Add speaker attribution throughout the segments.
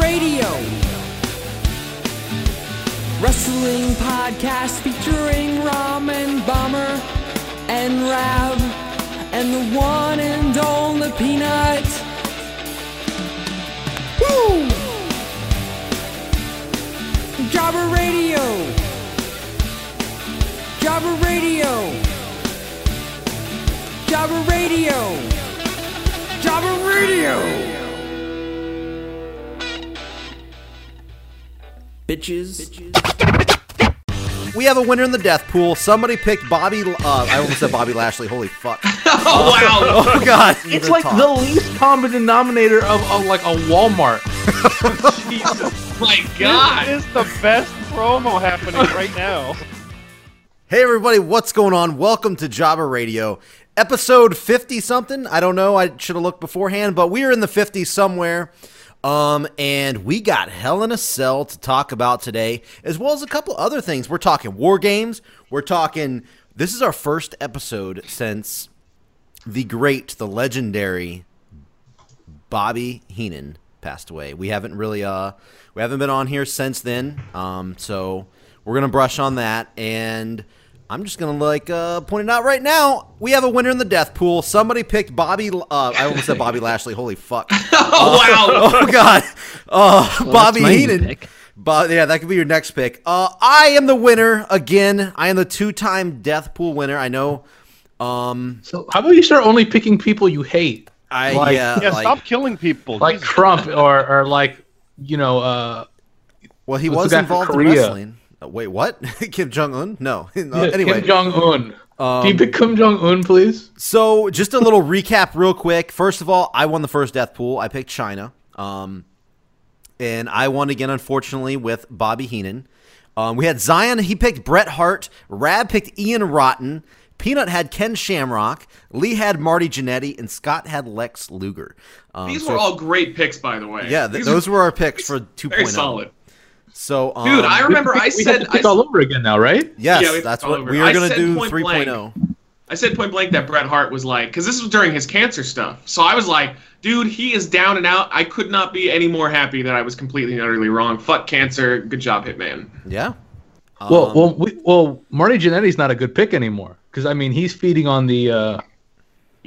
Speaker 1: Radio. Wrestling podcast featuring Ramen Bomber and Rab and the one and only Peanut. Woo! Jobber Radio. Jobber Radio. Jobber Radio. Jobber Radio. Bitches.
Speaker 2: We have a winner in the death pool. Somebody picked Bobby. Uh, I almost said Bobby Lashley. Holy fuck!
Speaker 3: Oh wow!
Speaker 2: Oh god!
Speaker 4: It's like the least common denominator of a, like a Walmart.
Speaker 3: Jesus, my
Speaker 5: This
Speaker 3: God!
Speaker 5: is the best promo happening right now.
Speaker 2: Hey everybody, what's going on? Welcome to Java Radio, episode fifty something. I don't know. I should have looked beforehand, but we are in the fifties somewhere. Um, and we got Hell in a Cell to talk about today, as well as a couple other things. We're talking war games. We're talking. This is our first episode since the great, the legendary Bobby Heenan passed away. We haven't really uh we haven't been on here since then. Um so we're going to brush on that and I'm just going to like uh point it out right now. We have a winner in the death pool. Somebody picked Bobby uh I almost said Bobby Lashley. Holy fuck.
Speaker 3: Oh wow!
Speaker 2: Oh god. Uh Bobby
Speaker 6: my new
Speaker 2: Heenan.
Speaker 6: pick.
Speaker 2: But yeah, that could be your next pick. Uh I am the winner again. I am the two-time death pool winner. I know um
Speaker 4: So how about you start only picking people you hate,
Speaker 2: I
Speaker 4: Like-
Speaker 2: yeah,
Speaker 5: Yeah,
Speaker 2: like,
Speaker 5: stop killing people.
Speaker 4: like
Speaker 5: Jesus.
Speaker 4: Trump or or like you know uh
Speaker 2: Well, he
Speaker 4: What's
Speaker 2: was
Speaker 4: the guy from
Speaker 2: involved in
Speaker 4: Korea?
Speaker 2: wrestling. Uh, wait, what? Kim Jong Un? No. Uh, anyway,
Speaker 4: Kim Jong Un.
Speaker 2: um,
Speaker 4: Do you pick Kim Jong Un, please?
Speaker 2: so just a little recap, real quick. First of all, I won the first death pool. I picked China, um, and I won again, unfortunately, with Bobby Heenan. Um, we had Zion. He picked Bret Hart. Rab picked Ian Rotten. Peanut had Ken Shamrock. Lee had Marty Jannetty, and Scott had Lex Luger. Um,
Speaker 3: These
Speaker 2: so-
Speaker 3: were all great picks, by the way.
Speaker 2: yeah. Th-
Speaker 3: These
Speaker 2: those were our picks for two oh.
Speaker 3: very solid.
Speaker 2: So, um,
Speaker 3: Dude, I remember
Speaker 4: We
Speaker 3: I
Speaker 4: have to
Speaker 3: said I,
Speaker 4: pick all over again now, right?
Speaker 2: yes,
Speaker 3: yeah, we
Speaker 2: that's
Speaker 3: all
Speaker 2: what
Speaker 3: over.
Speaker 2: we are
Speaker 3: I
Speaker 2: going to
Speaker 3: said
Speaker 2: do. oh.
Speaker 3: point blank.
Speaker 2: 3.0.
Speaker 3: I said point blank that Bret Hart was like because this was during his cancer stuff. So I was like, dude, he is down and out. I could not be any more happy that I was completely and utterly wrong. Fuck cancer. Good job, Hitman.
Speaker 2: Yeah.
Speaker 4: well,
Speaker 2: Um,
Speaker 4: well, we, well, Marty Jannetty's not a good pick anymore because I mean he's feeding on the uh,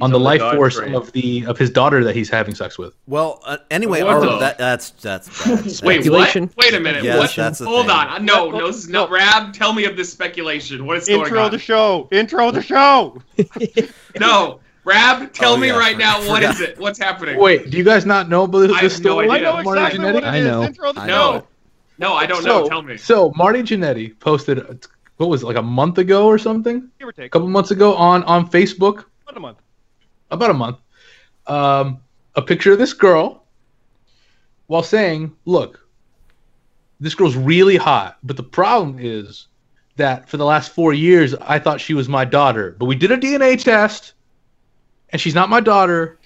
Speaker 4: on the
Speaker 5: on the
Speaker 4: life
Speaker 5: God
Speaker 4: force
Speaker 5: train.
Speaker 4: of the of his daughter that he's having sex with.
Speaker 2: well, uh, anyway,
Speaker 3: What
Speaker 2: our-
Speaker 3: the-
Speaker 2: that, that's that's. that's
Speaker 3: Wait, what?
Speaker 6: Speculation.
Speaker 3: Wait a minute.
Speaker 2: Yes,
Speaker 3: what?
Speaker 2: that's the
Speaker 3: Hold
Speaker 2: thing.
Speaker 3: on. No, no,
Speaker 5: Look,
Speaker 3: this is not
Speaker 5: look.
Speaker 3: Rab. Tell me of this speculation. What is going
Speaker 5: Intro
Speaker 3: on?
Speaker 5: the show. Intro the show.
Speaker 3: no, Rab. Tell
Speaker 2: Oh,
Speaker 3: me
Speaker 2: yeah,
Speaker 3: right
Speaker 2: for-
Speaker 3: now what
Speaker 2: forgot.
Speaker 3: is it? What's happening?
Speaker 4: Wait, do you guys not know about
Speaker 3: I
Speaker 4: this
Speaker 3: have no
Speaker 4: story?
Speaker 5: I
Speaker 3: idea. Yeah,
Speaker 5: know
Speaker 4: Marty
Speaker 5: exactly what it
Speaker 4: Jannetty?
Speaker 5: is.
Speaker 6: I know.
Speaker 5: Intro the
Speaker 2: I
Speaker 5: show.
Speaker 3: No, no, I don't know. Tell me.
Speaker 4: So Marty Jannetty posted uh, what was it, like a month ago or something,
Speaker 5: Give or
Speaker 4: a
Speaker 5: take.
Speaker 4: couple months ago on on Facebook,
Speaker 5: About a month.
Speaker 4: about a month, um, a picture of this girl, while saying, "Look, this girl's really hot, but the problem is that for the last four years I thought she was my daughter, but we did a DNA test, and she's not my daughter."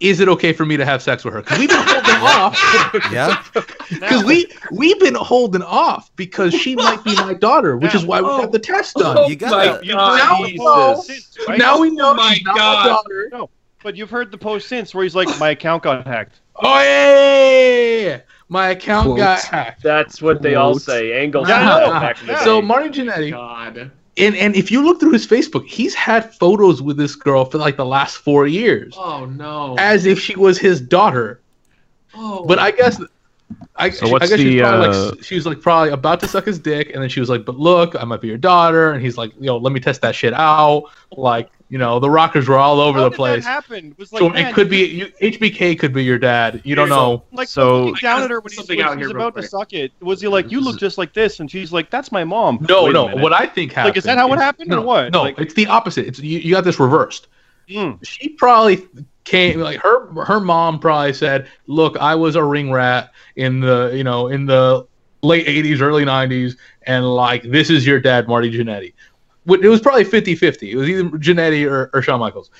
Speaker 4: Is it okay for me to have sex with her? Because we've been holding off.
Speaker 2: yeah.
Speaker 4: Because we we've been holding off because she might be my daughter, which is why we
Speaker 3: Oh.
Speaker 4: had the test done.
Speaker 2: You got
Speaker 3: my
Speaker 2: that.
Speaker 5: You've
Speaker 3: God.
Speaker 5: heard
Speaker 4: Now
Speaker 5: the
Speaker 4: we
Speaker 5: post
Speaker 4: know.
Speaker 5: since, right?
Speaker 4: Ah, now we know
Speaker 3: Oh my
Speaker 4: she's not
Speaker 3: God.
Speaker 4: my daughter.
Speaker 5: But you've heard the post since where he's like, my account got hacked.
Speaker 4: Oh yeah, my account
Speaker 6: Quotes.
Speaker 4: got hacked.
Speaker 7: That's what they all
Speaker 6: Quotes.
Speaker 7: say. Angle
Speaker 4: Yeah,
Speaker 7: said
Speaker 4: I
Speaker 7: that
Speaker 4: know.
Speaker 7: back in the
Speaker 5: Yeah.
Speaker 4: So
Speaker 7: day.
Speaker 4: Marty Jannetty,
Speaker 3: God.
Speaker 4: and and if you look through his Facebook, he's had photos with this girl for like the last four years,
Speaker 3: Oh no.
Speaker 4: as if she was his daughter.
Speaker 3: oh.
Speaker 4: But I guess, I,
Speaker 8: So what's
Speaker 4: I guess she's
Speaker 8: the,
Speaker 4: probably
Speaker 8: uh,
Speaker 4: like she was like probably about to suck his dick, and then she was like, "But look, I might be your daughter," and he's like, "Yo, let me test that shit out." Like, you know, the rockers were all over
Speaker 5: How
Speaker 4: the
Speaker 5: did
Speaker 4: place.
Speaker 5: That happened. Was like,
Speaker 4: so
Speaker 5: man,
Speaker 4: it could be
Speaker 5: you-
Speaker 4: you, HBK could be your dad. You don't
Speaker 3: So-
Speaker 4: know.
Speaker 5: Like
Speaker 8: So-
Speaker 5: looking down at her when he was,
Speaker 3: Something out
Speaker 5: he was
Speaker 3: here real
Speaker 5: about to
Speaker 3: quick.
Speaker 5: suck it. Was he like, you look just like this? And she's like, that's my mom.
Speaker 4: Mm-hmm. No,
Speaker 5: Wait a
Speaker 4: no.
Speaker 5: minute.
Speaker 4: What I think happened.
Speaker 5: Like, is that how it
Speaker 4: is-
Speaker 5: happened or
Speaker 4: no,
Speaker 5: what?
Speaker 4: No,
Speaker 5: Like-
Speaker 4: it's the opposite. It's you, you got this reversed.
Speaker 5: Mm.
Speaker 4: She probably came like her her mom probably said, "Look, I was a ring rat in the you know in the late '80s, early '90s, and like this is your dad, Marty Jannetty." Wh- It was probably 50-50. It was either Jannetty or, or Shawn Michaels.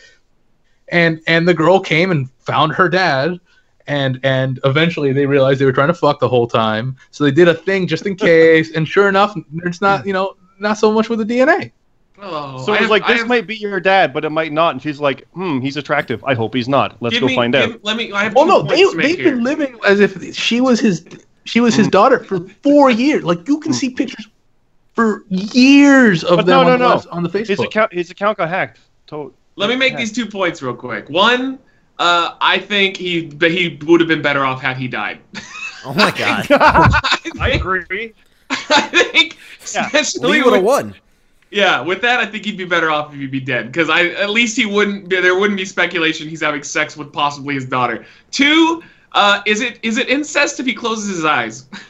Speaker 4: And and the girl came and found her dad. And and eventually they realized they were trying to fuck the whole time, so they did a thing just in case. and sure enough, it's not you know not so much with the DNA.
Speaker 3: Oh,
Speaker 5: So
Speaker 3: I
Speaker 5: it was
Speaker 3: have-
Speaker 5: like,
Speaker 3: I
Speaker 5: this
Speaker 3: have-
Speaker 5: might be your dad, but it might not. And she's like, hmm, he's attractive. I hope he's not. Let's
Speaker 3: give
Speaker 5: go
Speaker 3: me-
Speaker 5: find
Speaker 3: give-
Speaker 5: out.
Speaker 3: Let me. I have
Speaker 4: Oh,
Speaker 6: Well,
Speaker 3: two
Speaker 6: no,
Speaker 3: points
Speaker 6: they
Speaker 3: to make
Speaker 6: they've
Speaker 3: here. Mm.
Speaker 6: been living as if she was his she was his daughter for four years. Like you can see pictures for years of
Speaker 5: But
Speaker 6: them
Speaker 5: no, no,
Speaker 6: on, the
Speaker 5: no.
Speaker 6: last- on the
Speaker 5: His
Speaker 6: Facebook.
Speaker 5: account, his account got hacked. To-
Speaker 3: Let me make
Speaker 5: Yeah.
Speaker 3: these two points real quick. One, uh, I think he but he would have been better off had he died.
Speaker 2: Oh my god,
Speaker 3: I think,
Speaker 5: agree.
Speaker 3: I think
Speaker 5: Yeah.
Speaker 3: especially
Speaker 2: Lee would have
Speaker 3: with,
Speaker 2: won.
Speaker 3: yeah, with that, I think he'd be better off if he'd be dead because I at least he wouldn't be, there wouldn't be speculation he's having sex with possibly his daughter. Two, uh, is it is it incest if he closes his eyes?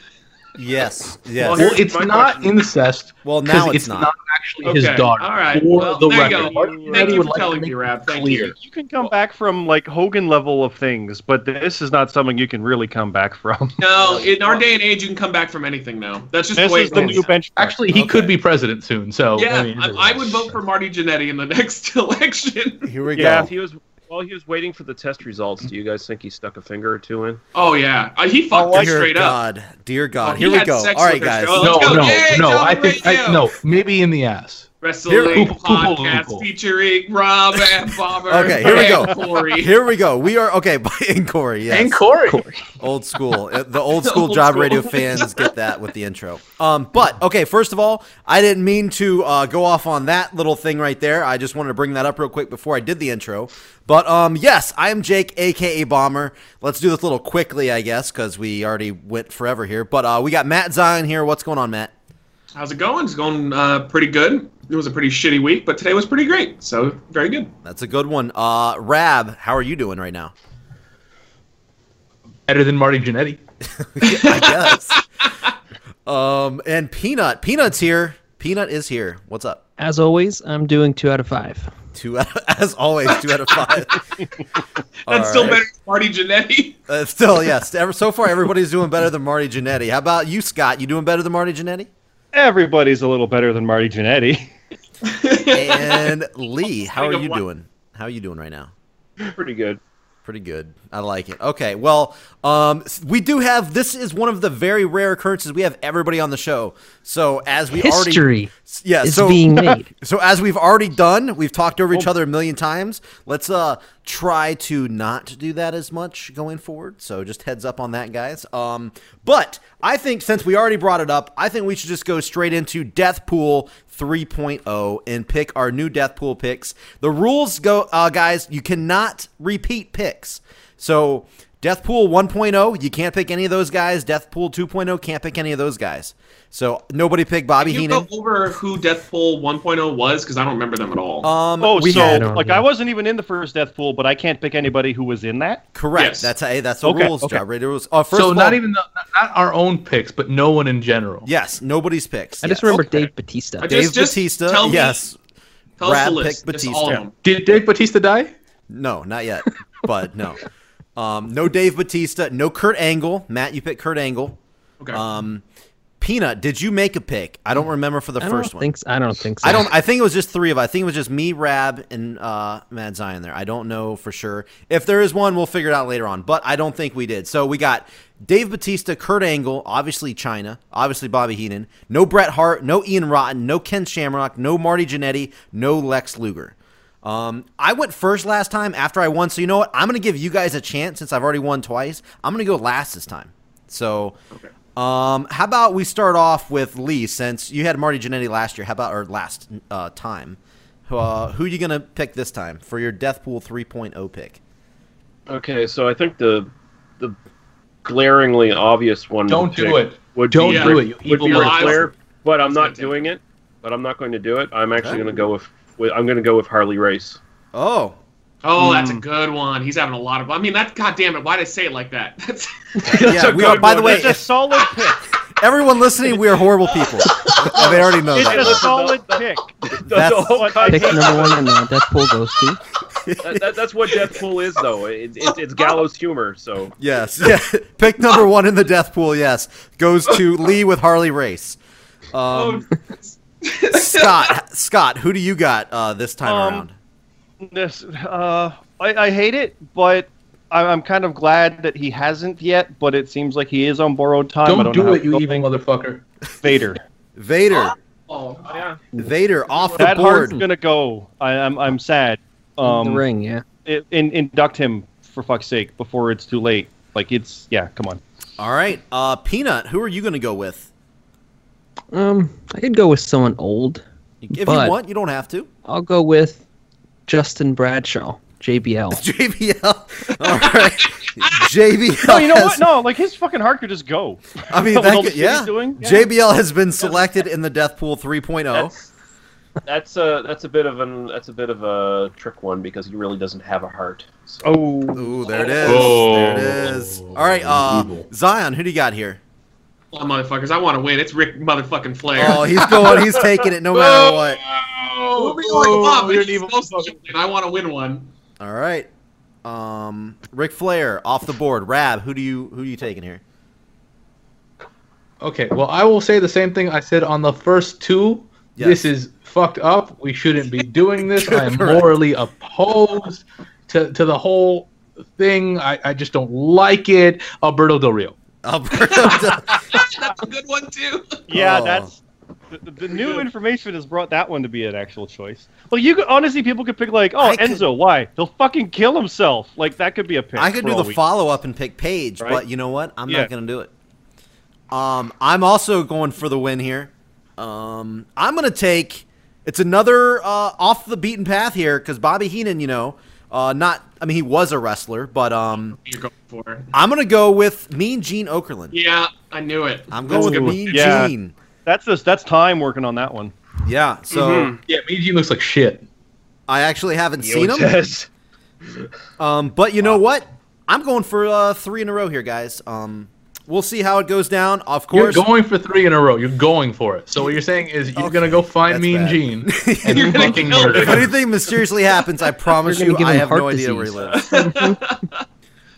Speaker 2: Yes, yes.
Speaker 3: Well,
Speaker 4: Well, it's
Speaker 5: my
Speaker 4: not
Speaker 5: question.
Speaker 4: incest.
Speaker 2: Well,
Speaker 4: 'cause
Speaker 2: now it's not.
Speaker 4: actually his
Speaker 3: Okay,
Speaker 4: daughter.
Speaker 3: all right.
Speaker 4: For
Speaker 3: Well,
Speaker 4: the
Speaker 3: there you
Speaker 4: record,
Speaker 3: go.
Speaker 4: Marty
Speaker 5: Thank
Speaker 4: Jannetty
Speaker 5: you
Speaker 4: would
Speaker 3: for
Speaker 4: like
Speaker 3: telling
Speaker 4: to
Speaker 3: me,
Speaker 4: make
Speaker 3: Rab.
Speaker 4: it
Speaker 3: Thank you.
Speaker 4: clear.
Speaker 5: You can come back from like Hogan level of things, but this is not something you can really come back from.
Speaker 3: No, in our day and age, you can come back from anything now. That's just
Speaker 5: this
Speaker 3: the way
Speaker 5: is
Speaker 3: it
Speaker 5: the
Speaker 3: is.
Speaker 5: new bench.
Speaker 4: Actually, he
Speaker 2: Okay.
Speaker 4: could be president soon. So
Speaker 3: yeah,
Speaker 4: mean,
Speaker 3: I, I would vote for Marty Jannetty in the next election.
Speaker 2: Here we
Speaker 7: Yeah,
Speaker 2: go.
Speaker 7: if he was while he was waiting for the test results, do you guys think he stuck a finger or two in?
Speaker 3: Oh yeah, Uh, he fucked her
Speaker 2: Dear
Speaker 3: straight up.
Speaker 2: God, dear God.
Speaker 3: Oh, he
Speaker 2: Here we
Speaker 3: had
Speaker 2: go.
Speaker 3: sex
Speaker 2: All right,
Speaker 3: with her
Speaker 2: guys.
Speaker 3: show.
Speaker 4: No,
Speaker 3: Let's go.
Speaker 4: no,
Speaker 3: Yay,
Speaker 4: no.
Speaker 3: John
Speaker 4: I think I,
Speaker 3: Radio.
Speaker 4: no. Maybe in the ass.
Speaker 3: Wrestling
Speaker 4: Here-
Speaker 3: podcast
Speaker 4: Cool.
Speaker 3: featuring Rob and Bobber.
Speaker 2: Okay, here we go.
Speaker 3: and Corey.
Speaker 2: Here we go. We are okay. And Corey, yes.
Speaker 6: And Corey.
Speaker 2: old school. Uh, The old
Speaker 3: The
Speaker 2: school
Speaker 3: old
Speaker 2: job
Speaker 3: school.
Speaker 2: radio fans get that with the intro. Um, but okay, first of all, I didn't mean to uh, go off on that little thing right there. I just wanted to bring that up real quick before I did the intro. But um, yes, I am Jake, aka Bomber. Let's do this little quickly, I guess, because we already went forever here. But uh, we got Matt Zion here. What's going on, Matt?
Speaker 3: How's it going? It's going uh, pretty good. It was a pretty shitty week, but today was pretty great. So very good.
Speaker 2: That's a good one. Uh, Rab, how are you doing right now?
Speaker 4: Better than Marty Jannetty.
Speaker 2: I guess. um, and Peanut, Peanut's here. Peanut is here. What's up?
Speaker 8: As always, I'm doing two out of five.
Speaker 2: Two out, as always, two out of five. All
Speaker 3: That's still
Speaker 2: right.
Speaker 3: better than Marty Jannetty.
Speaker 2: Uh, still, yes. Ever, so far, everybody's doing better than Marty Jannetty. How about you, Scott? You doing better than Marty Jannetty?
Speaker 5: Everybody's a little better than Marty Jannetty.
Speaker 2: And Lee, how are
Speaker 3: Think of
Speaker 2: you
Speaker 3: one.
Speaker 2: doing? How are you doing right now?
Speaker 7: Pretty good.
Speaker 2: Pretty good. I like it. Okay. Well, um, s- we do have. This is one of the very rare occurrences we have everybody on the show. So as we already,
Speaker 8: History
Speaker 2: S- yeah.
Speaker 8: is
Speaker 2: so
Speaker 8: being made.
Speaker 2: so as we've already done, we've talked over each other a million times. Let's uh try to not do that as much going forward. So just heads up on that, guys. Um, but I think since we already brought it up, I think we should just go straight into Deathpool 3.0 and pick our new Deathpool picks. The rules go, uh, guys. You cannot repeat picks. So Deathpool 1.0, you can't pick any of those guys. Deathpool 2.0, can't pick any of those guys. So nobody picked Bobby
Speaker 3: Can you
Speaker 2: Heenan.
Speaker 3: go over who Deathpool 1.0 was? Because I don't remember them at all.
Speaker 2: Um,
Speaker 5: Oh,
Speaker 2: we
Speaker 5: so
Speaker 2: had-
Speaker 5: like I wasn't even in the first Death Pool, but I can't pick anybody who was in that.
Speaker 2: Correct.
Speaker 3: Yes.
Speaker 2: That's a, that's the
Speaker 5: Okay,
Speaker 2: rules job. Right? It was uh, first
Speaker 4: so
Speaker 2: of
Speaker 4: not
Speaker 2: all-
Speaker 4: even the, not not our own picks, but no one in general.
Speaker 2: yes. Nobody's picks.
Speaker 8: I just
Speaker 2: yes.
Speaker 8: remember Dave Batista.
Speaker 3: I
Speaker 2: Dave
Speaker 3: Just- just
Speaker 2: Batista.
Speaker 3: tell me-
Speaker 2: yes.
Speaker 3: Tell us
Speaker 2: Brad
Speaker 3: the list.
Speaker 2: picked
Speaker 3: Just all of
Speaker 2: Batista.
Speaker 3: them.
Speaker 4: Did Dave Batista die?
Speaker 2: No, not yet. but no. Um, no Dave Batista. No Kurt Angle. Matt, you picked Kurt Angle.
Speaker 3: Okay.
Speaker 2: Um, Peanut, did you make a pick? I don't remember for the
Speaker 8: I don't
Speaker 2: first one.
Speaker 8: think. So. I don't think so.
Speaker 2: I don't. I think it was just three of. us. I think it was just me, Rab, and uh, Mad Zion there. I don't know for sure. If there is one, we'll figure it out later on. But I don't think we did. So we got Dave Batista, Kurt Angle, obviously China, obviously Bobby Heenan, no Bret Hart, no Ian Rotten, no Ken Shamrock, no Marty Jannetty, no Lex Luger. Um, I went first last time after I won. So you know what? I'm gonna give you guys a chance since I've already won twice. I'm gonna go last this time. So. Um, how about we start off with Lee, since you had Marty Jannetty last year. How about or last uh, time? Uh, who are you gonna pick this time for your Deathpool 3.0 pick?
Speaker 7: Okay, so I think the the glaringly obvious one. to
Speaker 4: Don't do
Speaker 7: pick
Speaker 4: it.
Speaker 7: Would
Speaker 4: Don't
Speaker 7: be,
Speaker 3: Yeah.
Speaker 4: do it. You
Speaker 7: Would
Speaker 4: evil
Speaker 7: be
Speaker 3: No,
Speaker 7: Ric
Speaker 3: I-
Speaker 4: murderer.
Speaker 7: Flair, but I'm not
Speaker 3: That's not
Speaker 7: doing it. But I'm not going to do it. I'm actually
Speaker 2: Okay.
Speaker 7: going to go with, with I'm going to go with Harley Race.
Speaker 2: Oh,
Speaker 3: oh, that's a good one. He's having a lot of. I mean, that. God damn it! Why did I say it like that? That's.
Speaker 2: yeah. We are. By the way,
Speaker 5: It's a solid pick.
Speaker 2: everyone listening, we are horrible people. they already know
Speaker 5: It's a
Speaker 2: that.
Speaker 5: solid pick.
Speaker 2: That's-
Speaker 5: But I
Speaker 8: Pick
Speaker 5: hate-
Speaker 8: number one, and uh, Deathpool goes to.
Speaker 7: That, that, that's what Deathpool is, though. It, it, it's gallows humor. So
Speaker 2: Yes. Yeah. Pick number one in the Deathpool. Yes, goes to Lee with Harley Race. Um,
Speaker 5: Oh.
Speaker 2: Scott, Scott, who do you got uh, this time
Speaker 5: Um,
Speaker 2: around?
Speaker 5: This, uh, I, I hate it, but I, I'm kind of glad that he hasn't yet. But it seems like he is on borrowed time.
Speaker 4: Don't
Speaker 5: I don't
Speaker 4: do
Speaker 5: know
Speaker 4: it, you
Speaker 5: how
Speaker 4: evil motherfucker.
Speaker 5: Vader.
Speaker 2: Vader.
Speaker 3: Oh, yeah.
Speaker 2: Vader off the
Speaker 5: That heart's
Speaker 2: board.
Speaker 5: gonna go. I, I'm I'm sad.
Speaker 8: the
Speaker 5: Um,
Speaker 8: ring, yeah.
Speaker 5: i- in, induct him for fuck's sake before it's too late. Like it's yeah. Come on.
Speaker 2: All right, uh, Peanut, who are you going to go with?
Speaker 8: Um, I could go with someone old.
Speaker 2: If
Speaker 8: But-
Speaker 2: you want, you don't have to.
Speaker 8: I'll go with Justin Bradshaw, JBL.
Speaker 2: JBL. All right. JBL.
Speaker 5: No, you know what?
Speaker 2: has-
Speaker 5: No, like his fucking heart could just go.
Speaker 2: I mean,
Speaker 5: With
Speaker 2: that
Speaker 5: all the
Speaker 2: could-
Speaker 5: shit he's
Speaker 2: yeah.
Speaker 5: doing, yeah.
Speaker 2: JBL has been selected in the Death Pool oh.
Speaker 5: Oh.
Speaker 2: 3.0.
Speaker 7: That's, that's a that's a bit of an that's a bit of a trick one because he really doesn't have a heart. So
Speaker 5: Oh,
Speaker 2: Ooh, there it is.
Speaker 4: Oh.
Speaker 2: There it is. All right, uh,
Speaker 4: Evil.
Speaker 2: Zion, who do you got here?
Speaker 3: Oh, motherfuckers, I want to win. It's Rick motherfucking Flair.
Speaker 2: Oh, he's going. He's taking it no matter what.
Speaker 3: Oh, we're being like, oh, but he's supposed to win. I want to win one.
Speaker 2: All right. Um, Ric Flair off the board. Rab, who do you who are you taking here?
Speaker 4: Okay, well, I will say the same thing I said on the first two.
Speaker 2: Yes.
Speaker 4: This is fucked up. We shouldn't be doing this. I am
Speaker 2: Correct.
Speaker 4: morally opposed to, to the whole thing. I, I just don't like it. Alberto Del Rio.
Speaker 2: Alberto.
Speaker 3: That's a good one too.
Speaker 5: yeah,
Speaker 2: Oh.
Speaker 5: that's the, the new information has brought that one to be an actual choice. Well, you could honestly, people could pick like, oh,
Speaker 2: I could-
Speaker 5: Enzo, why? He'll fucking kill himself. Like that could be a pick.
Speaker 2: I could
Speaker 5: for
Speaker 2: do
Speaker 5: all
Speaker 2: the
Speaker 5: we-
Speaker 2: follow up and pick Paige,
Speaker 5: Right?
Speaker 2: but you know what? I'm
Speaker 5: Yeah.
Speaker 2: not gonna do it. Um, I'm also going for the win here. Um, I'm gonna take. It's another uh, off the beaten path here because Bobby Heenan, you know, uh, not. I mean, he was a wrestler, but um,
Speaker 3: You're going for.
Speaker 2: I'm gonna go with Mean Gene Okerlund.
Speaker 3: Yeah, I knew it.
Speaker 2: I'm
Speaker 3: That's a
Speaker 2: going with
Speaker 3: good
Speaker 2: Mean
Speaker 3: one.
Speaker 5: Yeah.
Speaker 2: Gene.
Speaker 5: That's just that's time working on that one.
Speaker 2: Yeah. So
Speaker 5: Mm-hmm.
Speaker 3: Mhm.
Speaker 4: Yeah, Mean Gene looks like shit.
Speaker 2: I actually haven't seen him.
Speaker 7: Yes.
Speaker 2: Um, but you know what? I'm going for uh, three in a row here, guys. Um, we'll see how it goes down. Of
Speaker 4: You're
Speaker 2: course,
Speaker 4: going for three in a row. You're going for it. So what you're saying is you're
Speaker 2: Okay,
Speaker 4: gonna go find
Speaker 2: that's
Speaker 4: Mean
Speaker 2: bad.
Speaker 4: Gene and
Speaker 3: You're gonna
Speaker 4: fucking
Speaker 3: kill him.
Speaker 4: murder
Speaker 2: if
Speaker 4: him.
Speaker 2: anything mysteriously happens, I promise
Speaker 8: You're gonna
Speaker 2: you,
Speaker 8: give
Speaker 2: I
Speaker 8: him
Speaker 2: have no
Speaker 8: heart
Speaker 2: idea where he
Speaker 8: disease.
Speaker 2: lives.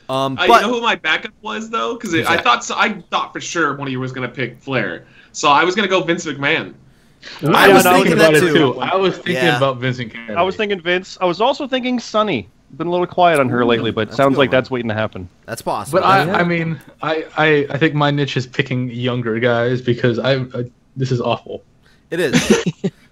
Speaker 2: Um,
Speaker 3: I,
Speaker 2: but
Speaker 3: Uh, you know who my backup was though, because
Speaker 2: Who's
Speaker 3: I
Speaker 2: that?
Speaker 3: thought so, I thought for sure one of you was gonna pick Flair, so I was gonna go Vince McMahon.
Speaker 2: I
Speaker 4: Yeah,
Speaker 2: was
Speaker 4: no,
Speaker 2: thinking
Speaker 4: about
Speaker 2: that
Speaker 4: it
Speaker 2: too.
Speaker 4: I was thinking
Speaker 2: Yeah.
Speaker 4: about Vincent Kennedy.
Speaker 5: I was thinking Vince. I was also thinking Sonny. Been a little quiet on her lately, but
Speaker 2: that's a
Speaker 5: sounds
Speaker 2: good
Speaker 5: like
Speaker 2: one.
Speaker 5: that's waiting to happen.
Speaker 2: that's possible.
Speaker 4: But I,
Speaker 8: Yeah.
Speaker 4: I mean, I, I, I think my niche is picking younger guys because I, I this is awful.
Speaker 2: it is.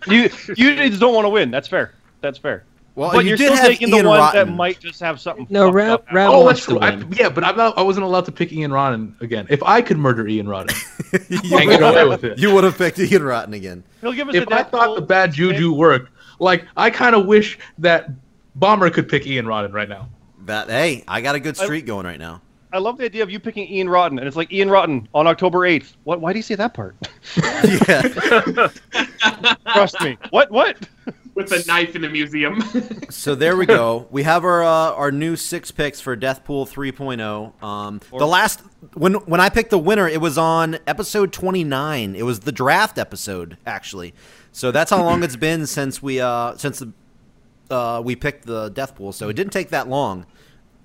Speaker 5: You you just don't want to win. That's fair. That's fair.
Speaker 2: Well,
Speaker 5: but
Speaker 2: you
Speaker 5: you're
Speaker 2: did
Speaker 5: still
Speaker 2: have
Speaker 5: taking
Speaker 2: Ian
Speaker 5: the one
Speaker 2: Rotten.
Speaker 5: that might just have something.
Speaker 8: No,
Speaker 5: fucked
Speaker 8: Rab,
Speaker 5: up happen.
Speaker 8: Rab
Speaker 4: Oh,
Speaker 8: wants
Speaker 4: that's true.
Speaker 8: to
Speaker 4: I,
Speaker 8: win.
Speaker 4: yeah, but I'm not. I wasn't allowed to pick Ian Rodden again. If I could murder Ian Rodden and get away with it,
Speaker 2: you would have picked Ian Rotten again.
Speaker 5: He'll give us
Speaker 4: if
Speaker 5: the
Speaker 4: I
Speaker 5: death
Speaker 4: thought the
Speaker 5: pool.
Speaker 4: bad juju worked, like I kind of wish that Bomber could pick Ian Rodden right now.
Speaker 2: But hey, I got a good streak going right now.
Speaker 5: I love the idea of you picking Ian Rotten, and it's like Ian Rotten on October 8th. What? Why do you say that part?
Speaker 2: Yeah.
Speaker 5: Trust me. What? What?
Speaker 3: with a knife in the museum.
Speaker 2: So there we go. We have our uh, our new six picks for Deathpool 3.0. Um, the last when when I picked the winner, it was on episode 29. It was the draft episode actually. So that's how long it's been since we uh since the uh, we picked the Deathpool. So it didn't take that long.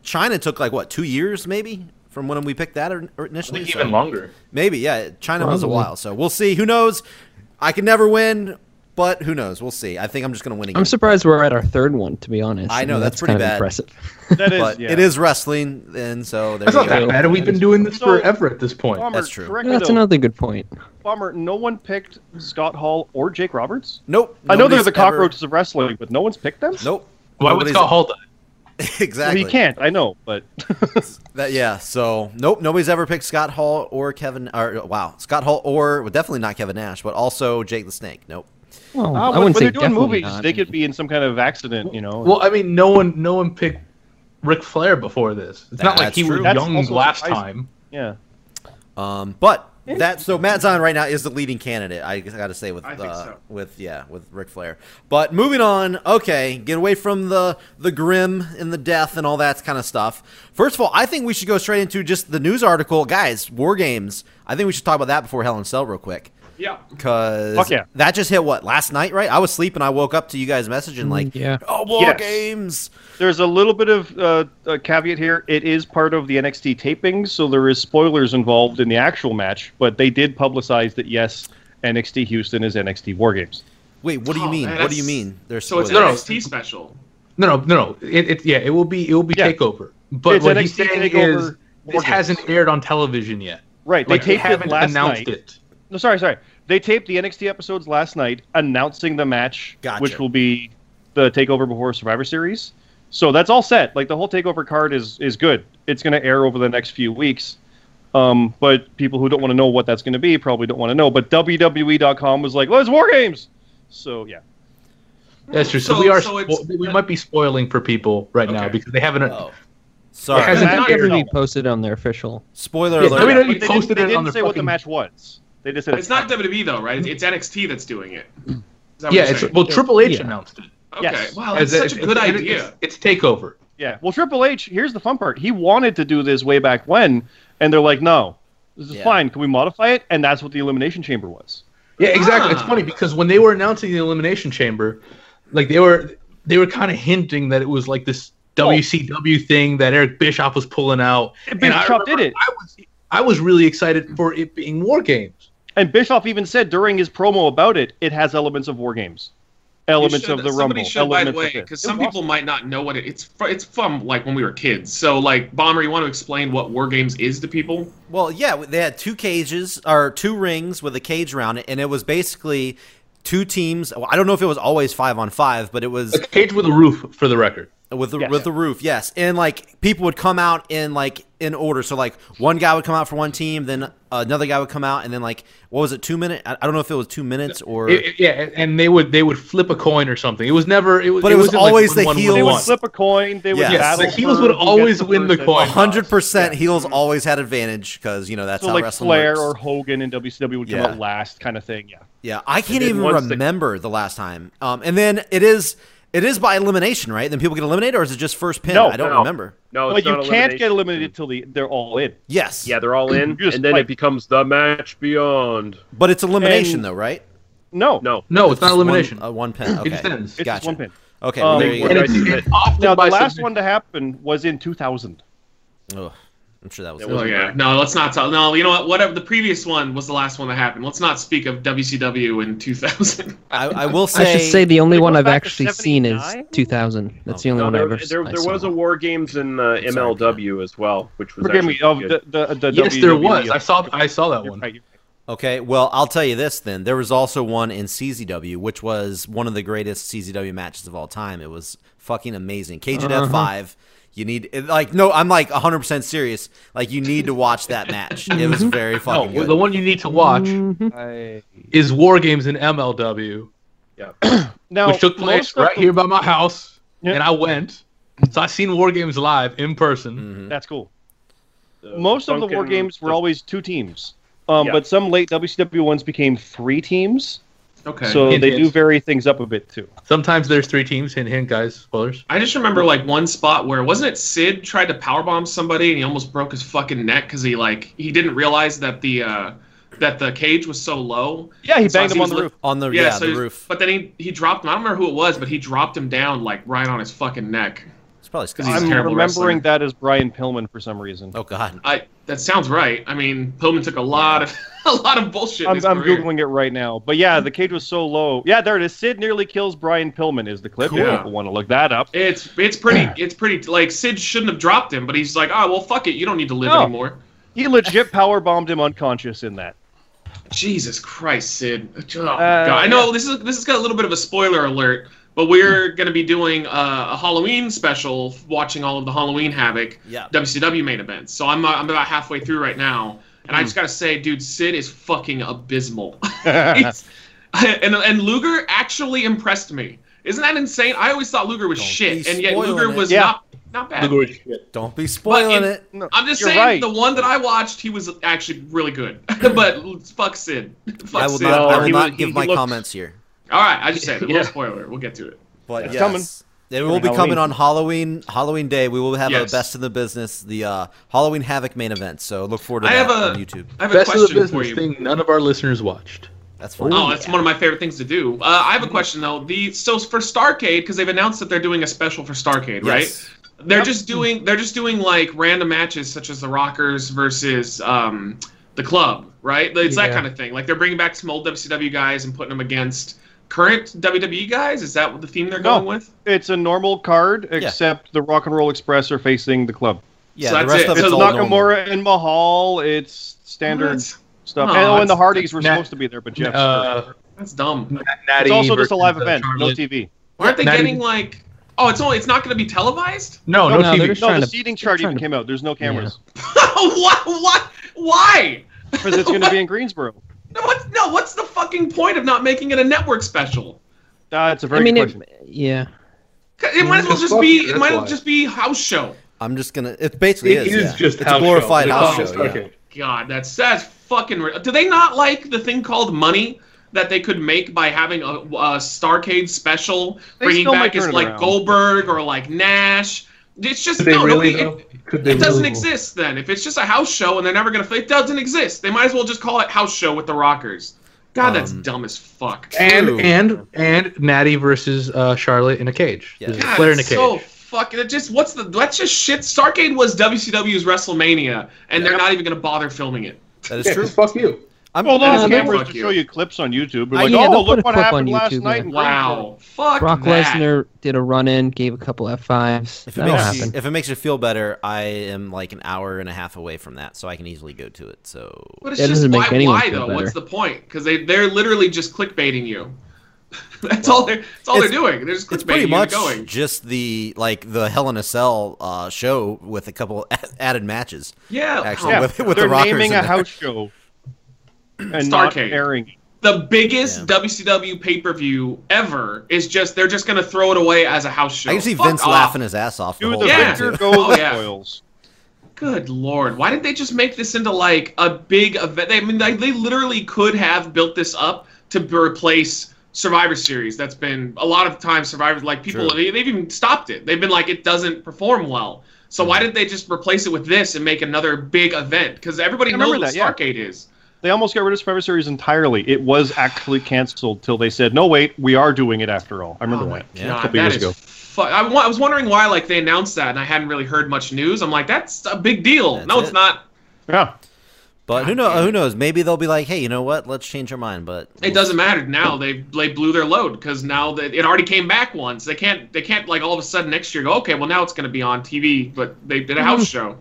Speaker 2: China took like what two years maybe from when we picked that or, or initially. So-
Speaker 4: longer.
Speaker 2: Maybe yeah. China was a
Speaker 8: Probably.
Speaker 2: while. So we'll see. Who knows? I can never win, but who knows? We'll see. I think I'm just gonna win again.
Speaker 8: I'm surprised we're at our third one, to be honest.
Speaker 2: I know,
Speaker 8: mean,
Speaker 2: that's
Speaker 8: kind
Speaker 2: pretty
Speaker 8: of
Speaker 2: bad.
Speaker 8: impressive.
Speaker 5: That is.
Speaker 2: but
Speaker 5: yeah.
Speaker 2: it is wrestling, and so there
Speaker 4: That's
Speaker 2: you
Speaker 4: not
Speaker 2: go.
Speaker 4: that bad. We've been doing this
Speaker 5: So-
Speaker 4: forever at this point.
Speaker 5: Bummer,
Speaker 2: That's true.
Speaker 5: Correct me
Speaker 8: that's
Speaker 5: though,
Speaker 8: another good point.
Speaker 5: Bummer. No one picked Scott Hall or Jake Roberts.
Speaker 2: Nope.
Speaker 5: I know they're
Speaker 2: nobody's
Speaker 5: the cockroaches of wrestling, but no one's picked them.
Speaker 2: Ever, nope.
Speaker 4: Why would
Speaker 2: nobody's-
Speaker 4: Scott Hall die?
Speaker 5: Well,
Speaker 2: exactly.
Speaker 5: you can't. I know, but
Speaker 8: Oh,
Speaker 2: That, yeah. So nope. Nobody's ever picked Scott Hall or Kevin. Or wow, Scott Hall or well, definitely not Kevin Nash, but also Jake the Snake. Nope.
Speaker 8: Well,
Speaker 5: Ah, when,
Speaker 8: I
Speaker 5: when
Speaker 8: wouldn't say
Speaker 5: they're doing
Speaker 8: definitely
Speaker 5: movies,
Speaker 8: not.
Speaker 5: they could be in some kind of accident. You know.
Speaker 4: Well, I mean, no one, no one picked Ric Flair before this. It's not like
Speaker 2: That's
Speaker 4: he
Speaker 2: true.
Speaker 4: was
Speaker 5: That's
Speaker 4: young
Speaker 5: also
Speaker 4: last
Speaker 5: surprising.
Speaker 4: time.
Speaker 5: yeah.
Speaker 2: Um, but that so Matt Zion right now is the leading candidate. I got to say with
Speaker 3: I think
Speaker 2: uh,
Speaker 3: so.
Speaker 2: with yeah with Ric Flair. But moving on, okay, get away from the the grim and the death and all that kind of stuff. First of all, I think we should go straight into just the news article, guys. War games. I think we should talk about that before Hell in a Cell real quick
Speaker 3: yeah.
Speaker 2: because
Speaker 5: Fuck yeah.
Speaker 2: that just hit what last night, right? I was sleeping. I woke up to you guys messaging like,
Speaker 8: yeah.
Speaker 2: oh, war
Speaker 5: Yes.
Speaker 2: games.
Speaker 5: There's a little bit of uh, a caveat here. It is part of the NXT tapings, so there is spoilers involved in the actual match. But they did publicize that yes, NXT Houston is NXT War Games.
Speaker 2: Wait, what do you
Speaker 3: Oh,
Speaker 2: mean?
Speaker 3: man,
Speaker 2: what do you
Speaker 3: that's-
Speaker 2: mean? There's
Speaker 3: So it's an
Speaker 4: No, no.
Speaker 3: NXT special.
Speaker 4: No, no, no. no. It, it, yeah, it will be, it will be
Speaker 5: Yeah.
Speaker 4: takeover. But
Speaker 5: It's
Speaker 4: what
Speaker 5: NXT
Speaker 4: he's saying
Speaker 5: TakeOver
Speaker 4: is,
Speaker 5: War
Speaker 4: this hasn't aired on television yet.
Speaker 5: Right. They
Speaker 4: Like, they
Speaker 5: taped it
Speaker 4: haven't
Speaker 5: last
Speaker 4: announced
Speaker 5: night.
Speaker 4: it.
Speaker 5: No, sorry, sorry. they taped the NXT episodes last night, announcing the match,
Speaker 2: Gotcha.
Speaker 5: which will be the takeover before Survivor Series. So that's all set. Like the whole takeover card is is good. It's going to air over the next few weeks. Um, but people who don't want to know what that's going to be probably don't want to know. But WWE.com was like, "Let's War Games." So yeah,
Speaker 4: That's true. So,
Speaker 3: So-
Speaker 4: we are.
Speaker 3: so
Speaker 4: spo-
Speaker 3: it's-
Speaker 4: we might be spoiling for people right now
Speaker 3: Okay.
Speaker 4: because they haven't.
Speaker 2: Oh.
Speaker 4: It
Speaker 2: Sorry.
Speaker 4: hasn't-
Speaker 5: That
Speaker 8: It's never
Speaker 5: is-
Speaker 8: been posted on their official.
Speaker 2: Spoiler
Speaker 4: Yeah,
Speaker 2: alert.
Speaker 4: I mean,
Speaker 5: But
Speaker 4: you
Speaker 5: they didn't,
Speaker 4: posted
Speaker 5: they
Speaker 4: it on
Speaker 5: didn't
Speaker 4: their
Speaker 5: say what the
Speaker 4: fucking-
Speaker 5: match was. They just said
Speaker 3: It's not WWE though, right? It's NXT that's doing it. Is that what
Speaker 4: Yeah,
Speaker 3: you're
Speaker 4: it's
Speaker 3: saying?
Speaker 4: well, Triple H
Speaker 8: Yeah.
Speaker 4: announced it.
Speaker 3: okay.
Speaker 5: yes.
Speaker 3: Wow, that's
Speaker 4: As
Speaker 3: such a
Speaker 4: it's-
Speaker 3: good
Speaker 4: it's-
Speaker 3: idea.
Speaker 4: It's, it's takeover.
Speaker 5: Yeah. Well, Triple H, here's the fun part. He wanted to do this way back when, and they're like, no, this is
Speaker 2: Yeah.
Speaker 5: fine. Can we modify it? And that's what the Elimination Chamber was.
Speaker 4: Yeah, exactly.
Speaker 3: Ah.
Speaker 4: It's funny because when they were announcing the Elimination Chamber, like they were they were kind of hinting that it was like this WCW thing that Eric Bischoff was pulling out.
Speaker 5: Oh. And
Speaker 4: And I
Speaker 5: Bischoff did
Speaker 4: remember
Speaker 5: it.
Speaker 4: I was I was really excited for it being War Games.
Speaker 5: And Bischoff even said during his promo about it, it has elements of War Games, elements
Speaker 3: You should-
Speaker 5: of the
Speaker 3: somebody
Speaker 5: Rumble,
Speaker 3: Should, by the
Speaker 5: elements
Speaker 3: way,
Speaker 5: of this.
Speaker 3: because
Speaker 5: It
Speaker 3: some
Speaker 5: was
Speaker 3: people might not know what it, it's. fr- It's from like when we were kids. So like, bomber, you want to explain what War Games is to people?
Speaker 2: Well, yeah, they had two cages or two rings with a cage around it, and it was basically two teams. Well, I don't know if it was always five on five, but it was
Speaker 4: A cage with a roof, for the record.
Speaker 2: with the
Speaker 5: Yes.
Speaker 2: with the roof. Yes, and like people would come out in like in order. So like one guy would come out for one team, then another guy would come out, and then like what was it? Two minute? I I don't know if it was two minutes or.
Speaker 4: It- it- yeah, and- and they would they would flip a coin or something. It was never. It was.
Speaker 2: But it was
Speaker 4: wasn't
Speaker 2: always the
Speaker 4: one, one, one,
Speaker 2: heel-
Speaker 5: awesome. They
Speaker 4: one.
Speaker 5: would flip a coin. They would
Speaker 2: Yes.
Speaker 5: battle.
Speaker 4: The heels
Speaker 5: for
Speaker 4: would
Speaker 5: who gets
Speaker 4: always win the
Speaker 5: first
Speaker 4: coin.
Speaker 5: and-
Speaker 2: 100% heels always had advantage because you know that's
Speaker 5: Mm-hmm. So
Speaker 2: how
Speaker 5: like
Speaker 2: wrestling
Speaker 5: Flair
Speaker 2: works.
Speaker 5: or Hogan and WCW would come
Speaker 2: Yeah.
Speaker 5: out last, kind of thing. Yeah.
Speaker 2: Yeah, I can't
Speaker 5: then
Speaker 2: even
Speaker 5: once they-
Speaker 2: remember the last time. Um, and then it is it is by elimination, right? Then people get eliminated, or is it just first pin?
Speaker 5: No,
Speaker 2: I don't
Speaker 7: no.
Speaker 2: remember.
Speaker 7: No,
Speaker 5: But
Speaker 7: it's
Speaker 5: you
Speaker 7: not
Speaker 5: can't get
Speaker 7: Oh, elimination.
Speaker 5: eliminated till the, they're all in.
Speaker 2: Yes.
Speaker 7: Yeah, they're all in,
Speaker 5: You just
Speaker 7: and then
Speaker 5: fight.
Speaker 7: it becomes the match beyond.
Speaker 2: But it's elimination
Speaker 5: And-
Speaker 2: though, right?
Speaker 5: No.
Speaker 7: No,
Speaker 4: No, it's not
Speaker 2: Just
Speaker 4: elimination.
Speaker 2: One, uh, one pin. Okay.
Speaker 4: It just ends.
Speaker 5: It's just
Speaker 2: Gotcha.
Speaker 5: one pin.
Speaker 2: Okay.
Speaker 5: Um,
Speaker 2: well, there you
Speaker 7: What
Speaker 4: and
Speaker 2: go.
Speaker 7: I
Speaker 4: it's,
Speaker 7: see that-
Speaker 4: it's often
Speaker 5: Now, the
Speaker 4: by
Speaker 5: last
Speaker 4: submission.
Speaker 5: one to happen was in 2000.
Speaker 2: Ugh, I'm sure that was.
Speaker 7: It
Speaker 3: Oh
Speaker 7: was-
Speaker 3: yeah. No, let's not talk. No, you know what? Whatever. The previous one was the last one that happened. Let's not speak of WCW in 2000.
Speaker 2: I, I will say.
Speaker 8: I should say the only
Speaker 5: They
Speaker 8: one
Speaker 5: go
Speaker 8: I've
Speaker 5: back to
Speaker 8: actually seen is
Speaker 5: 79?
Speaker 8: 2000. That's the only
Speaker 7: no
Speaker 8: one I
Speaker 7: there,
Speaker 8: ever.
Speaker 7: there,
Speaker 8: I
Speaker 7: there
Speaker 8: saw.
Speaker 7: was a War Games in uh, MLW as well, which was
Speaker 5: Forgive me.
Speaker 7: actually
Speaker 5: Of
Speaker 7: good.
Speaker 5: the, the, the
Speaker 4: Yes, there
Speaker 5: WWE.
Speaker 2: E.
Speaker 4: was. I saw. I saw that
Speaker 5: You're
Speaker 4: one.
Speaker 5: uh, right, you're right.
Speaker 2: Okay, well, I'll tell you this then. There was also one in CZW, which was one of the greatest CZW matches of all time. It was fucking amazing. Cage of Death 5. You need, it- like, no, I'm like 100% serious. Like, you need to watch that match. It was very
Speaker 4: No,
Speaker 2: fucking
Speaker 4: the
Speaker 2: good.
Speaker 4: one you need to watch
Speaker 5: Mm-hmm.
Speaker 8: Mhm.
Speaker 4: is War Games in MLW,
Speaker 5: Now,
Speaker 4: which took
Speaker 5: most
Speaker 4: place
Speaker 5: of
Speaker 4: right
Speaker 5: the-
Speaker 4: here by my house,
Speaker 5: Yeah.
Speaker 4: and I went. So I seen War Games live in person.
Speaker 2: Mhm.
Speaker 5: That's cool.
Speaker 7: The
Speaker 5: Most of the war
Speaker 7: Funkin-
Speaker 5: games were
Speaker 7: the-
Speaker 5: always two teams, um,
Speaker 7: Yeah.
Speaker 5: but some late WCW ones became three teams.
Speaker 3: Okay.
Speaker 5: So
Speaker 4: Hint,
Speaker 5: they
Speaker 4: hint.
Speaker 5: do vary things up a bit too.
Speaker 4: Sometimes there's three teams. Hint, hint, guys. Spoilers.
Speaker 3: I just remember like one spot where wasn't it Sid tried to powerbomb somebody and he almost broke his fucking neck because he like he didn't realize that the uh that the cage was so low.
Speaker 5: Yeah, he
Speaker 3: So
Speaker 5: banged
Speaker 3: as
Speaker 5: him on
Speaker 3: was
Speaker 5: the
Speaker 3: li-
Speaker 5: roof.
Speaker 2: On the, Oh, yeah,
Speaker 3: Yeah, so
Speaker 2: the
Speaker 3: he's-
Speaker 2: roof.
Speaker 3: But then he he dropped him. I don't remember who it was, but he dropped him down like right on his fucking neck.
Speaker 2: It's probably
Speaker 3: he's a
Speaker 5: I'm
Speaker 2: Scott.
Speaker 3: terrible
Speaker 5: remembering
Speaker 3: wrestler.
Speaker 5: that as Brian Pillman for some reason.
Speaker 2: Oh, God.
Speaker 3: I that sounds right. I mean, Pillman took a lot of a lot of bullshit. in
Speaker 5: I'm,
Speaker 3: his
Speaker 5: I'm
Speaker 3: career.
Speaker 5: googling it right now, but yeah, the cage was so low. Yeah, there it is. Sid nearly kills Brian Pillman is the clip.
Speaker 3: Cool.
Speaker 5: If people want to look that up.
Speaker 3: It's it's pretty it's pretty like Sid shouldn't have dropped him, but he's like, oh well, fuck it, you don't need to live
Speaker 5: No.
Speaker 3: anymore.
Speaker 5: He legit power bombed him unconscious in that.
Speaker 3: Jesus Christ, Sid. Oh,
Speaker 5: Uh,
Speaker 3: God. I know this is this has got a little bit of a spoiler alert, but we're going to be doing uh, a Halloween special, f- watching all of the Halloween Havoc
Speaker 2: Yeah.
Speaker 3: WCW main events. So I'm uh, I'm about halfway through right now, and I just got to say, dude, Sid is fucking abysmal. He's- and and Luger actually impressed me. Isn't that insane? I always thought Luger was
Speaker 2: Don't
Speaker 3: shit,
Speaker 2: be
Speaker 3: and yet
Speaker 2: spoiling
Speaker 3: Luger
Speaker 2: it.
Speaker 3: was
Speaker 5: Yeah.
Speaker 3: not not bad.
Speaker 2: Don't be spoiling
Speaker 3: in-
Speaker 2: it.
Speaker 5: No,
Speaker 3: I'm just
Speaker 5: you're
Speaker 3: saying,
Speaker 5: right.
Speaker 3: the one that I watched, he was actually really good. but fuck Sid. Fuck
Speaker 2: I will
Speaker 3: Sid.
Speaker 2: not, I will
Speaker 7: he
Speaker 2: not
Speaker 7: was-
Speaker 2: give
Speaker 7: he
Speaker 2: my
Speaker 7: looked-
Speaker 2: comments here.
Speaker 3: All right, I just said it. A little
Speaker 7: Yeah.
Speaker 3: spoiler. We'll get to it.
Speaker 2: But
Speaker 5: It's
Speaker 2: yes,
Speaker 5: coming.
Speaker 2: It will be
Speaker 5: Halloween.
Speaker 2: coming on Halloween. Halloween Day, we will have
Speaker 3: Yes.
Speaker 2: a best in the business, the uh, Halloween Havoc main event. So look forward to
Speaker 3: I
Speaker 2: that
Speaker 3: have a-
Speaker 2: on YouTube.
Speaker 3: I have a
Speaker 4: Best of the
Speaker 3: question for you.
Speaker 4: business thing none of our listeners watched.
Speaker 2: That's fine.
Speaker 3: Oh, that's one of my favorite things to do. Uh, I have a question though. The so for Starcade because they've announced that they're doing a special for Starcade, right?
Speaker 2: Yes.
Speaker 3: They're just doing they're just doing like random matches such as the Rockers versus um, the Club, right? It's that
Speaker 4: Yeah.
Speaker 3: kind of thing. Like they're bringing back some old WCW guys and putting them against current WWE guys. Is that what the theme they're
Speaker 5: No.
Speaker 3: going with?
Speaker 5: It's a normal card, except the Rock and Roll Express are facing the club.
Speaker 2: Yeah,
Speaker 3: So
Speaker 2: the
Speaker 3: that's
Speaker 2: rest
Speaker 3: it.
Speaker 2: of
Speaker 3: So
Speaker 2: it's
Speaker 5: It's
Speaker 2: all normal.
Speaker 5: Nakamura and Mahal. It's standard
Speaker 3: What?
Speaker 5: stuff.
Speaker 3: Oh,
Speaker 5: and, oh, and the
Speaker 3: that's-
Speaker 5: Hardys were
Speaker 4: Nat-
Speaker 5: supposed to be there, but Jeff.
Speaker 4: Uh,
Speaker 3: That's dumb.
Speaker 5: it's
Speaker 4: Natty
Speaker 5: also just a
Speaker 4: versus,
Speaker 5: live
Speaker 4: uh,
Speaker 5: event, no
Speaker 4: Charlotte.
Speaker 5: TV.
Speaker 3: Aren't they
Speaker 4: Not
Speaker 3: getting
Speaker 4: even-
Speaker 3: like? Oh, it's only. It's not going to be televised.
Speaker 4: Oh, No, no,
Speaker 8: No, they're
Speaker 4: TV.
Speaker 8: just-
Speaker 5: Oh, No,
Speaker 8: trying
Speaker 5: the
Speaker 8: to-
Speaker 5: seating chart
Speaker 8: trying
Speaker 5: even
Speaker 8: to-
Speaker 5: came out. There's no cameras
Speaker 3: what? What? Why?
Speaker 5: because it's going to be in Greensboro.
Speaker 3: No. What's no? What's the fucking point of not making it a network special?
Speaker 5: Uh, it's a very
Speaker 8: I mean,
Speaker 5: good
Speaker 8: it,
Speaker 5: question.
Speaker 8: yeah.
Speaker 3: It might as well
Speaker 4: It's
Speaker 3: just
Speaker 4: fucked,
Speaker 3: be. It
Speaker 4: that's
Speaker 3: might as well
Speaker 4: why.
Speaker 3: just be house show.
Speaker 2: I'm just gonna. It basically
Speaker 4: It
Speaker 2: is.
Speaker 4: is
Speaker 2: yeah.
Speaker 4: just
Speaker 2: it's
Speaker 4: house
Speaker 2: a
Speaker 4: show.
Speaker 2: glorified
Speaker 4: It's
Speaker 2: house
Speaker 4: just-
Speaker 2: show. yeah.
Speaker 4: okay.
Speaker 3: God, that's that's fucking. ri- Do they not like the thing called money that they could make by having a, a Starcade special,
Speaker 5: They
Speaker 3: bringing
Speaker 5: still
Speaker 3: back
Speaker 5: might turn
Speaker 3: his
Speaker 5: it
Speaker 3: like
Speaker 5: around.
Speaker 3: Goldberg or like Nash? It's just
Speaker 4: Could they
Speaker 3: no,
Speaker 4: really?
Speaker 3: nobody, it-
Speaker 4: though? Could
Speaker 3: It
Speaker 4: they
Speaker 3: doesn't
Speaker 4: really?
Speaker 3: exist then. If it's just a house show and they're never gonna, it doesn't exist. They might as well just call it house show with the Rockers. God, that's
Speaker 2: Um,
Speaker 3: dumb as fuck.
Speaker 4: And
Speaker 2: True.
Speaker 4: and and Natty versus uh, Charlotte in a cage.
Speaker 2: Yeah.
Speaker 4: There's a
Speaker 3: God,
Speaker 4: Flair in a
Speaker 3: it's
Speaker 4: cage.
Speaker 3: so fucking. It just what's the? That's just shit. Starcade was WCW's WrestleMania, and they're not even gonna bother filming it.
Speaker 2: That
Speaker 4: yeah,
Speaker 2: is
Speaker 4: 'cause
Speaker 2: true.
Speaker 4: Fuck you.
Speaker 2: I'm,
Speaker 5: Well,
Speaker 3: That
Speaker 5: those
Speaker 3: is-
Speaker 5: cameras
Speaker 3: fuck
Speaker 5: to
Speaker 3: you.
Speaker 5: show you clips on YouTube.
Speaker 8: Uh,
Speaker 5: They're like,
Speaker 8: yeah,
Speaker 5: oh,
Speaker 8: they'll put
Speaker 5: look
Speaker 8: a
Speaker 5: what
Speaker 8: clip
Speaker 5: happened
Speaker 8: on
Speaker 5: last
Speaker 8: YouTube,
Speaker 5: night.
Speaker 8: yeah.
Speaker 5: in Greensboro.
Speaker 3: Wow, fuck
Speaker 8: Brock
Speaker 3: that.
Speaker 8: Lesnar did a run in, gave a couple F5s.
Speaker 2: If it,
Speaker 8: That'll
Speaker 2: makes you,
Speaker 8: happen.
Speaker 2: if it makes you feel better, I am like an hour and a half away from that, so I can easily go to it. So
Speaker 3: But it's
Speaker 8: That
Speaker 3: just
Speaker 8: doesn't
Speaker 3: why,
Speaker 8: make anyone
Speaker 3: why
Speaker 8: feel
Speaker 3: though?
Speaker 8: better.
Speaker 3: What's the point? Because they they're literally just clickbaiting you. that's all they're that's all
Speaker 2: It's-
Speaker 3: they're doing. They're just
Speaker 2: it's
Speaker 3: clickbaiting
Speaker 2: pretty
Speaker 3: you
Speaker 2: much
Speaker 3: into going.
Speaker 2: just the like the Hell in a Cell uh, show with a couple added matches.
Speaker 3: Yeah,
Speaker 2: Actually,
Speaker 3: oh,
Speaker 5: Yeah,
Speaker 2: with- with the
Speaker 5: they're
Speaker 2: Rockers
Speaker 5: naming
Speaker 2: in
Speaker 5: a
Speaker 2: there.
Speaker 5: house show and not
Speaker 3: Starcade.
Speaker 5: airing.
Speaker 3: the biggest
Speaker 2: Yeah.
Speaker 3: WCW pay per view ever is just they're just gonna throw it away as a house show.
Speaker 2: I can see
Speaker 3: Fuck
Speaker 2: Vince
Speaker 3: off.
Speaker 2: laughing his ass off. The
Speaker 5: Do
Speaker 2: whole
Speaker 5: the
Speaker 3: Yeah.
Speaker 2: thing,
Speaker 5: victor
Speaker 2: too.
Speaker 5: go
Speaker 3: Oh,
Speaker 5: the
Speaker 3: yeah.
Speaker 5: spoils?
Speaker 3: Good lord, why didn't they just make this into like a big event? They- I mean, like, they literally could have built this up to b- replace Survivor Series. That's been a lot of times Survivors like people
Speaker 2: True.
Speaker 3: they, they've even stopped it. They've been like it doesn't perform well. So
Speaker 5: Mm-hmm.
Speaker 3: why didn't they just replace it with this and make another big event? Because everybody
Speaker 5: I
Speaker 3: knows
Speaker 5: remember
Speaker 3: what
Speaker 5: that, yeah.
Speaker 3: Starcade is.
Speaker 5: They almost got rid of Survivor Series entirely. It was actually canceled till they said, "No, wait, we are doing it after all." I remember
Speaker 3: Oh my
Speaker 5: that.
Speaker 2: Yeah,
Speaker 3: God,
Speaker 5: couple
Speaker 3: that
Speaker 5: years
Speaker 3: is
Speaker 5: ago.
Speaker 3: fu- I, wa- I was wondering why like they announced that and I hadn't really heard much news. I'm like, that's a big deal.
Speaker 2: That's
Speaker 3: no,
Speaker 2: it.
Speaker 3: it's not.
Speaker 5: Yeah,
Speaker 2: But who knows? Who knows? Maybe they'll be like, "Hey, you know what? Let's change our mind." But
Speaker 3: It doesn't matter now. They they blew their load because now that it already came back once. They can't they can't like all of a sudden next year go okay well now it's going to be on TV. But they did a house
Speaker 5: Mm-hmm.
Speaker 3: show.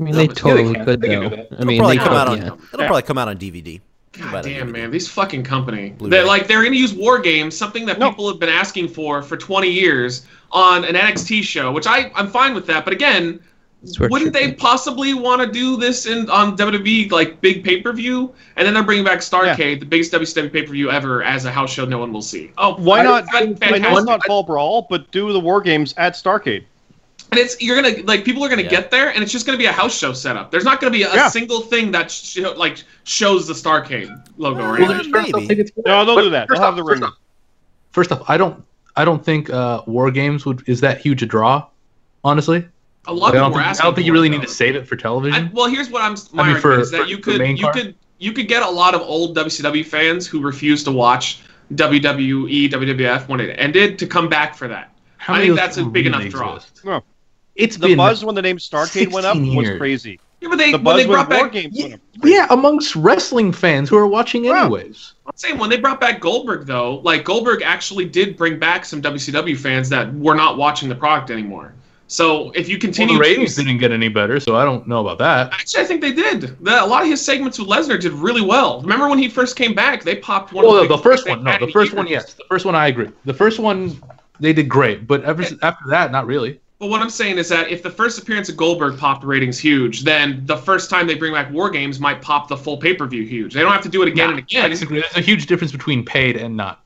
Speaker 8: I mean, they
Speaker 3: Yeah, they
Speaker 8: totally
Speaker 4: can.
Speaker 8: could
Speaker 4: They can do
Speaker 8: though.
Speaker 4: that.
Speaker 8: I
Speaker 2: It'll
Speaker 8: mean,
Speaker 2: probably
Speaker 8: they
Speaker 2: come
Speaker 8: could,
Speaker 2: out on.
Speaker 8: yeah.
Speaker 2: It'll probably come out on DVD.
Speaker 3: God
Speaker 2: But I
Speaker 3: damn
Speaker 2: mean,
Speaker 3: man, these fucking company.
Speaker 2: Blu-ray.
Speaker 3: They like they're going to use war games, something that
Speaker 5: No.
Speaker 3: people have been asking for for 20 years on an NXT show, which I I'm fine with that. But again,
Speaker 8: That's where it
Speaker 3: wouldn't
Speaker 8: should
Speaker 3: they
Speaker 8: be.
Speaker 3: possibly want to do this in on WWE like big pay per view? And then they're bringing back Starcade, the biggest WCW pay per view ever, as a house show no one will see. Oh,
Speaker 5: Why
Speaker 3: I-
Speaker 5: not- I know
Speaker 3: Fantastic.
Speaker 5: it's not Fall Brawl, but do the War Games at Starcade.
Speaker 3: And it's you're gonna like people are gonna
Speaker 2: Yeah.
Speaker 3: get there, and it's just gonna be a house show setup. There's not gonna be a
Speaker 5: Yeah.
Speaker 3: single thing that sh- like shows the Starcade logo or
Speaker 2: Well,
Speaker 3: anything.
Speaker 2: maybe.
Speaker 5: No, they'll
Speaker 4: But
Speaker 5: do that.
Speaker 4: first
Speaker 5: They'll have
Speaker 4: off-
Speaker 5: the
Speaker 4: first
Speaker 5: ring.
Speaker 4: off- First off, I don't I don't think uh, War Games would is that huge a draw. Honestly,
Speaker 3: A lot
Speaker 4: I don't,
Speaker 3: of people were
Speaker 4: think, I
Speaker 3: asking.
Speaker 4: don't think you
Speaker 3: for it,
Speaker 4: really
Speaker 3: though.
Speaker 4: need to save it for television.
Speaker 3: I, well, here's what I'm. My
Speaker 4: I mean,
Speaker 3: argument
Speaker 4: for-
Speaker 3: is that
Speaker 4: for
Speaker 3: you
Speaker 4: the
Speaker 3: could
Speaker 4: main
Speaker 3: you
Speaker 4: card?
Speaker 3: could you could get a lot of old WCW fans who refused to watch E, WWE WWF when it ended to come back for that.
Speaker 4: How
Speaker 3: I
Speaker 4: many
Speaker 3: think
Speaker 4: of those
Speaker 3: that's a
Speaker 4: even
Speaker 3: big
Speaker 4: really
Speaker 3: enough draw.
Speaker 4: exist?
Speaker 5: No.
Speaker 4: It's
Speaker 5: The
Speaker 4: been
Speaker 5: buzz when the name Starcade went up
Speaker 4: 16
Speaker 5: was
Speaker 4: years.
Speaker 5: crazy.
Speaker 3: Yeah, but they
Speaker 5: The
Speaker 3: when
Speaker 5: buzz
Speaker 3: they
Speaker 5: when
Speaker 3: brought
Speaker 5: War
Speaker 3: back.
Speaker 5: Games went up.
Speaker 4: yeah amongst wrestling fans who are watching
Speaker 5: Yeah.
Speaker 4: anyways.
Speaker 3: I'm saying when they brought back Goldberg though, like Goldberg actually did bring back some WCW fans that were not watching the product anymore. So if you
Speaker 4: Well,
Speaker 3: continue,
Speaker 4: the ratings
Speaker 3: to,
Speaker 4: didn't get any better, so I don't know about that.
Speaker 3: actually, I think they did. The, a lot of his segments with Lesnar did really well. Remember when he first came back? They popped one.
Speaker 4: Well,
Speaker 3: of
Speaker 4: the,
Speaker 3: the,
Speaker 4: the first
Speaker 3: biggest
Speaker 4: one,
Speaker 3: they've
Speaker 4: no,
Speaker 3: had
Speaker 4: the
Speaker 3: in
Speaker 4: first one,
Speaker 3: years.
Speaker 4: yes, the first one I agree. The first one they did great, but ever s- after that, not really.
Speaker 3: But what I'm saying is that if the first appearance of Goldberg popped ratings huge, then the first time they bring back War Games might pop the full pay per view huge. They don't have to do it again and
Speaker 4: I
Speaker 3: again.
Speaker 4: disagree. There's a huge difference between paid and not.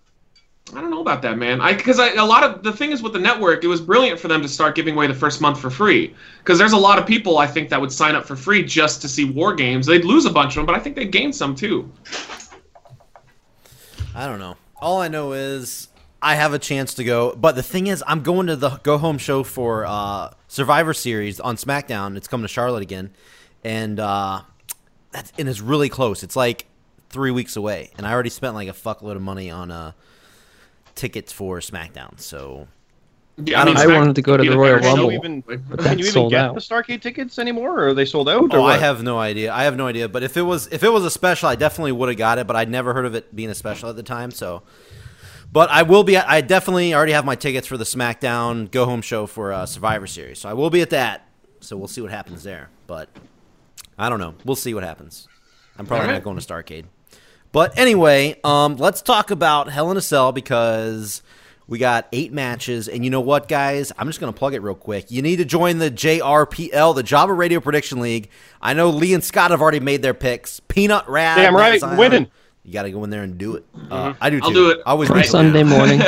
Speaker 3: I don't know about that, man. I because I, a lot of the thing is with the network, it was brilliant for them to start giving away the first month for free. Because there's a lot of people I think that would sign up for free just to see war games. They'd lose a bunch of them, but I think they'd gain some too.
Speaker 2: I don't know. All I know is I have a chance to go. But the thing is, I'm going to the go home show for uh, Survivor Series on SmackDown. It's coming to Charlotte again, and uh, that's and it's really close. It's like three weeks away, and I already spent like a fuckload of money on uh, tickets for SmackDown. So
Speaker 3: Yeah,
Speaker 2: I don't-
Speaker 8: I
Speaker 3: Smack-
Speaker 8: wanted to go to
Speaker 3: be
Speaker 8: the
Speaker 3: better
Speaker 8: Royal
Speaker 3: show
Speaker 8: Rumble.
Speaker 5: even-
Speaker 3: Like,
Speaker 8: But
Speaker 5: Can you
Speaker 8: that's
Speaker 5: even
Speaker 8: sold
Speaker 5: get
Speaker 8: out.
Speaker 5: the Starcade tickets anymore, or are they sold out? or
Speaker 2: Oh, I
Speaker 5: what?
Speaker 2: have no idea. I have no idea. But if it was if it was a special, I definitely would have got it. But I'd never heard of it being a special at the time. So, but I will be. I definitely already have my tickets for the SmackDown Go Home Show for uh, Survivor Series. So I will be at that. So we'll see what happens there. But I don't know. We'll see what happens. I'm probably
Speaker 3: All
Speaker 2: not
Speaker 3: right.
Speaker 2: going to Starcade. But anyway, um, let's talk about Hell in a Cell because we got eight matches. And you know what, guys? I'm just going to plug it real quick. You need to join the JRPL, the Java Radio Prediction League. I know Lee and Scott have already made their picks. Peanut Rad.
Speaker 5: Damn
Speaker 2: Matt
Speaker 5: right,
Speaker 2: Zion.
Speaker 5: winning.
Speaker 2: You got to go in there and do it. Uh, I do too.
Speaker 3: I'll do it
Speaker 2: I always
Speaker 3: right
Speaker 2: make it.
Speaker 8: Mm-hmm. Sunday morning.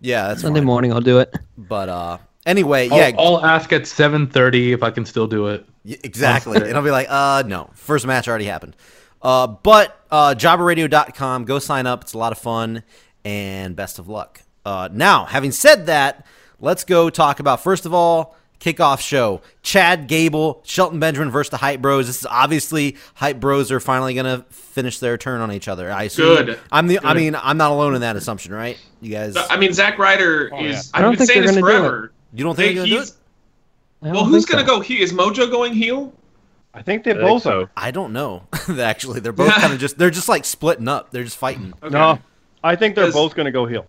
Speaker 2: Yeah, that's
Speaker 8: Sunday
Speaker 2: fine.
Speaker 8: morning, I'll do it.
Speaker 2: But uh, anyway,
Speaker 4: I'll,
Speaker 2: yeah,
Speaker 4: I'll ask at 7:30 if I can still do it.
Speaker 2: Y- Exactly. and I'll be like, uh, no. First match already happened. Uh, but uh, jobberradio.com, go sign up. It's a lot of fun and best of luck. Uh, now, having said that, let's go talk about, first of all, kickoff show. Chad Gable, Shelton Benjamin versus the Hype Bros. This is obviously Hype Bros are finally going to finish their turn on each other. I assume.
Speaker 3: Good.
Speaker 2: I'm the, I
Speaker 3: Good.
Speaker 2: mean, I'm not alone in that assumption, right? You guys,
Speaker 3: I mean, Zack Ryder is.
Speaker 8: I don't
Speaker 3: I've been
Speaker 8: think
Speaker 3: saying
Speaker 8: they're
Speaker 3: this
Speaker 8: gonna do
Speaker 3: forever.
Speaker 2: you don't think you're going to do
Speaker 3: He's-
Speaker 2: it?
Speaker 8: I don't
Speaker 3: well, who's
Speaker 8: think
Speaker 3: gonna
Speaker 8: so.
Speaker 3: go heel? Is Mojo going heel?
Speaker 5: I think they
Speaker 7: I think
Speaker 5: both
Speaker 7: so.
Speaker 5: are.
Speaker 2: I don't know. Actually, they're both kind of just, they're just like splitting up. They're just fighting.
Speaker 3: Okay.
Speaker 5: No, I think they're
Speaker 3: Because-
Speaker 5: both going to go heel.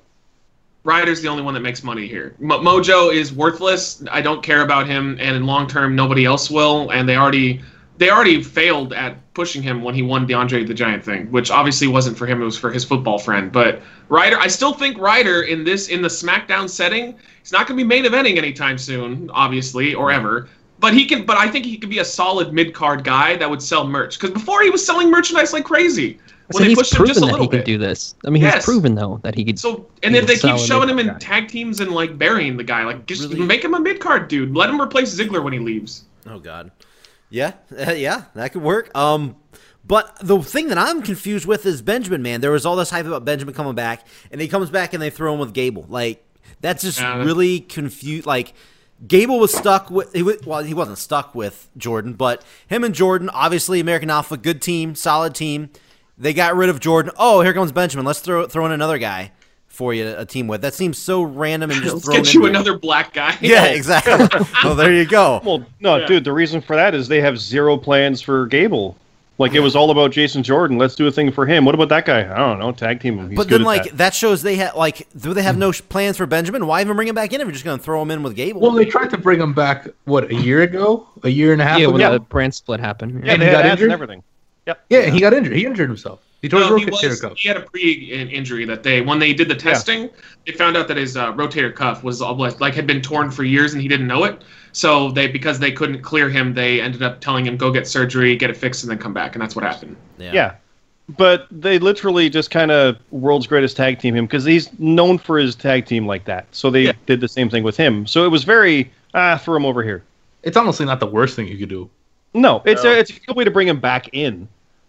Speaker 3: Ryder's the only one that makes money here. Mo Mojo is worthless. I don't care about him, and in long term, nobody else will. And they already they already failed at pushing him when he won the Andre the Giant thing, which obviously wasn't for him. It was for his football friend. But Ryder, I still think Ryder in this in the SmackDown setting, he's not going to be main eventing anytime soon, obviously, or ever. But he can. But I think he could be a solid mid card guy that would sell merch. Because before he was selling merchandise like crazy
Speaker 8: I said
Speaker 3: when they
Speaker 8: he's
Speaker 3: pushed him
Speaker 8: proven
Speaker 3: just a
Speaker 8: that
Speaker 3: little
Speaker 8: he
Speaker 3: bit.
Speaker 8: could do this. I mean,
Speaker 3: Yes.
Speaker 8: he's proven though that he could.
Speaker 3: So and
Speaker 8: He
Speaker 3: if they
Speaker 8: was
Speaker 3: keep
Speaker 8: solid
Speaker 3: shoving him in
Speaker 8: mid-card guy.
Speaker 3: tag teams and like burying the guy, like just
Speaker 2: Really?
Speaker 3: make him a mid card dude. Let him replace Ziggler when he leaves.
Speaker 2: Oh God. Yeah, uh, yeah, that could work. Um, but the thing that I'm confused with is Benjamin. Man, there was all this hype about Benjamin coming back, and he comes back and they throw him with Gable. Like that's just
Speaker 3: Yeah, that-
Speaker 2: really confused. Like Gable was stuck with he was, well, he wasn't stuck with Jordan, but him and Jordan, obviously American Alpha, good team, solid team. They got rid of Jordan. Oh, here comes Benjamin. Let's throw throw in another guy for you to a team with. That seems so random and just
Speaker 3: Let's
Speaker 2: thrown
Speaker 3: get you
Speaker 2: in there.
Speaker 3: another black guy.
Speaker 2: Yeah, exactly. well, there you go.
Speaker 5: Well, no,
Speaker 3: Yeah.
Speaker 5: dude, the reason for that is they have zero plans for Gable. Like it was all about Jason Jordan. Let's do a thing for him. What about that guy? I don't know. Tag team him. He's
Speaker 2: but
Speaker 5: good
Speaker 2: then,
Speaker 5: at
Speaker 2: like
Speaker 5: that.
Speaker 2: that. shows they have like do they have no sh- plans for Benjamin? Why even bring him back in if you're just going to throw him in with Gable?
Speaker 4: Well, they tried to bring him back what a year ago, a year and a half
Speaker 8: yeah,
Speaker 4: ago.
Speaker 8: when
Speaker 5: Yeah.
Speaker 8: the brand split happened.
Speaker 5: yeah,
Speaker 4: and
Speaker 5: they
Speaker 4: he
Speaker 5: had
Speaker 4: got
Speaker 5: ads and
Speaker 4: injured?
Speaker 5: everything.
Speaker 4: Yeah, and he got injured. He injured himself. He tore
Speaker 3: No,
Speaker 4: his
Speaker 3: Um, he,
Speaker 4: rotator
Speaker 3: was,
Speaker 4: cuff.
Speaker 3: he had a pre in- injury that they when they did the testing, they found out that his uh, rotator cuff was all, like, like had been torn for years and he didn't know it. So they because they couldn't clear him, they ended up telling him go get surgery, get it fixed, and then come back, and that's what happened.
Speaker 5: Yeah. But they literally just kind of world's greatest tag team him because he's known for his tag team like that. So they
Speaker 3: Yeah.
Speaker 5: did the same thing with him. So it was very ah, throw him over here.
Speaker 4: It's honestly not the worst thing you could do.
Speaker 5: No, it's
Speaker 7: No.
Speaker 5: a it's a good way to bring him back in,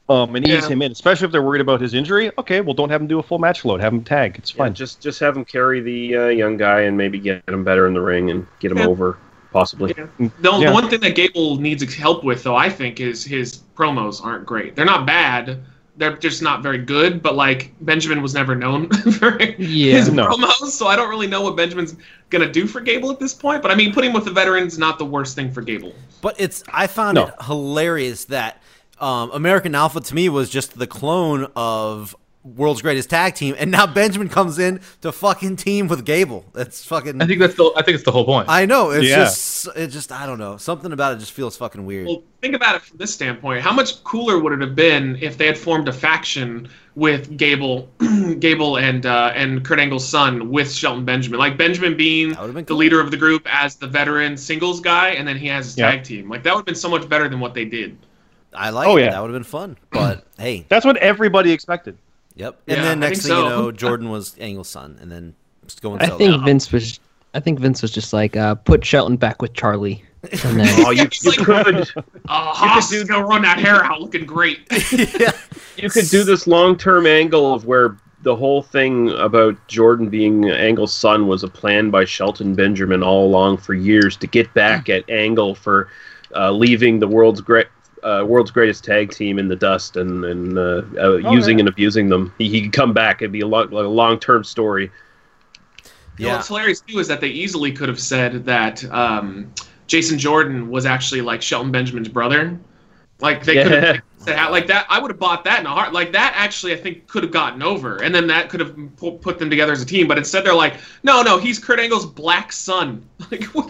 Speaker 5: um, and ease
Speaker 3: Yeah.
Speaker 5: him in, especially if they're worried about his injury. Okay, well, don't have him do a full match load. Have him tag. It's
Speaker 7: Yeah,
Speaker 5: fine.
Speaker 7: just just have him carry the uh, young guy and maybe get him better in the ring and get him
Speaker 3: Yeah.
Speaker 7: over, possibly.
Speaker 3: No,
Speaker 5: Yeah.
Speaker 3: the one thing that Gable needs help with, though, I think, is his promos aren't great. They're not bad. They're just not very good. But like Benjamin was never known for
Speaker 8: Yeah.
Speaker 3: his
Speaker 5: No.
Speaker 3: promos, so I don't really know what Benjamin's gonna do for Gable at this point. But I mean, putting him with the veterans not the worst thing for Gable.
Speaker 2: But it's I found
Speaker 5: No.
Speaker 2: it hilarious that um, American Alpha to me was just the clone of World's Greatest Tag Team, and now Benjamin comes in to fucking team with Gable. That's fucking.
Speaker 4: I think that's the. I think it's the whole point.
Speaker 2: I know it's
Speaker 5: Yeah.
Speaker 2: just it just I don't know something about it just feels fucking weird.
Speaker 3: Well, think about it from this standpoint. How much cooler would it have been if they had formed a faction with Gable, Gable and uh, and Kurt Angle's son with Shelton Benjamin, like Benjamin being
Speaker 2: That would've been
Speaker 3: the
Speaker 2: cool.
Speaker 3: leader of the group as the veteran singles guy, and then he has his
Speaker 5: Yeah.
Speaker 3: tag team. Like that would have been so much better than what they did.
Speaker 2: I like
Speaker 5: Oh,
Speaker 2: it.
Speaker 5: yeah.
Speaker 2: that would have been fun. But hey,
Speaker 5: That's what everybody expected.
Speaker 2: yep. And
Speaker 3: Yeah,
Speaker 2: then
Speaker 3: I
Speaker 2: next thing
Speaker 3: think
Speaker 2: you
Speaker 3: so.
Speaker 2: know, Jordan was Angle's son, and then just going.
Speaker 8: I
Speaker 2: solo.
Speaker 8: think Vince was. I think Vince was just like, uh, put Shelton back with Charlie. And then,
Speaker 7: Oh, you,
Speaker 3: It's
Speaker 7: you
Speaker 3: like-
Speaker 7: could
Speaker 3: Uh, Haas is gonna run that hair out looking great.
Speaker 2: yeah.
Speaker 7: you could do this long term angle of where the whole thing about Jordan being Angle's son was a plan by Shelton Benjamin all along for years to get back at Angle for uh, leaving the world's great. Uh, world's greatest tag team in the dust and and uh, uh,
Speaker 5: Oh,
Speaker 7: using
Speaker 5: yeah.
Speaker 7: and abusing them. He, he could come back. It'd be a, lo- like a long term story.
Speaker 3: You know, what's hilarious too is that they easily could have said that um, Jason Jordan was actually like Shelton Benjamin's brother. Like they could have
Speaker 7: Yeah.
Speaker 3: that had- like that, I would have bought that in a heart. Like that, actually, I think could have gotten over, and then that could have pu- put them together as a team. But instead, they're like, no, no, he's Kurt Angle's black son. Like what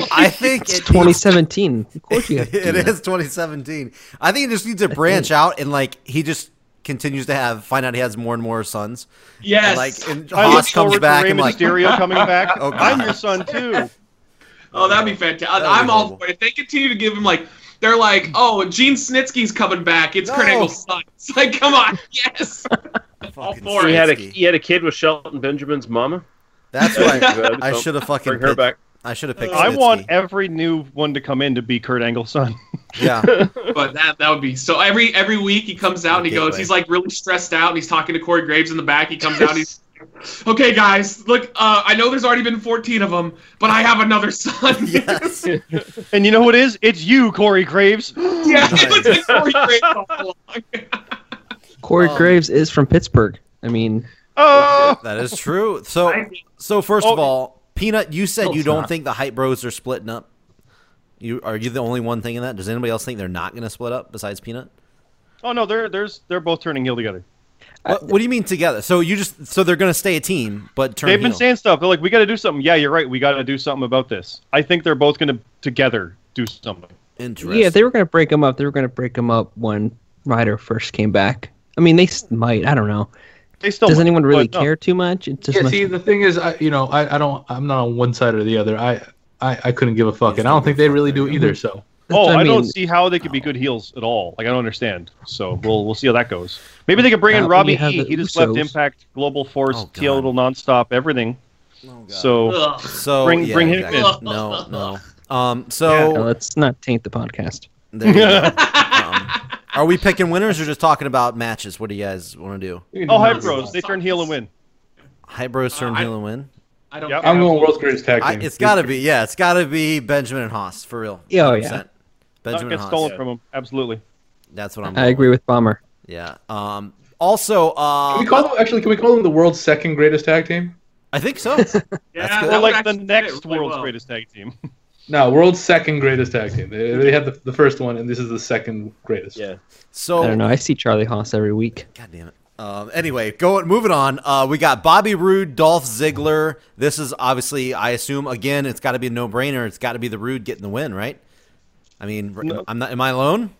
Speaker 3: fuck?
Speaker 2: I think
Speaker 8: It's
Speaker 2: it-
Speaker 8: 2017. Of course you have to do
Speaker 2: it
Speaker 8: that.
Speaker 2: is 2017. I think he just needs to branch out and like he just continues to have find out he has more and more sons.
Speaker 3: Yes.
Speaker 2: And, like and
Speaker 5: I look
Speaker 2: Haas comes
Speaker 5: forward
Speaker 2: back
Speaker 5: to Rey
Speaker 2: and like
Speaker 5: Mysterio coming back.
Speaker 2: Oh, God.
Speaker 5: I'm your son too.
Speaker 3: oh, that'd be fantastic.
Speaker 2: That'd be
Speaker 3: I'm all
Speaker 2: horrible.
Speaker 3: for it. If they continue to give him like. They're like, oh, Gene Snitsky's coming back. It's Kurt
Speaker 2: No.
Speaker 3: Angle's son. It's like, come on, yes.
Speaker 2: fucking
Speaker 3: for it.
Speaker 7: He had a
Speaker 2: Swinsky.
Speaker 7: he had a kid with Shelton Benjamin's mama.
Speaker 2: That's right.
Speaker 7: Good,
Speaker 2: I
Speaker 7: so
Speaker 2: should have fucking
Speaker 7: bring her
Speaker 2: picked,
Speaker 7: back.
Speaker 2: I should have picked
Speaker 5: I
Speaker 2: Swinsky.
Speaker 5: want every new one to come in to be Kurt Angle's son.
Speaker 2: Yeah.
Speaker 3: But that that would be so. Every every week he comes out and he
Speaker 2: Gateway.
Speaker 3: goes. He's like really stressed out and he's talking to Corey Graves in the back. He comes out. and He's okay, guys. Look, uh, I know there's already been 14 of them, but I have another son.
Speaker 2: Yes.
Speaker 5: And you know who it is? It's you, Corey Graves.
Speaker 3: yeah. It was like Corey Graves all along.
Speaker 8: Corey
Speaker 2: Um,
Speaker 8: Graves is from Pittsburgh. I mean,
Speaker 5: Oh,
Speaker 2: That is true. So
Speaker 3: I-
Speaker 2: so first of
Speaker 5: Oh.
Speaker 2: all, Peanut, you said
Speaker 8: No,
Speaker 2: you
Speaker 8: it's
Speaker 2: don't
Speaker 8: not.
Speaker 2: think the hype bros are splitting up. You are you the only one thinking that? Does anybody else think they're not going to split up besides Peanut?
Speaker 5: oh no, they're there's they're both turning heel together.
Speaker 2: What, what do you mean together? So you just so they're going to stay a team, but turn
Speaker 5: They've been
Speaker 2: heel.
Speaker 5: saying stuff. They're like, we got to do something. Yeah, you're right. We got to do something about this. I think they're both going to together do something.
Speaker 2: Interesting.
Speaker 8: yeah, if they were going to break them up. They were going to break them up when Ryder first came back. I mean, they s- might. I don't know.
Speaker 5: They still
Speaker 8: Does anyone really
Speaker 5: but no.
Speaker 8: care too much? It's just
Speaker 4: yeah,
Speaker 8: much-
Speaker 4: see, the thing is, I, you know, I, I don't, I'm not on one side or the other. I, I, I couldn't give a fuck, and I don't think they really do either. So
Speaker 8: that's
Speaker 5: Oh,
Speaker 8: what
Speaker 5: I, don't
Speaker 8: mean.
Speaker 5: see how they could be good heels at all. Like I don't understand. So we'll we'll see how that goes. Maybe they could bring
Speaker 8: Uh,
Speaker 5: in
Speaker 8: when
Speaker 5: Robbie
Speaker 8: you have
Speaker 5: E.
Speaker 8: the
Speaker 5: He just
Speaker 8: Usos.
Speaker 5: left Impact, Global Force,
Speaker 2: Oh, God.
Speaker 5: Total Nonstop, everything. Oh, So
Speaker 3: Ugh.
Speaker 2: So
Speaker 5: Bring-
Speaker 2: yeah,
Speaker 5: bring him
Speaker 2: exactly.
Speaker 3: in.
Speaker 2: No, no. Um, so
Speaker 8: Yeah, let's not taint the podcast.
Speaker 2: there you go. Um, are we picking winners or just talking about matches? What do you guys want to do?
Speaker 5: oh, Hype Bros, they turn heel and win.
Speaker 2: Hype Bros turn
Speaker 3: Uh, I-
Speaker 2: heel and win.
Speaker 3: I don't.
Speaker 5: Yep.
Speaker 3: care.
Speaker 4: I'm going World's Greatest Tag
Speaker 2: I,
Speaker 4: Team.
Speaker 2: it's got to be yeah. It's got to be Benjamin and Haas for real.
Speaker 8: Yeah, oh, yeah.
Speaker 2: 100%.
Speaker 5: That
Speaker 2: Benjamin and
Speaker 5: gets
Speaker 2: Haas.
Speaker 5: stolen from them. Absolutely.
Speaker 2: That's what I'm.
Speaker 8: I agree with Bomber.
Speaker 2: Yeah. Um. Also, uh,
Speaker 4: Can we call them actually? Can we call them the world's second greatest tag team?
Speaker 2: I think so.
Speaker 3: Yeah,
Speaker 2: That's good.
Speaker 3: that
Speaker 5: They're
Speaker 3: would
Speaker 5: like the
Speaker 3: actually fit
Speaker 5: next
Speaker 3: really
Speaker 5: world's
Speaker 3: well.
Speaker 5: greatest tag team.
Speaker 4: No, world's second greatest tag team. They, they had the, the first one, and this is the second greatest.
Speaker 7: Yeah.
Speaker 2: So
Speaker 8: I don't know. I see Charlie Haas every week.
Speaker 2: God damn it. Um, anyway, going moving on. Uh, we got Bobby Roode, Dolph Ziggler. This is obviously, I assume, again, it's got to be a no brainer. It's got to be the Roode getting the win, right? I mean, r-
Speaker 5: No.
Speaker 2: I'm not. Am I alone?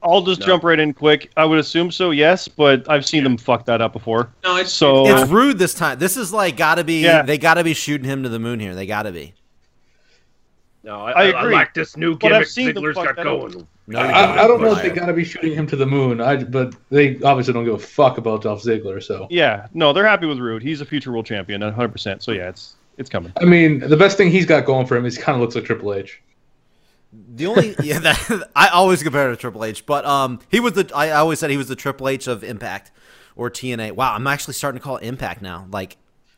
Speaker 5: I'll just jump right in quick. I would assume so, yes, but I've seen them fuck that up before.
Speaker 3: No, it's
Speaker 5: So
Speaker 2: It's Rude this time. This is like got to be.
Speaker 5: Yeah.
Speaker 2: They got to be shooting him to the moon here. They got to be.
Speaker 7: No, I,
Speaker 5: I
Speaker 7: I,
Speaker 5: agree.
Speaker 7: like this new
Speaker 5: But I've
Speaker 7: gimmick
Speaker 5: seen them
Speaker 7: Ziggler's
Speaker 5: fuck
Speaker 7: got
Speaker 5: that up.
Speaker 7: going.
Speaker 2: No,
Speaker 4: I, I don't know if they
Speaker 2: Fire.
Speaker 4: got to be shooting him to the moon, I, but they obviously don't give a fuck about Dolph Ziggler. So,
Speaker 5: yeah, no, they're happy with Rude. He's a future world champion, 100. percent So yeah, it's it's coming.
Speaker 4: I mean, the best thing he's got going for him is he kind of looks like Triple H.
Speaker 2: The only yeah, that, I always compare it to Triple H, but um, he was the I always said he was the Triple H of Impact or TNA. Wow, I'm actually starting to call it Impact now. Like,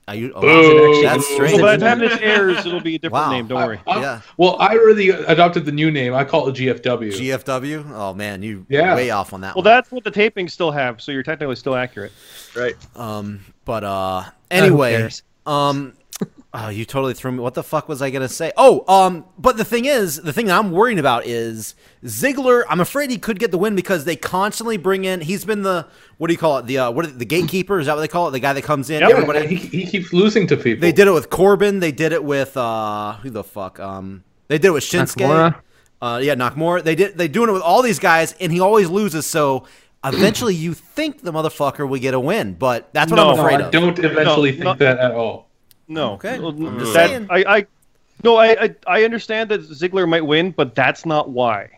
Speaker 2: I u- oh,
Speaker 4: Boo.
Speaker 2: that's
Speaker 5: So
Speaker 2: strange.
Speaker 5: by the time this airs, it'll be a different
Speaker 2: Wow.
Speaker 5: name. Don't worry.
Speaker 4: I-
Speaker 2: Yeah.
Speaker 4: Well, I already adopted the new name. I call it GFW.
Speaker 2: GFW. Oh man, you
Speaker 4: Yeah.
Speaker 2: way off on that.
Speaker 5: Well,
Speaker 2: one.
Speaker 5: that's what the tapings still have, so you're technically still accurate.
Speaker 2: um, but uh,
Speaker 8: Who
Speaker 2: anyway,
Speaker 8: cares?
Speaker 2: um, oh, you totally threw me. What the fuck was I gonna say? Oh, um, but the thing is, the thing that I'm worrying about is Ziggler. I'm afraid he could get the win because they constantly bring in. He's been the what do you call it? The uh, what are- the gatekeeper? Is that what they call it? The guy that comes in.
Speaker 5: Yep.
Speaker 4: Yeah,
Speaker 2: Everybody.
Speaker 4: he, he keeps losing to people.
Speaker 2: They did it with Corbin. They did it with uh, who the fuck? Um, they did it with Shinsuke.
Speaker 8: Nakamura.
Speaker 2: Uh, yeah, Nakamura. They did. They doing it with all these guys, and he always loses. So eventually, you think the motherfucker will get a win, but that's what
Speaker 5: No,
Speaker 2: I'm
Speaker 4: No,
Speaker 2: afraid
Speaker 4: I
Speaker 2: of.
Speaker 4: don't eventually think
Speaker 5: not-
Speaker 4: that at all.
Speaker 5: No.
Speaker 2: Okay.
Speaker 5: Well,
Speaker 2: I'm just
Speaker 5: that-
Speaker 2: saying.
Speaker 5: I, I no, I, I I understand that Ziggler might win, but that's not why.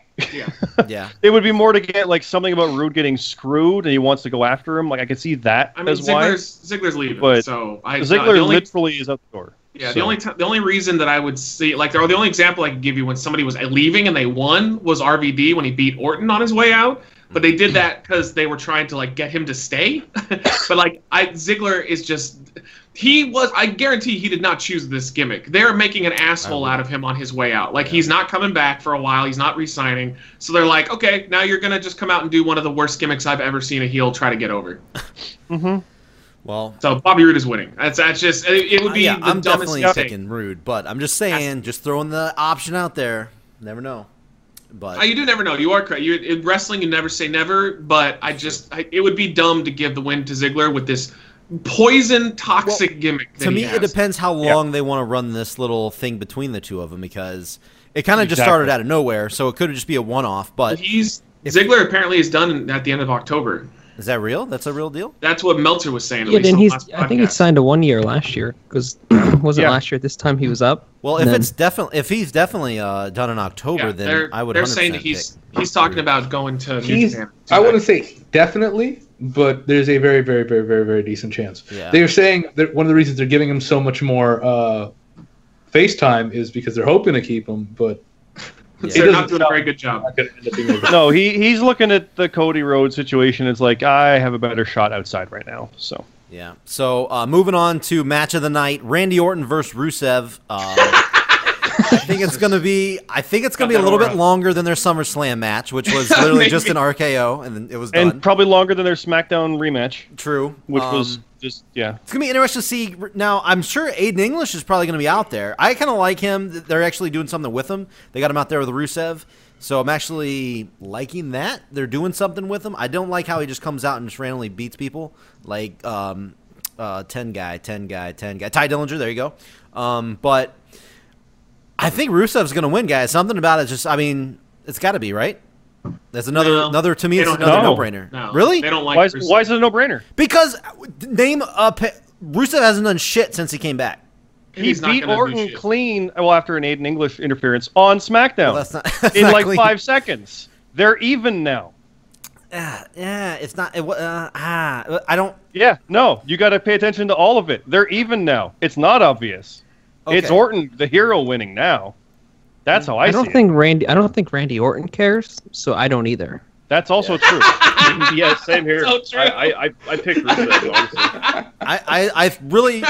Speaker 2: Yeah,
Speaker 5: It would be more to get like something about Rude getting screwed and he wants to go after him. Like I could see that
Speaker 3: I mean,
Speaker 5: as why.
Speaker 3: Ziggler's Ziggler's leaving,
Speaker 5: But
Speaker 3: so I
Speaker 5: Ziggler
Speaker 3: the only-
Speaker 5: literally is out the door.
Speaker 3: Yeah,
Speaker 5: So-
Speaker 3: the only t- the only reason that I would see like or the only example I could give you when somebody was leaving and they won was RVD when he beat Orton on his way out, but they did that because they were trying to like get him to stay. but like I Ziggler is just he was I guarantee he did not choose this gimmick. They're making an asshole
Speaker 2: Uh-huh.
Speaker 3: out of him on his way out. Like he's not coming back for a while. He's not re-signing. So they're like, okay, now you're gonna just come out and do one of the worst gimmicks I've ever seen a heel try to get over.
Speaker 2: well,
Speaker 3: So Bobby Roode is winning. That's that's just it, it would be
Speaker 2: Uh, yeah,
Speaker 3: the
Speaker 2: I'm
Speaker 3: dumbest
Speaker 2: definitely
Speaker 3: thing.
Speaker 2: picking Rude, but I'm just saying, just throwing the option out there. Never know. But
Speaker 3: Uh, you do never know. You are correct. You, in wrestling, you never say never. But I just, I, it would be dumb to give the win to Ziggler with this poison toxic gimmick. That
Speaker 2: to
Speaker 3: he
Speaker 2: me, it
Speaker 3: has.
Speaker 2: depends how long they want to run this little thing between the two of them because it kind of just started
Speaker 5: Exactly.
Speaker 2: out of nowhere, so it could just be a one-off. But
Speaker 3: He's Ziggler apparently is done at the end of October.
Speaker 2: is that real? That's a real deal.
Speaker 3: That's what Meltzer was saying. At
Speaker 8: Yeah,
Speaker 3: least
Speaker 8: then
Speaker 3: on the
Speaker 8: he's.
Speaker 3: last
Speaker 8: I think he
Speaker 3: podcast.
Speaker 8: signed a one year last year because wasn't
Speaker 5: Yeah.
Speaker 8: last year at this time he was up.
Speaker 2: Well, if
Speaker 8: And then-
Speaker 2: it's definitely if he's definitely uh, done in October,
Speaker 3: Yeah,
Speaker 2: then
Speaker 3: they're,
Speaker 2: I would.
Speaker 3: they're
Speaker 2: 100%
Speaker 3: saying that he's he's talking about going to New
Speaker 4: He's-
Speaker 3: Japan.
Speaker 4: I wouldn't say definitely, but there's a very, very, very, very, very decent chance.
Speaker 2: Yeah.
Speaker 4: They're saying that one of the reasons they're giving him so much more uh, face time is because they're hoping to keep him, but
Speaker 2: pick.
Speaker 3: So
Speaker 2: Yeah.
Speaker 3: they're
Speaker 4: It
Speaker 3: not
Speaker 4: doesn't
Speaker 3: doing a very good job.
Speaker 4: not going to end up being. a-
Speaker 5: no, he he's looking at the Cody Rhodes situation. It's like I have a better shot outside right now. So
Speaker 2: Yeah. So uh, moving on to match of the night: Randy Orton versus Rusev. Uh, I think it's gonna be. I think it's gonna be a
Speaker 3: Got that
Speaker 2: little bit
Speaker 3: aura.
Speaker 2: longer than their SummerSlam match, which was literally just an RKO, and then it was done.
Speaker 5: and probably longer than their SmackDown rematch,
Speaker 2: True.
Speaker 5: which
Speaker 2: Um,
Speaker 5: was just yeah.
Speaker 2: It's gonna be interesting to see. Now, I'm sure Aiden English is probably gonna be out there. I kind of like him. They're actually doing something with him. They got him out there with Rusev, so I'm actually liking that. They're doing something with him. I don't like how he just comes out and just randomly beats people, like um, uh, ten guy, ten guy, ten guy. Ty Dillinger, there you go. Um, but I think Rusev's gonna win, guys. Something about it. Just, I mean, it's got to be right. That's another,
Speaker 3: No.
Speaker 2: another to me,
Speaker 3: They
Speaker 2: it's
Speaker 3: don't-
Speaker 2: another
Speaker 5: no.
Speaker 2: no-brainer.
Speaker 3: No,
Speaker 2: really?
Speaker 3: They don't like.
Speaker 5: Why is,
Speaker 3: Rusev.
Speaker 5: why is it a no brainer?
Speaker 2: Because uh, name a pa- Rusev hasn't done shit since he came back.
Speaker 5: He
Speaker 3: He's not
Speaker 5: beat
Speaker 3: gonna do
Speaker 5: Orton
Speaker 3: shit.
Speaker 5: clean. Well, after an Aiden English interference on SmackDown
Speaker 2: Well, that's not that's
Speaker 5: in
Speaker 2: not
Speaker 5: like
Speaker 2: clean.
Speaker 5: five seconds, they're even now.
Speaker 2: Ah, yeah, it's not. It, wa- uh, ah, I don't.
Speaker 5: Yeah, no, you got to pay attention to all of it. They're even now. It's not obvious. It's
Speaker 2: Okay.
Speaker 5: Orton, the hero, winning now. That's how I,
Speaker 8: I don't
Speaker 5: see
Speaker 8: think Randy. I don't think Randy Orton cares, so I don't either.
Speaker 5: it. That's also true.
Speaker 7: yeah, same here.
Speaker 3: So true.
Speaker 7: I, I, I, I picked Rusev, honestly.
Speaker 2: I, I, I really.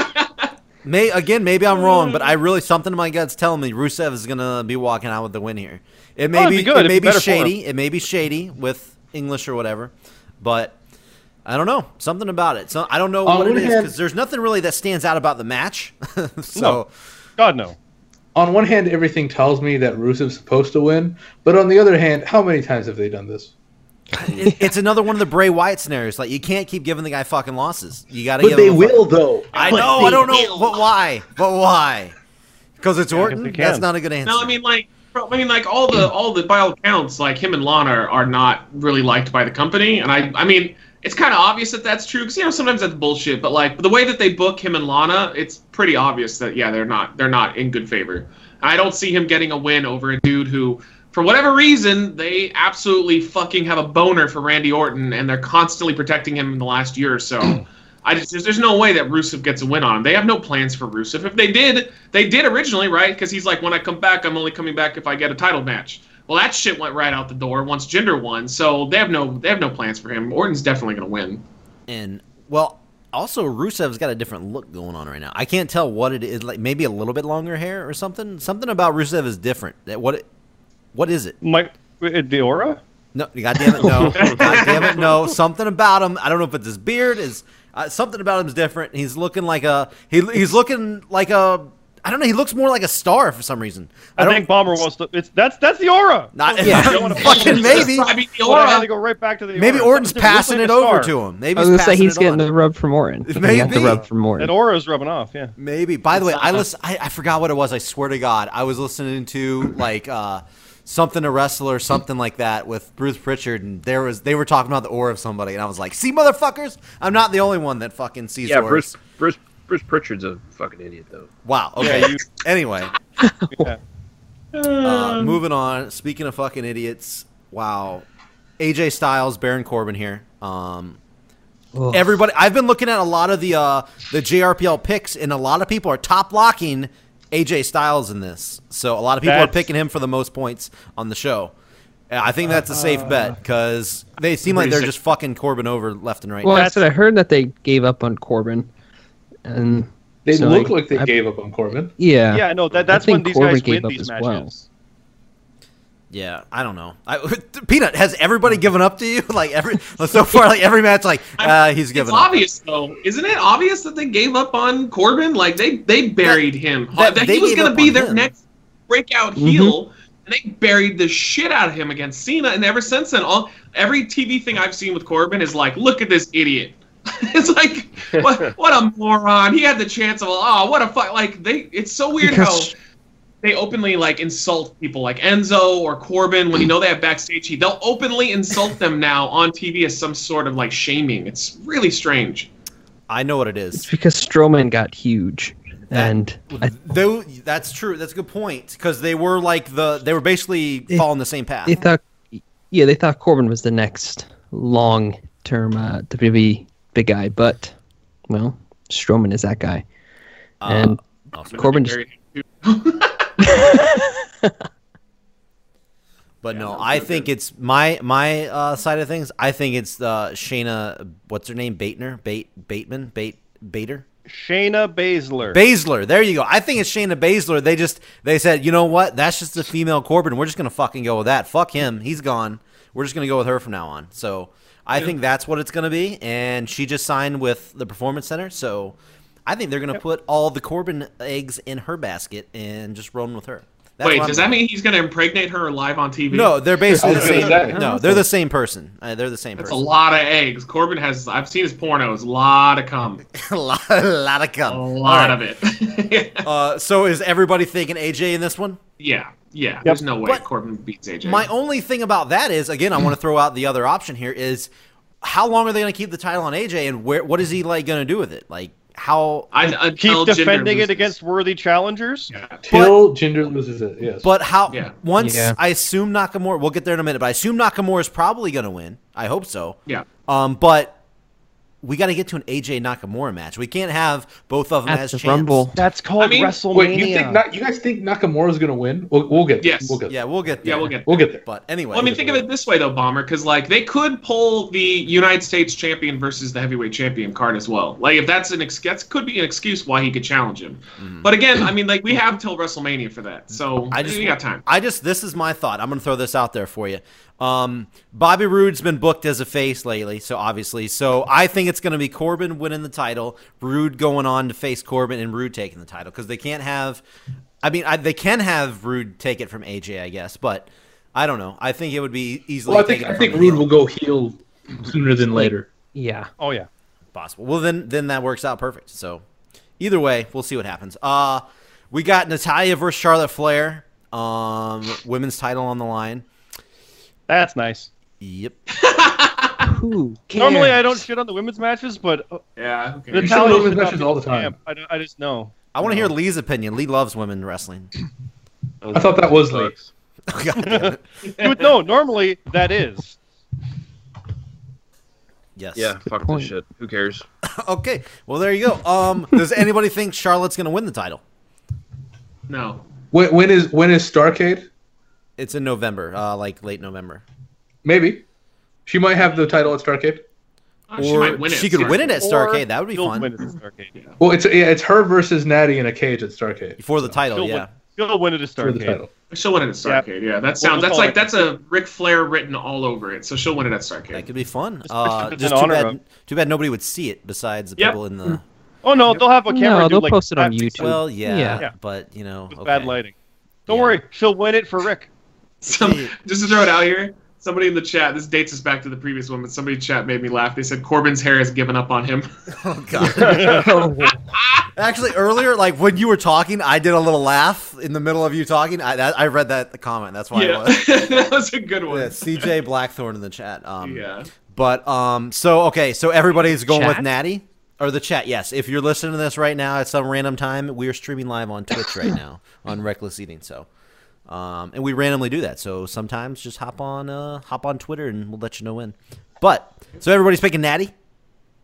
Speaker 2: May again, maybe I'm wrong, but I really something in my gut's telling me Rusev is gonna be walking out with the win here. It may
Speaker 5: Oh, it'd
Speaker 2: be,
Speaker 5: be good.
Speaker 2: It
Speaker 5: It'd
Speaker 2: may
Speaker 5: be
Speaker 2: be,
Speaker 5: better for
Speaker 2: shady. It may be shady with English or whatever, but I don't know something about it. So I don't know
Speaker 5: Uh,
Speaker 4: On
Speaker 2: what it
Speaker 4: one
Speaker 2: is
Speaker 4: hand-
Speaker 2: because there's nothing really that stands out about the match. so
Speaker 5: No. God no.
Speaker 4: on one hand, everything tells me that Rusev's supposed to win, but on the other hand, how many times have they done this?
Speaker 2: it, it's another one of the Bray Wyatt scenarios. Like you can't keep giving the guy fucking losses. You gotta.
Speaker 6: But
Speaker 2: give
Speaker 6: they
Speaker 2: him a fuck-
Speaker 6: will though.
Speaker 2: I
Speaker 6: But
Speaker 2: know.
Speaker 6: they
Speaker 2: I don't know.
Speaker 6: will.
Speaker 2: But why? But why? Because it's Orton.
Speaker 5: they can.
Speaker 2: That's not a good answer.
Speaker 3: No, I mean like. pro- I mean, like all the all the by all accounts, like him and Lana are, are not really liked by the company, and I I mean it's kind of obvious that that's true because you know sometimes that's bullshit, but like the way that they book him and Lana, it's pretty obvious that yeah they're not they're not in good favor. I don't see him getting a win over a dude who, for whatever reason, they absolutely fucking have a boner for Randy Orton, and they're constantly protecting him in the last year or so. I just, there's, there's no way that Rusev gets a win on him. They have no plans for Rusev. If they did, they did originally, right? Because he's like, when I come back, I'm only coming back if I get a title match. Well, that shit went right out the door once Jinder won. So they have no they have no plans for him. Orton's definitely gonna win.
Speaker 2: and well, also Rusev's got a different look going on right now. I can't tell what it is. Like maybe a little bit longer hair or something. Something about Rusev is different. That what? It, what is it?
Speaker 5: My uh, the aura.
Speaker 2: No, goddamn it, no, goddamn it, no. Something about him. I don't know if it's his beard. Is uh, something about him's different. He's looking like a. He, he's looking like a. I don't know. He looks more like a star for some reason.
Speaker 5: I,
Speaker 2: don't
Speaker 5: think Bomber wants to. It's that's that's the aura.
Speaker 2: Not
Speaker 5: I don't wanna-
Speaker 2: fucking maybe.
Speaker 3: I mean, the
Speaker 5: Aura had
Speaker 3: aura,
Speaker 5: to go right back to the.
Speaker 2: Maybe
Speaker 5: aura.
Speaker 2: Orton's
Speaker 5: That's- that's
Speaker 2: passing it
Speaker 5: like a
Speaker 2: over
Speaker 5: star.
Speaker 2: to him. Maybe
Speaker 8: I was
Speaker 2: he's
Speaker 8: gonna say
Speaker 2: passing
Speaker 8: he's
Speaker 2: it
Speaker 8: getting
Speaker 2: on.
Speaker 8: the rub from Orton. He got the
Speaker 2: Maybe.
Speaker 8: rub from Orton.
Speaker 5: That aura's rubbing off. Yeah.
Speaker 2: Maybe. By the way, I listen. I, I forgot what it was. I swear to God, I was listening to like uh, something a wrestler, something like that, with Bruce Pritchard, and there was they were talking about the aura of somebody, and I was like, "See, motherfuckers, I'm not the only one that fucking sees
Speaker 7: Yeah,
Speaker 2: auras."
Speaker 7: Bruce, Bruce, Bruce Pritchard's a fucking idiot, though.
Speaker 2: Wow. Okay.
Speaker 5: Yeah, you-
Speaker 2: anyway,
Speaker 5: Yeah.
Speaker 2: uh, moving on. Speaking of fucking idiots, wow. AJ Styles, Baron Corbin here. Um,
Speaker 8: Ugh.
Speaker 2: everybody I've been looking at a lot of the uh the JRPL picks and a lot of people are top locking AJ Styles in this. So a lot of people are
Speaker 5: That's-
Speaker 2: picking him for the most points on the show. And I think that's a
Speaker 8: Uh,
Speaker 2: safe bet cuz they seem like they're
Speaker 3: Pretty
Speaker 2: just fucking Corbin over left and right.
Speaker 8: Well, I
Speaker 5: That's-
Speaker 8: said I heard that they gave up on Corbin, and
Speaker 4: They
Speaker 8: So,
Speaker 4: look
Speaker 8: like,
Speaker 4: like they
Speaker 8: I-
Speaker 4: gave up on Corbin.
Speaker 8: yeah,
Speaker 5: Yeah. No. That that's
Speaker 8: think
Speaker 5: when these
Speaker 8: Corbin
Speaker 5: guys
Speaker 8: gave
Speaker 5: win
Speaker 8: up
Speaker 5: these
Speaker 8: as
Speaker 5: matches.
Speaker 8: well.
Speaker 2: yeah, I don't know. I, Peanut has everybody given up to you like every so far like every match like uh he's
Speaker 3: it's
Speaker 2: given up.
Speaker 3: obvious though, isn't it? Obvious that they gave up on Corbin. Like they they buried him.
Speaker 2: that
Speaker 3: That
Speaker 2: they
Speaker 3: he was
Speaker 2: gave
Speaker 3: gonna
Speaker 2: up
Speaker 3: be
Speaker 2: on
Speaker 3: their
Speaker 2: him.
Speaker 3: next breakout heel. And they buried the shit out of him against Cena, and ever since then, all every TV thing I've seen with Corbin is like, look at this idiot. it's like, what, what a moron. He had the chance of, oh, what a fuck. Like they, it's so weird
Speaker 8: Because-
Speaker 3: how they openly like insult people like Enzo or Corbin when you know they have backstage heat. They'll openly insult them now on TV as some sort of like shaming. It's really strange.
Speaker 2: I know what it
Speaker 8: It's
Speaker 2: is.
Speaker 8: because Strowman got huge, and I,
Speaker 2: Though that's true. That's a good point because they were like the they were basically
Speaker 8: It-
Speaker 2: following the same path.
Speaker 8: they thought, yeah, they thought Corbin was the next long-term uh, WWE big guy, but well, Strowman is that guy,
Speaker 5: Uh,
Speaker 8: and Corbin just
Speaker 2: But no, I think it's my my uh, side of things. I think it's uh, Shayna. What's her name? Baitner, Bait Bateman, Bait Bater,
Speaker 5: Shayna Baszler.
Speaker 2: Baszler. There you go. I think it's Shayna Baszler. They just they said, you know what? That's just the female Corbin. We're just gonna fucking go with that. Fuck him. He's gone. We're just gonna go with her from now on. So I think that's what it's gonna be. And she just signed with the Performance Center. So I think they're gonna put all the Corbin eggs in her basket and just run with her. That's
Speaker 3: Wait,
Speaker 2: what I'm-
Speaker 3: does that mean he's gonna impregnate her live on TV?
Speaker 2: No, they're basically the
Speaker 7: I was gonna
Speaker 2: same.
Speaker 7: say.
Speaker 2: No, they're the same person. Uh, they're the same
Speaker 3: That's a
Speaker 2: person.
Speaker 3: lot of eggs. Corbin has. I've seen his pornos. A lot of cum.
Speaker 2: a lot, a lot of
Speaker 3: A
Speaker 2: cum.
Speaker 3: lot of it. yeah.
Speaker 2: Uh, so is everybody thinking AJ in this one?
Speaker 3: yeah. There's no way
Speaker 2: But-
Speaker 3: Corbin beats AJ.
Speaker 2: My only thing about that is, again, I want to throw out the other option here is, how long are they going to keep the title on AJ, and where what is he like going to do with it? Like how?
Speaker 3: I, until
Speaker 5: Keep
Speaker 3: Jinder
Speaker 5: defending it
Speaker 3: loses.
Speaker 5: against worthy challengers.
Speaker 3: Yeah.
Speaker 4: Till Jinder loses it. Yes.
Speaker 2: But how?
Speaker 3: Yeah.
Speaker 2: Once
Speaker 8: Yeah.
Speaker 2: I assume Nakamura, we'll get there in a minute, but I assume Nakamura is probably going to win. I hope so.
Speaker 3: Yeah.
Speaker 2: Um, but. We got to get to an AJ Nakamura match. We can't have both of them
Speaker 8: at
Speaker 2: as
Speaker 8: the
Speaker 2: champs.
Speaker 8: Rumble.
Speaker 5: That's called
Speaker 3: I mean, wait,
Speaker 5: WrestleMania.
Speaker 4: Wait, you think not, you guys think Nakamura's gonna win? We'll, we'll get.
Speaker 3: Yes.
Speaker 4: We'll get.
Speaker 2: Yeah, we'll get. There.
Speaker 3: Yeah, we'll get.
Speaker 4: We'll get there.
Speaker 2: But anyway,
Speaker 3: Well, I mean, think of it this way though, Bomber, because like they could pull the United States champion versus the heavyweight champion card as well. Like if that's an ex- that could be an excuse why he could challenge him. But again, I mean, like we have till WrestleMania for that, so
Speaker 2: I
Speaker 3: I
Speaker 2: just-
Speaker 3: just we got time.
Speaker 2: I just this is my thought. I'm gonna throw this out there for you. Um, Bobby Roode's been booked as a face lately, so obviously, so I think it's gonna be Corbin winning the title, Rude going on to face Corbin, and Rude taking the title because they can't have. I mean, I, they can have Rude take it from AJ, I guess, but I don't know. I think it would be easily.
Speaker 4: Well, I think
Speaker 2: taken
Speaker 4: I
Speaker 2: from
Speaker 4: think
Speaker 2: the
Speaker 4: Rude
Speaker 2: heel,
Speaker 4: will go heel sooner than later.
Speaker 8: Yeah,
Speaker 5: oh yeah.
Speaker 2: if possible. Well, then then that works out perfect. So either way, we'll see what happens. Uh, we got Natalia versus Charlotte Flair, um, women's title on the line.
Speaker 5: That's nice.
Speaker 2: Yep.
Speaker 8: who cares?
Speaker 5: Normally I don't shit on the women's matches, but uh,
Speaker 3: Yeah. Okay.
Speaker 5: Natalia
Speaker 4: shit on women's
Speaker 5: should not
Speaker 4: matches
Speaker 5: be
Speaker 4: all the time.
Speaker 5: champ. I, don't- I just know.
Speaker 2: I want to hear Lee's opinion. Lee loves women wrestling.
Speaker 4: I thought that was late.
Speaker 2: God damn it.
Speaker 5: You would know. Normally that is.
Speaker 2: Yes.
Speaker 7: Yeah, fuck
Speaker 8: point.
Speaker 7: this shit. Who cares?
Speaker 2: Okay. Well, there you go. Um, does anybody think Charlotte's going to win the title?
Speaker 3: No.
Speaker 4: When, when is when is Starcade?
Speaker 2: It's in November, uh, like late November.
Speaker 4: Maybe she might have the title at Starcade.
Speaker 3: Uh, she might win it.
Speaker 2: could win it at
Speaker 5: Or
Speaker 2: Starcade. That would be
Speaker 5: she'll
Speaker 2: fun.
Speaker 5: Win it at Starcade.
Speaker 4: Well, it's yeah, it's her versus Natty in a cage at Starcade
Speaker 2: For the title,
Speaker 5: She'll
Speaker 2: yeah.
Speaker 5: win. She'll win it at
Speaker 4: for the
Speaker 5: Starcade.
Speaker 4: title.
Speaker 3: She'll win it at
Speaker 5: Yeah.
Speaker 3: Starcade. Yeah, that sounds. That's
Speaker 5: call
Speaker 3: like
Speaker 5: it.
Speaker 3: that's a Ric Flair written all over it. So she'll win it at
Speaker 2: That
Speaker 3: Starcade.
Speaker 2: could be fun.
Speaker 5: if
Speaker 2: Uh,
Speaker 5: it's
Speaker 2: just
Speaker 5: in
Speaker 2: too
Speaker 5: honor
Speaker 2: bad,
Speaker 5: of-
Speaker 2: too bad nobody would see it besides the
Speaker 3: Yep.
Speaker 2: people in the.
Speaker 5: Oh no, they'll have a camera.
Speaker 8: No,
Speaker 5: do,
Speaker 8: they'll
Speaker 5: like,
Speaker 8: post it on
Speaker 5: five, six
Speaker 8: YouTube.
Speaker 2: Well, yeah,
Speaker 8: Yeah.
Speaker 5: Yeah.
Speaker 2: but you know,
Speaker 5: with
Speaker 2: okay.
Speaker 5: bad lighting. Don't
Speaker 2: Yeah.
Speaker 5: worry, she'll win it for Rick.
Speaker 3: Some, just to throw it out here, somebody in the chat. This dates us back to the previous one, but somebody in chat made me laugh. They said Corbin's hair has given up on him.
Speaker 2: Oh god.
Speaker 8: Oh,
Speaker 2: Actually, earlier, like when you were talking, I did a little laugh in the middle of you talking. I that, I read that comment. That's why I
Speaker 3: yeah,
Speaker 2: was.
Speaker 3: that was a good one.
Speaker 2: Yeah, CJ Blackthorn in the chat. Um,
Speaker 3: Yeah.
Speaker 2: But um, so okay, so everybody's going with
Speaker 8: Chat?
Speaker 2: Natty or the chat. Yes, if you're listening to this right now at some random time, we are streaming live on Twitch right now on Reckless Eating. So, um, and we randomly do that. So sometimes just hop on, uh, hop on Twitter, and we'll let you know when. But so everybody's picking Natty.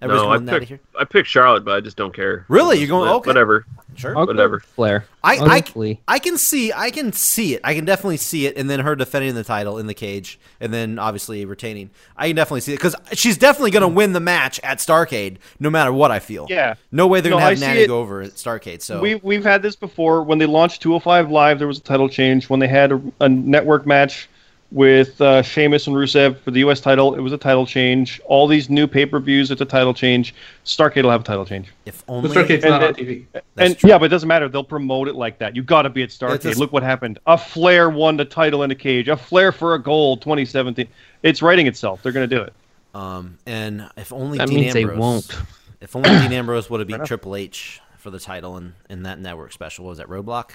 Speaker 2: Everybody's
Speaker 7: no, I
Speaker 2: going with Natty
Speaker 7: picked,
Speaker 2: here.
Speaker 7: I picked Charlotte, but I just don't care.
Speaker 2: Really? You're going-
Speaker 7: Wha-
Speaker 2: okay.
Speaker 7: Whatever.
Speaker 2: Sure.
Speaker 8: I'll go
Speaker 7: Whatever.
Speaker 8: with Flair.
Speaker 2: I,
Speaker 8: I'll go
Speaker 2: I,
Speaker 8: with Lee.
Speaker 2: I can see I can see it. I can definitely see it, and then her defending the title in the cage, and then obviously retaining. I can definitely see it because she's definitely going to win the match at Starcade, no matter what I feel.
Speaker 5: Yeah.
Speaker 2: No way they're
Speaker 5: No,
Speaker 2: going to
Speaker 5: I
Speaker 2: have
Speaker 5: see
Speaker 2: Natty
Speaker 5: it-
Speaker 2: go over at Starcade. So
Speaker 5: We we've oh had this before. When they launched 205 Live, there was a title change. When they had a, a network match with uh, Sheamus and Rusev for the U.S. title. It was a title change. All these new pay per views, it's a title change. Starcade will have a title change.
Speaker 2: If
Speaker 4: But
Speaker 2: only
Speaker 4: Starcade's
Speaker 5: and
Speaker 4: not
Speaker 5: that-
Speaker 4: on TV.
Speaker 2: That's
Speaker 5: and
Speaker 2: true.
Speaker 5: yeah, but it doesn't matter. They'll promote it like that. You got to be at
Speaker 2: It's
Speaker 5: Starcade.
Speaker 2: just-
Speaker 5: Look what happened. A Flair won the title in a cage. A Flair for a gold 2017. It's writing itself. They're going to do it.
Speaker 2: Um, and if only
Speaker 8: That
Speaker 2: Dean
Speaker 8: means they
Speaker 2: Ambrose,
Speaker 8: won't.
Speaker 2: If only Dean Ambrose would have beat Triple H for the title in, in that network special. What was that Roadblock?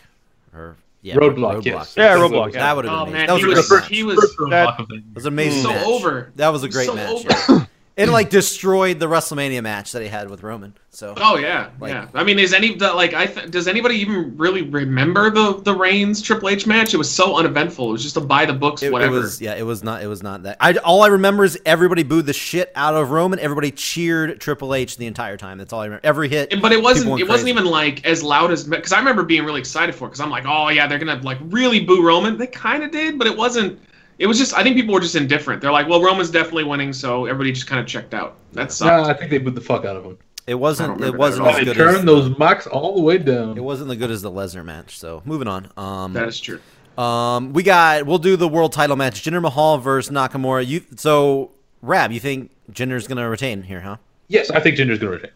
Speaker 2: Or yeah, Ro-
Speaker 4: Roadblock, yes.
Speaker 5: Yeah, Roadblock,
Speaker 2: That
Speaker 5: yeah.
Speaker 2: would have been
Speaker 3: Oh
Speaker 2: amazing.
Speaker 3: man,
Speaker 2: that was
Speaker 3: he
Speaker 2: a great
Speaker 3: was
Speaker 2: match.
Speaker 3: he was
Speaker 2: It was an amazing.
Speaker 3: so
Speaker 2: match.
Speaker 3: over.
Speaker 2: That was a great
Speaker 3: So
Speaker 2: match.
Speaker 3: over.
Speaker 2: yeah. it like destroyed the WrestleMania match that he had with Roman. So
Speaker 3: Oh yeah,
Speaker 2: Like-
Speaker 3: yeah. I mean, is any the like? I th- does anybody even really remember the the Reigns Triple H match? It was so uneventful. It was just a buy the books,
Speaker 2: It- it,
Speaker 3: whatever.
Speaker 2: was yeah, it was not it was not that. I all I remember is everybody booed the shit out of Roman. Everybody cheered Triple H the entire time. That's all I remember. Every hit,
Speaker 3: And- but it wasn't.
Speaker 2: people
Speaker 3: It
Speaker 2: went
Speaker 3: wasn't
Speaker 2: crazy.
Speaker 3: even like as loud as because I remember being really excited for it because I'm like, oh yeah, they're gonna like really boo Roman. They kind of did, but it wasn't. It was just I think people were just indifferent. They're like, well, Roman's definitely winning, so everybody just kind of checked out. That
Speaker 4: Nah,
Speaker 3: sucked.
Speaker 4: I think they booed the fuck out of him.
Speaker 2: It
Speaker 3: I
Speaker 2: wasn't
Speaker 3: don't
Speaker 2: it
Speaker 3: remember
Speaker 2: wasn't
Speaker 3: that at
Speaker 2: as
Speaker 4: Oh,
Speaker 3: all.
Speaker 4: they
Speaker 2: good as
Speaker 4: turned those mics all the way down.
Speaker 2: it wasn't as good as the Lesnar match. So moving on. Um,
Speaker 3: That is true.
Speaker 2: Um, we got. We'll do the world title match: Jinder Mahal versus Nakamura. You so Rab, you think Jinder's gonna retain here, huh?
Speaker 4: yes, I think Ginger's gonna retain.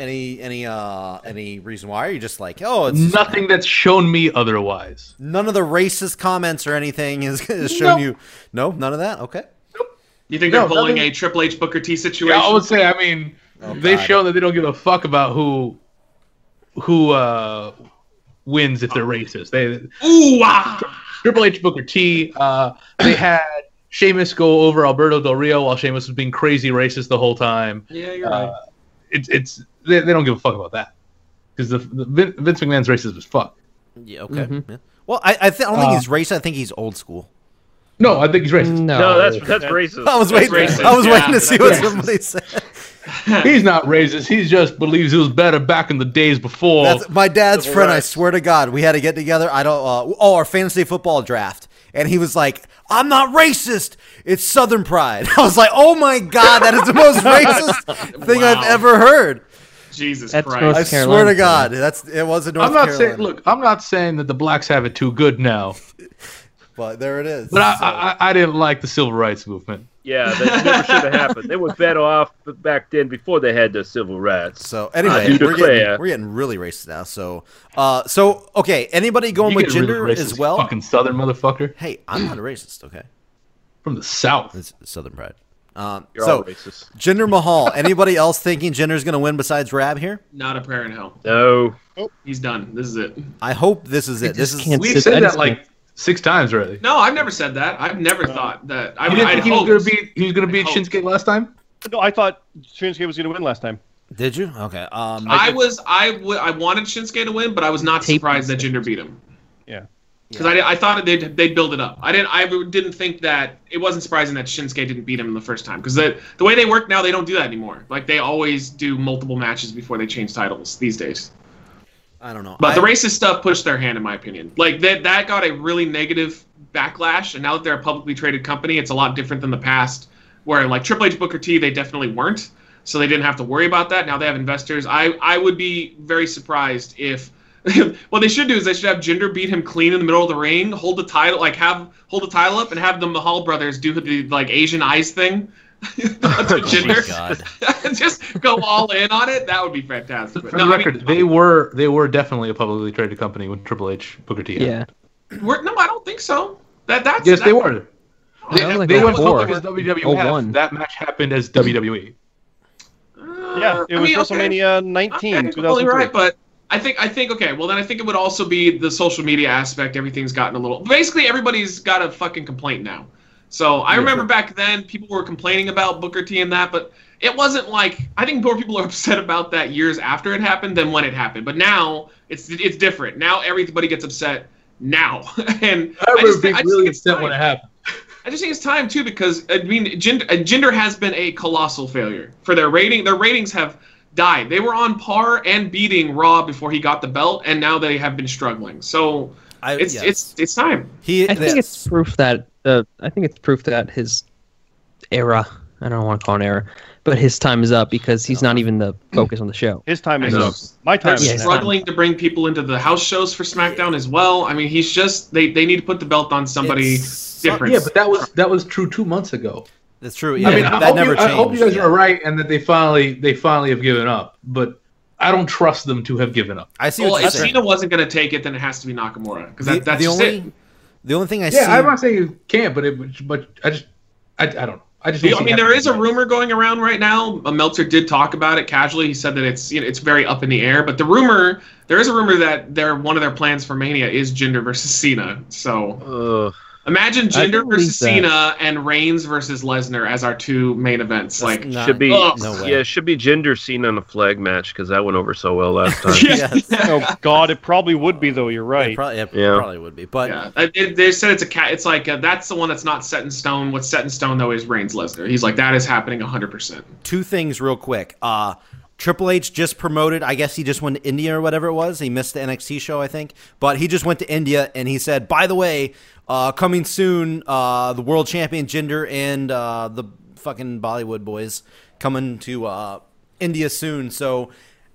Speaker 2: Any any uh any reason why? Are you just like, oh, it's
Speaker 4: Nothing that's shown me otherwise.
Speaker 2: none of the racist comments or anything is, is shown
Speaker 4: Nope.
Speaker 2: you? No, none of that. Okay.
Speaker 3: You think
Speaker 4: No,
Speaker 3: they're pulling
Speaker 4: nothing-
Speaker 3: a Triple H Booker T
Speaker 4: Yeah,
Speaker 3: situation?
Speaker 4: I would say. I mean,
Speaker 2: Oh,
Speaker 4: they've
Speaker 2: God.
Speaker 4: shown that they don't give a fuck about who who uh, wins if they're racist. They
Speaker 3: Ooh, ah!
Speaker 4: Triple H, Booker T. Uh, they had Sheamus go over Alberto Del Rio while Sheamus was being crazy racist the whole time.
Speaker 3: Yeah, you're
Speaker 4: Uh,
Speaker 3: right.
Speaker 4: It's it's they, they don't give a fuck about that because the, the Vin, Vince McMahon's racist as fuck.
Speaker 2: Yeah. Okay. Yeah. Well, I I, th- I don't think
Speaker 4: Uh,
Speaker 2: he's racist. I think he's old school.
Speaker 4: No, I think he's racist.
Speaker 8: No,
Speaker 7: No, that's that's racist.
Speaker 2: I was
Speaker 3: that's
Speaker 2: waiting.
Speaker 3: racist,
Speaker 2: I was
Speaker 3: yeah,
Speaker 2: waiting to see what
Speaker 3: that's
Speaker 2: somebody said.
Speaker 4: He's not racist. He just believes it was better back in the days before.
Speaker 2: That's my dad's
Speaker 7: Civil
Speaker 2: friend. I
Speaker 7: rights.
Speaker 2: swear to God, we had to get together. I don't. Uh, oh, our fantasy football draft, and he was like, "I'm not racist. It's Southern pride." I was like, "Oh my God, that is the most racist thing
Speaker 3: Wow.
Speaker 2: I've ever heard."
Speaker 3: Jesus
Speaker 8: That's
Speaker 3: Christ.
Speaker 8: North
Speaker 2: I
Speaker 8: Carolina
Speaker 2: swear to
Speaker 8: pride.
Speaker 2: God, that's it was in North
Speaker 4: I'm not
Speaker 2: Carolina.
Speaker 4: saying. Look, I'm not saying that the blacks have it too good now,
Speaker 2: but there it is.
Speaker 4: but I,
Speaker 2: So-
Speaker 4: I, I didn't like the civil rights movement.
Speaker 7: Yeah, that never should have happened. They were better off back then before they had the civil rights.
Speaker 2: So
Speaker 7: I
Speaker 2: anyway,
Speaker 7: do
Speaker 2: we're getting,
Speaker 7: declare.
Speaker 2: we're getting really racist now. So, uh, so okay, anybody going
Speaker 4: You
Speaker 2: with
Speaker 4: get rid of
Speaker 2: gender
Speaker 4: racist
Speaker 2: as well?
Speaker 4: Fucking southern motherfucker
Speaker 2: Hey, I'm not a racist. Okay,
Speaker 4: from the south.
Speaker 2: it's Southern pride. Um,
Speaker 7: You're all
Speaker 2: so,
Speaker 7: racist.
Speaker 2: Jinder Mahal. Anybody else thinking Jinder's going to win besides Rab here?
Speaker 3: Not a prayer in hell.
Speaker 7: No.
Speaker 3: He's done. This is it.
Speaker 2: I hope this is it. This
Speaker 8: just
Speaker 2: is
Speaker 8: can't-
Speaker 4: We've
Speaker 8: It's- I
Speaker 4: said that
Speaker 8: just
Speaker 4: like six times already.
Speaker 3: No, I've never said that. I've never thought that. I
Speaker 4: Uh, You
Speaker 3: mean,
Speaker 4: didn't
Speaker 3: I
Speaker 4: think he was gonna beat he was gonna beat
Speaker 3: I hoped.
Speaker 4: Shinsuke last time?
Speaker 5: No, I thought Shinsuke was going to win last time.
Speaker 2: Did you? Okay. Um.
Speaker 3: I was. I w- I wanted Shinsuke to win, but I was not
Speaker 8: Tape
Speaker 3: surprised that Jinder beat him.
Speaker 5: Yeah.
Speaker 3: Because I, I thought they'd, they'd build it up. I didn't. I didn't think that it wasn't surprising that Shinsuke didn't beat him the first time. Because the the way they work now, they don't do that anymore. Like they always do multiple matches before they change titles these days.
Speaker 2: I don't know.
Speaker 3: But
Speaker 2: I,
Speaker 3: the racist stuff pushed their hand, in my opinion. Like that, that got a really negative backlash. And now that they're a publicly traded company, it's a lot different than the past, where like Triple H, Booker T, they definitely weren't, so they didn't have to worry about that. Now they have investors. I, I would be very surprised if. what they should do is they should have Jinder beat him clean in the middle of the ring, hold the title, like have hold the title up, and have the Mahal brothers do the like Asian eyes thing. to
Speaker 2: Oh my
Speaker 3: Jinder,
Speaker 2: God.
Speaker 3: just go all in on it. That would be fantastic.
Speaker 4: For
Speaker 3: No,
Speaker 4: the
Speaker 3: I mean-
Speaker 4: record, they were they were definitely a publicly traded company when Triple H Booker T. had.
Speaker 8: Yeah,
Speaker 3: We're, no, I don't think so. That that's
Speaker 4: Yes, they
Speaker 3: that-
Speaker 4: were. They,
Speaker 8: That was like
Speaker 4: they
Speaker 8: a
Speaker 4: went
Speaker 8: four.
Speaker 4: public as WWF.
Speaker 8: Oh, one.
Speaker 4: That match happened as E. WWE.
Speaker 3: Uh,
Speaker 5: Yeah, it
Speaker 3: I
Speaker 5: was
Speaker 3: mean, okay.
Speaker 5: WrestleMania
Speaker 3: Okay,
Speaker 5: 19,
Speaker 3: you're
Speaker 5: 2003.
Speaker 3: totally right, but I think I think okay. Well, then I think it would also be the social media aspect. Everything's gotten a little. Basically, everybody's got a fucking complaint now. So I remember back then people were complaining about Booker T and that, but it wasn't like I think more people are upset about that years after it happened than when it happened. But now it's it's different. Now everybody gets upset now, and I, just, think- I just think it's time.
Speaker 4: happened.
Speaker 3: I just think it's time too because I mean, gender, uh, gender has been a colossal failure for their rating. Their ratings have died. They were on par and beating Raw before he got the belt, and now they have been struggling. So
Speaker 2: I,
Speaker 3: it's
Speaker 2: Uh, yes.
Speaker 3: it's it's time.
Speaker 2: he.
Speaker 8: I
Speaker 2: yes.
Speaker 8: think it's proof that uh, I think it's proof that his era I don't want to call an error, but his time is up because he's not even the focus on the show.
Speaker 5: His time is
Speaker 3: I know.
Speaker 5: up. My time
Speaker 3: They're
Speaker 5: is
Speaker 8: Yeah, it's
Speaker 5: up.
Speaker 8: not-
Speaker 3: struggling to bring people into the house shows for SmackDown as well. I mean, he's just they, they need to put the belt on somebody
Speaker 2: It's-
Speaker 3: different.
Speaker 4: Yeah, but that was that was true two months ago.
Speaker 2: That's true.
Speaker 4: I mean,
Speaker 2: that
Speaker 4: I, hope
Speaker 2: never
Speaker 4: you, I
Speaker 2: changed.
Speaker 4: hope you guys are right and that they finally they finally have given up. But I don't trust them to have given up.
Speaker 2: I see
Speaker 3: well,
Speaker 2: what you're
Speaker 3: if
Speaker 2: saying.
Speaker 3: Cena wasn't going to take it, then it has to be Nakamura because
Speaker 2: The,
Speaker 3: that, that's
Speaker 2: the
Speaker 3: just
Speaker 2: only
Speaker 3: it.
Speaker 2: the only thing I
Speaker 4: Yeah,
Speaker 2: see.
Speaker 4: I'm not saying you can't, but it, but I just I, I don't know. I just don't
Speaker 3: I
Speaker 4: see
Speaker 3: mean,
Speaker 4: it
Speaker 3: there is a
Speaker 4: happening.
Speaker 3: rumor going around right now. Uh, Meltzer did talk about it casually. He said that it's you know, it's very up in the air. But the rumor, there is a rumor that their one of their plans for Mania is Jinder versus Cena. So
Speaker 7: Ugh.
Speaker 3: imagine
Speaker 8: I
Speaker 3: Jinder
Speaker 8: can
Speaker 3: versus
Speaker 8: believe
Speaker 3: Cena and Reigns versus Lesnar as our two main events.
Speaker 2: that's
Speaker 3: like,
Speaker 2: not-
Speaker 7: should be
Speaker 3: ugh.
Speaker 2: no way.
Speaker 7: yeah, it should be gender seen on a flag match because that went over so well last time.
Speaker 3: yeah,
Speaker 2: Yes.
Speaker 5: Oh God, it probably would be though. You're
Speaker 2: It
Speaker 5: right.
Speaker 2: probably, it
Speaker 7: Yeah.
Speaker 2: probably would be, but
Speaker 3: yeah. Uh, They, they said it's a cat. It's like uh, that's the one that's not set in stone. What's set in stone though is Reigns Lesnar. He's like that is happening 100. percent
Speaker 2: two things real quick. Uh Triple H just promoted. I guess he just went to India or whatever it was. He missed the NXT show, I think, but he just went to India and he said, "By the way, uh, coming soon, uh, the world champion Jinder and uh, the fucking Bollywood boys coming to uh, India soon." So,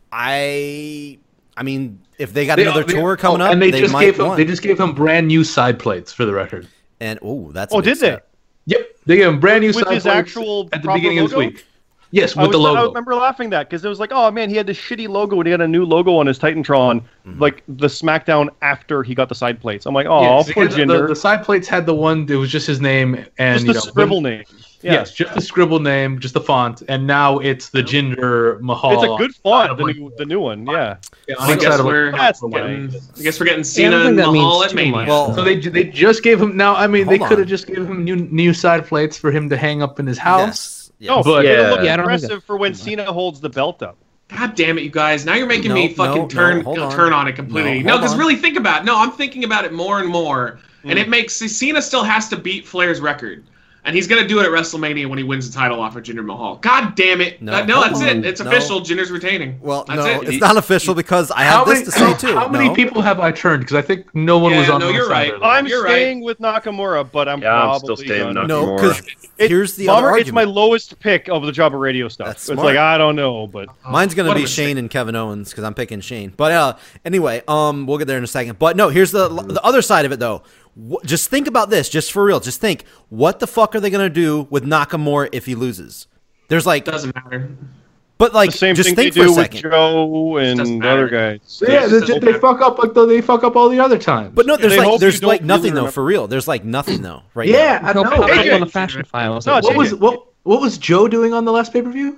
Speaker 2: I, I mean, if they got another
Speaker 4: They-
Speaker 2: tour
Speaker 4: oh,
Speaker 2: coming up,
Speaker 4: and they, just
Speaker 2: might
Speaker 4: gave him
Speaker 2: want.
Speaker 4: they just gave him brand new side plates for the record.
Speaker 2: and oh, that's a
Speaker 5: Oh,
Speaker 2: big
Speaker 5: did they?
Speaker 2: step.
Speaker 4: Yep, they gave him brand new
Speaker 5: With
Speaker 4: side
Speaker 5: his
Speaker 4: plates
Speaker 5: actual
Speaker 4: at the
Speaker 5: proper
Speaker 4: beginning of
Speaker 5: logo?
Speaker 4: this week. Yes,
Speaker 5: I
Speaker 4: with the
Speaker 5: was- I
Speaker 4: logo.
Speaker 5: remember laughing that because it was like, oh man, he had this shitty logo and he had a new logo on his Titantron,
Speaker 2: Mm-hmm.
Speaker 5: like the SmackDown after he got the side plates. I'm like, oh,
Speaker 4: Yeah,
Speaker 5: poor
Speaker 4: the, the,
Speaker 5: Jinder,
Speaker 4: the side plates had the one. It was just his name and
Speaker 5: just
Speaker 4: you
Speaker 5: the
Speaker 4: know,
Speaker 5: scribble name. Yeah.
Speaker 4: Yes, just the scribble name, just the font, and now it's the Ginger Mahal.
Speaker 5: It's a good
Speaker 4: on
Speaker 5: font, the
Speaker 4: one-
Speaker 5: new, the new one. Yeah,
Speaker 4: yeah,
Speaker 3: I
Speaker 4: on the
Speaker 3: guess
Speaker 4: side of
Speaker 3: we're-
Speaker 4: a-
Speaker 5: that's
Speaker 4: of a-
Speaker 5: getting-
Speaker 3: I guess we're getting
Speaker 8: Yeah, I
Speaker 3: Cena
Speaker 8: don't
Speaker 3: and
Speaker 8: think that
Speaker 3: Mahal
Speaker 8: means
Speaker 3: at
Speaker 8: too
Speaker 3: Mania.
Speaker 8: much.
Speaker 2: Well,
Speaker 4: So they they just gave him now. I mean, they
Speaker 2: Hold
Speaker 4: could
Speaker 2: on.
Speaker 4: have just given him new new side plates for him to hang up in his house.
Speaker 2: Yes. yes.
Speaker 5: no,
Speaker 7: But-
Speaker 5: but it'll look
Speaker 7: Yeah,
Speaker 8: I don't think
Speaker 5: impressive for when Cena holds the belt up.
Speaker 3: God damn it, you guys! Now you're making
Speaker 2: No,
Speaker 3: me fucking
Speaker 2: no,
Speaker 3: turn uh,
Speaker 2: no, hold on.
Speaker 3: turn on it completely.
Speaker 2: No,
Speaker 3: No,
Speaker 2: hold
Speaker 3: because
Speaker 2: on. Hmm.
Speaker 3: really think about it. No, I'm thinking about it more and more, and it makes Cena still has to beat Flair's record, and he's gonna do it at WrestleMania when he wins the title off of Jinder Mahal. God damn it!
Speaker 2: No,
Speaker 3: No, no
Speaker 2: come
Speaker 3: that's
Speaker 2: on.
Speaker 3: it. It's
Speaker 2: No.
Speaker 3: official. Jinder's retaining.
Speaker 2: Well,
Speaker 3: that's
Speaker 2: no,
Speaker 3: it.
Speaker 2: it's not official because I have this to say too.
Speaker 4: How many
Speaker 2: No.
Speaker 4: people have I turned? Because I think no one
Speaker 3: Yeah,
Speaker 4: was on.
Speaker 3: no,
Speaker 4: my
Speaker 3: you're
Speaker 4: side
Speaker 3: right.
Speaker 4: earlier.
Speaker 5: I'm
Speaker 3: You're right.
Speaker 5: staying with Nakamura, but I'm
Speaker 7: Yeah, I'm still
Speaker 5: probably
Speaker 7: staying
Speaker 5: gonna-
Speaker 7: with
Speaker 2: No,
Speaker 7: Nakamura.
Speaker 2: because
Speaker 5: It-
Speaker 2: here's the
Speaker 5: Bummer,
Speaker 2: other
Speaker 5: it's my
Speaker 2: argument.
Speaker 5: lowest pick of the Jobber Radio stuff.
Speaker 2: That's
Speaker 5: it's
Speaker 2: smart.
Speaker 5: like I don't know, but
Speaker 2: Mine's gonna
Speaker 3: What a
Speaker 2: be
Speaker 3: mistake.
Speaker 2: Shane and Kevin Owens because I'm picking Shane. But uh, anyway, um, we'll get there in a second. But no, here's the the other side of it though. Wh- Just think about this, just for real. Just think, what the fuck are they gonna do with Nakamura if he loses? There's like,
Speaker 3: It doesn't matter.
Speaker 2: but like,
Speaker 5: the same
Speaker 2: just
Speaker 5: thing
Speaker 2: think
Speaker 5: they
Speaker 2: for
Speaker 5: do
Speaker 2: a
Speaker 5: with
Speaker 2: second.
Speaker 5: Joe and
Speaker 3: doesn't
Speaker 5: the
Speaker 3: matter.
Speaker 5: other guys.
Speaker 4: Yeah, they,
Speaker 3: Doesn't
Speaker 4: they
Speaker 3: matter.
Speaker 4: fuck up like though they fuck up all the other times.
Speaker 2: But no, there's
Speaker 5: They
Speaker 2: like
Speaker 5: hope
Speaker 2: there's
Speaker 5: you don't
Speaker 2: like nothing
Speaker 5: really
Speaker 2: though for real. There's like nothing though right
Speaker 6: Yeah,
Speaker 8: I
Speaker 6: I
Speaker 8: hope
Speaker 6: know.
Speaker 8: I
Speaker 5: AJ.
Speaker 8: on the fashion file. I was
Speaker 5: No,
Speaker 8: like,
Speaker 5: it's
Speaker 8: what
Speaker 6: What
Speaker 5: AJ.
Speaker 8: was
Speaker 6: was what what was Joe doing on the last pay per view?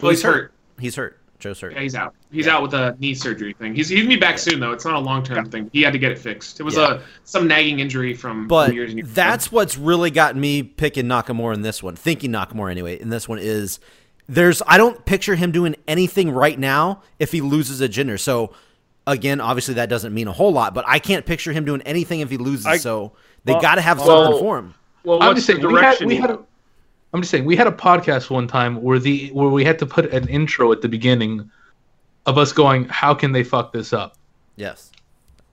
Speaker 3: Well, he's hurt.
Speaker 2: now. He's hurt. Joe's hurt.
Speaker 3: Yeah, he's out. He's out with a knee surgery thing. He's he'll be back soon though. It's not a long term thing. He had to get it fixed. It was
Speaker 2: Yeah.
Speaker 3: a some nagging injury from
Speaker 2: But
Speaker 3: years and years ago.
Speaker 2: that's what's really got me picking Nakamura in this one, thinking Nakamura anyway. In this one is there's I don't picture him doing anything right now if he loses a gender. So again, obviously that doesn't mean a whole lot, but I can't picture him doing anything if he loses.
Speaker 5: I-
Speaker 2: so they
Speaker 5: well-
Speaker 2: got to have
Speaker 7: well-
Speaker 2: something for him.
Speaker 7: well,
Speaker 4: I'm
Speaker 7: what's
Speaker 4: just
Speaker 7: the
Speaker 4: saying we had,
Speaker 7: direction?
Speaker 4: we had a, I'm just saying we had a podcast one time where the where we had to put an intro at the beginning of us going, how can they fuck this up?
Speaker 2: Yes.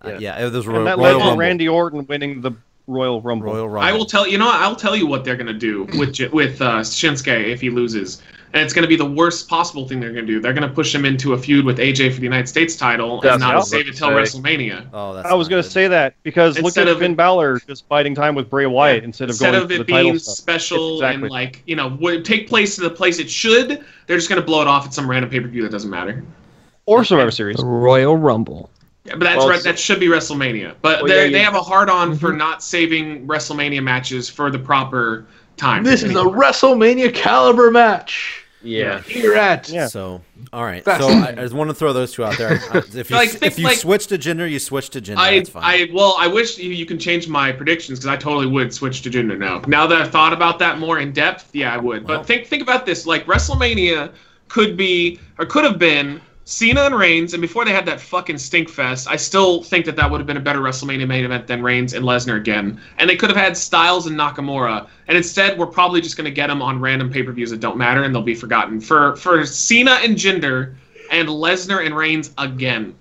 Speaker 2: Uh, Yeah, it was Royal,
Speaker 5: And that
Speaker 2: Royal
Speaker 5: led to
Speaker 2: Rumble.
Speaker 5: Randy Orton winning the Royal Rumble.
Speaker 2: Royal Rumble.
Speaker 3: I will tell you know what, I'll tell you what they're gonna do with J- with uh, Shinsuke if he loses, and it's gonna be the worst possible thing they're gonna do. They're gonna push him into a feud with AJ for the United States title
Speaker 7: That's
Speaker 3: and not
Speaker 7: what
Speaker 3: save it till
Speaker 7: I was
Speaker 3: WrestleMania.
Speaker 2: Oh, that's
Speaker 5: I was
Speaker 2: not
Speaker 5: going to
Speaker 2: good.
Speaker 5: say that because
Speaker 3: Instead
Speaker 5: look at
Speaker 3: of
Speaker 5: Finn
Speaker 3: it-
Speaker 5: Balor just biding time with Bray Wyatt instead of
Speaker 3: Instead
Speaker 5: going
Speaker 3: of
Speaker 5: to the
Speaker 3: it being
Speaker 5: title stuff.
Speaker 3: special
Speaker 5: Exactly.
Speaker 3: and like you know would take place to the place it should, they're just gonna blow it off at some random pay per view that doesn't matter.
Speaker 5: or Survivor Series.
Speaker 8: the Royal Rumble?
Speaker 3: Yeah, but that's
Speaker 7: Well,
Speaker 3: right.
Speaker 7: so-
Speaker 3: That should be WrestleMania. But
Speaker 7: Well,
Speaker 3: they
Speaker 7: yeah, you- Mm-hmm.
Speaker 3: they have a hard on for not saving WrestleMania matches for the proper time.
Speaker 4: This is a WrestleMania caliber match
Speaker 7: yeah.
Speaker 4: here at
Speaker 5: Yeah.
Speaker 2: So, all right.
Speaker 4: That's-
Speaker 2: So I, I just want to throw those two out there. I- If you,
Speaker 3: Like, think,
Speaker 2: if you
Speaker 3: like-
Speaker 2: switch to gender, you switch to gender.
Speaker 3: I,
Speaker 2: that's fine.
Speaker 3: I well, I wish you, you can change my predictions because I totally would switch to Jinder now. Now that I've thought about that more in depth, yeah, I would.
Speaker 2: Wow.
Speaker 3: But think think about this: like WrestleMania could be or could have been Cena and Reigns, and before they had that fucking stink fest, I still think that that would have been a better WrestleMania main event than Reigns and Lesnar again. And they could have had Styles and Nakamura, and instead we're probably just going to get them on random pay per views that don't matter and they'll be forgotten. For for Cena and Jinder and Lesnar and Reigns again.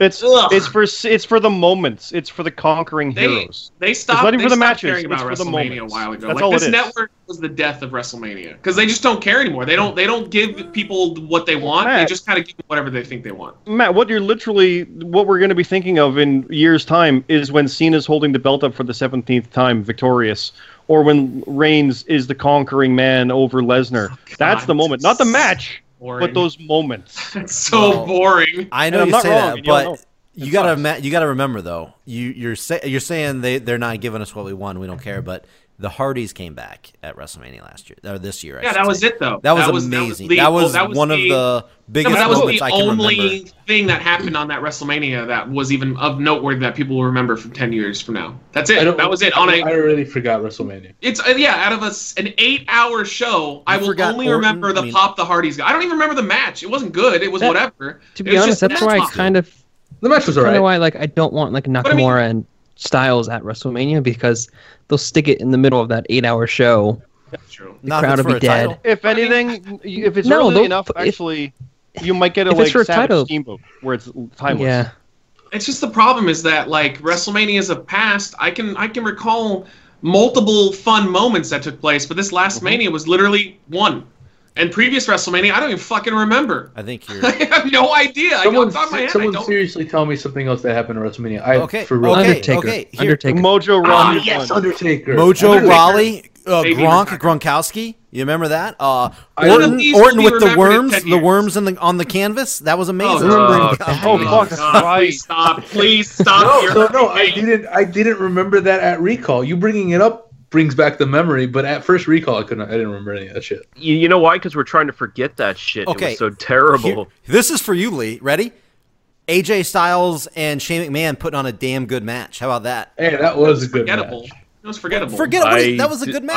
Speaker 5: It's
Speaker 3: Ugh.
Speaker 5: it's for it's for the moments. It's for the conquering
Speaker 3: They-
Speaker 5: heroes.
Speaker 3: They stopped,
Speaker 5: It's not even
Speaker 3: they
Speaker 5: for the
Speaker 3: stopped
Speaker 5: matches,
Speaker 3: caring about
Speaker 5: it's for the
Speaker 3: WrestleMania a
Speaker 5: moments.
Speaker 3: while ago.
Speaker 5: That's
Speaker 3: like
Speaker 5: all it
Speaker 3: this
Speaker 5: is.
Speaker 3: network was the death of WrestleMania because they just don't care anymore. They don't they don't give people what they want. They
Speaker 5: Matt.
Speaker 3: just kind of give them whatever they think they want.
Speaker 5: Matt, what you're literally what we're going to be thinking of in years time is when Cena's holding the belt up for the 17th time victorious or when Reigns is the conquering man over Lesnar. That's the moment, not the match, but
Speaker 3: Boring.
Speaker 5: those moments.
Speaker 3: It's so
Speaker 2: Well,
Speaker 3: boring.
Speaker 2: I know
Speaker 5: And I'm
Speaker 2: you
Speaker 5: not
Speaker 2: say
Speaker 5: wrong,
Speaker 2: that,
Speaker 5: and you all know.
Speaker 2: but
Speaker 5: It
Speaker 2: you gotta
Speaker 5: sucks.
Speaker 2: ma- you gotta remember though. You you're say- you're saying they they're not giving us what we want. We don't care. But the Hardys came back at WrestleMania last year or this year. I
Speaker 3: Yeah,
Speaker 2: should
Speaker 3: that was
Speaker 2: say.
Speaker 3: it though.
Speaker 2: That was amazing.
Speaker 3: the- oh,
Speaker 2: That was,
Speaker 3: that was
Speaker 2: one
Speaker 3: the-
Speaker 2: of the biggest
Speaker 3: No, but that was
Speaker 2: moments
Speaker 3: the
Speaker 2: I can remember.
Speaker 3: only thing that happened on that WrestleMania that was even of noteworthy that people will remember from ten years from now. That's
Speaker 4: I
Speaker 3: it.
Speaker 4: don't-
Speaker 3: That was it. On
Speaker 4: I
Speaker 3: a
Speaker 4: already forgot WrestleMania.
Speaker 3: it's uh, yeah, out of us an eight-hour show, I will
Speaker 2: forgot
Speaker 3: only
Speaker 2: Orton,
Speaker 3: remember the
Speaker 2: I mean-
Speaker 3: pop the Hardys. guy. I don't even remember the match. It wasn't good. It was
Speaker 8: That-
Speaker 3: whatever. It
Speaker 8: To be
Speaker 3: was
Speaker 8: honest,
Speaker 3: just
Speaker 8: that's
Speaker 3: that
Speaker 8: why I
Speaker 3: talk.
Speaker 8: kind of
Speaker 4: The match was
Speaker 8: kind of
Speaker 4: alright.
Speaker 8: why like I don't want like
Speaker 3: I mean-
Speaker 8: Nakamura and Styles at WrestleMania because they'll stick it in the middle of that eight-hour show.
Speaker 3: That's true.
Speaker 2: Not
Speaker 8: crowd
Speaker 2: if it's
Speaker 8: will
Speaker 2: for
Speaker 8: be
Speaker 2: a
Speaker 8: dead.
Speaker 2: title.
Speaker 5: If
Speaker 3: I mean-
Speaker 5: anything, you- if it's
Speaker 8: No,
Speaker 5: early
Speaker 8: though,
Speaker 5: enough,
Speaker 8: if-
Speaker 5: actually, you might get a
Speaker 8: if it's
Speaker 5: like
Speaker 8: for a
Speaker 5: Savage
Speaker 8: title-
Speaker 5: Steamboat where it's timeless.
Speaker 8: Yeah,
Speaker 3: It's just the problem is that like WrestleMania is a past. I can I can recall multiple fun moments that took place, but this last
Speaker 2: Mm-hmm.
Speaker 3: Mania was literally one. And previous WrestleMania, I don't even fucking remember.
Speaker 2: I think you're
Speaker 3: I have no idea. I
Speaker 4: Someone,
Speaker 3: know it's on my head. I
Speaker 4: someone
Speaker 3: don't.
Speaker 4: seriously tell me something else that happened at WrestleMania. I
Speaker 2: okay.
Speaker 4: for real.
Speaker 2: Okay,
Speaker 8: Undertaker.
Speaker 2: okay. Here,
Speaker 8: Undertaker.
Speaker 5: Mojo
Speaker 3: Ah,
Speaker 5: Ron.
Speaker 6: yes,
Speaker 5: Ron.
Speaker 4: Oh, Undertaker.
Speaker 2: Mojo
Speaker 4: Undertaker.
Speaker 2: Rawley, uh,
Speaker 3: Maybe
Speaker 2: Gronk,
Speaker 3: retired.
Speaker 2: Gronkowski. You remember that? Uh,
Speaker 4: I- One
Speaker 2: Orton,
Speaker 4: of
Speaker 3: these will
Speaker 2: Orton
Speaker 3: be
Speaker 2: with the
Speaker 3: remembered in
Speaker 2: worms,
Speaker 3: 10
Speaker 2: the
Speaker 3: years.
Speaker 2: worms in the, on the canvas. That was amazing.
Speaker 3: no.
Speaker 5: Oh, fuck
Speaker 3: God, please
Speaker 5: Christ.
Speaker 3: stop! Please stop!
Speaker 4: No,
Speaker 3: You're
Speaker 4: no, no. I
Speaker 3: hurting me.
Speaker 4: didn't. I didn't remember that at recall. You bringing it up brings back the memory, but at first recall, I couldn't. I didn't remember any of that shit.
Speaker 7: You, you know why? Because we're trying to forget that shit. It
Speaker 2: Okay.
Speaker 7: was so terrible.
Speaker 2: Here- this is for you, Lee. Ready? AJ Styles and Shane McMahon putting on a damn good match. How about that?
Speaker 4: Hey, that was a good
Speaker 3: forgettable.
Speaker 4: match.
Speaker 3: It was forgettable.
Speaker 2: Forget what
Speaker 7: I
Speaker 2: it, that was a
Speaker 7: d-
Speaker 2: good match.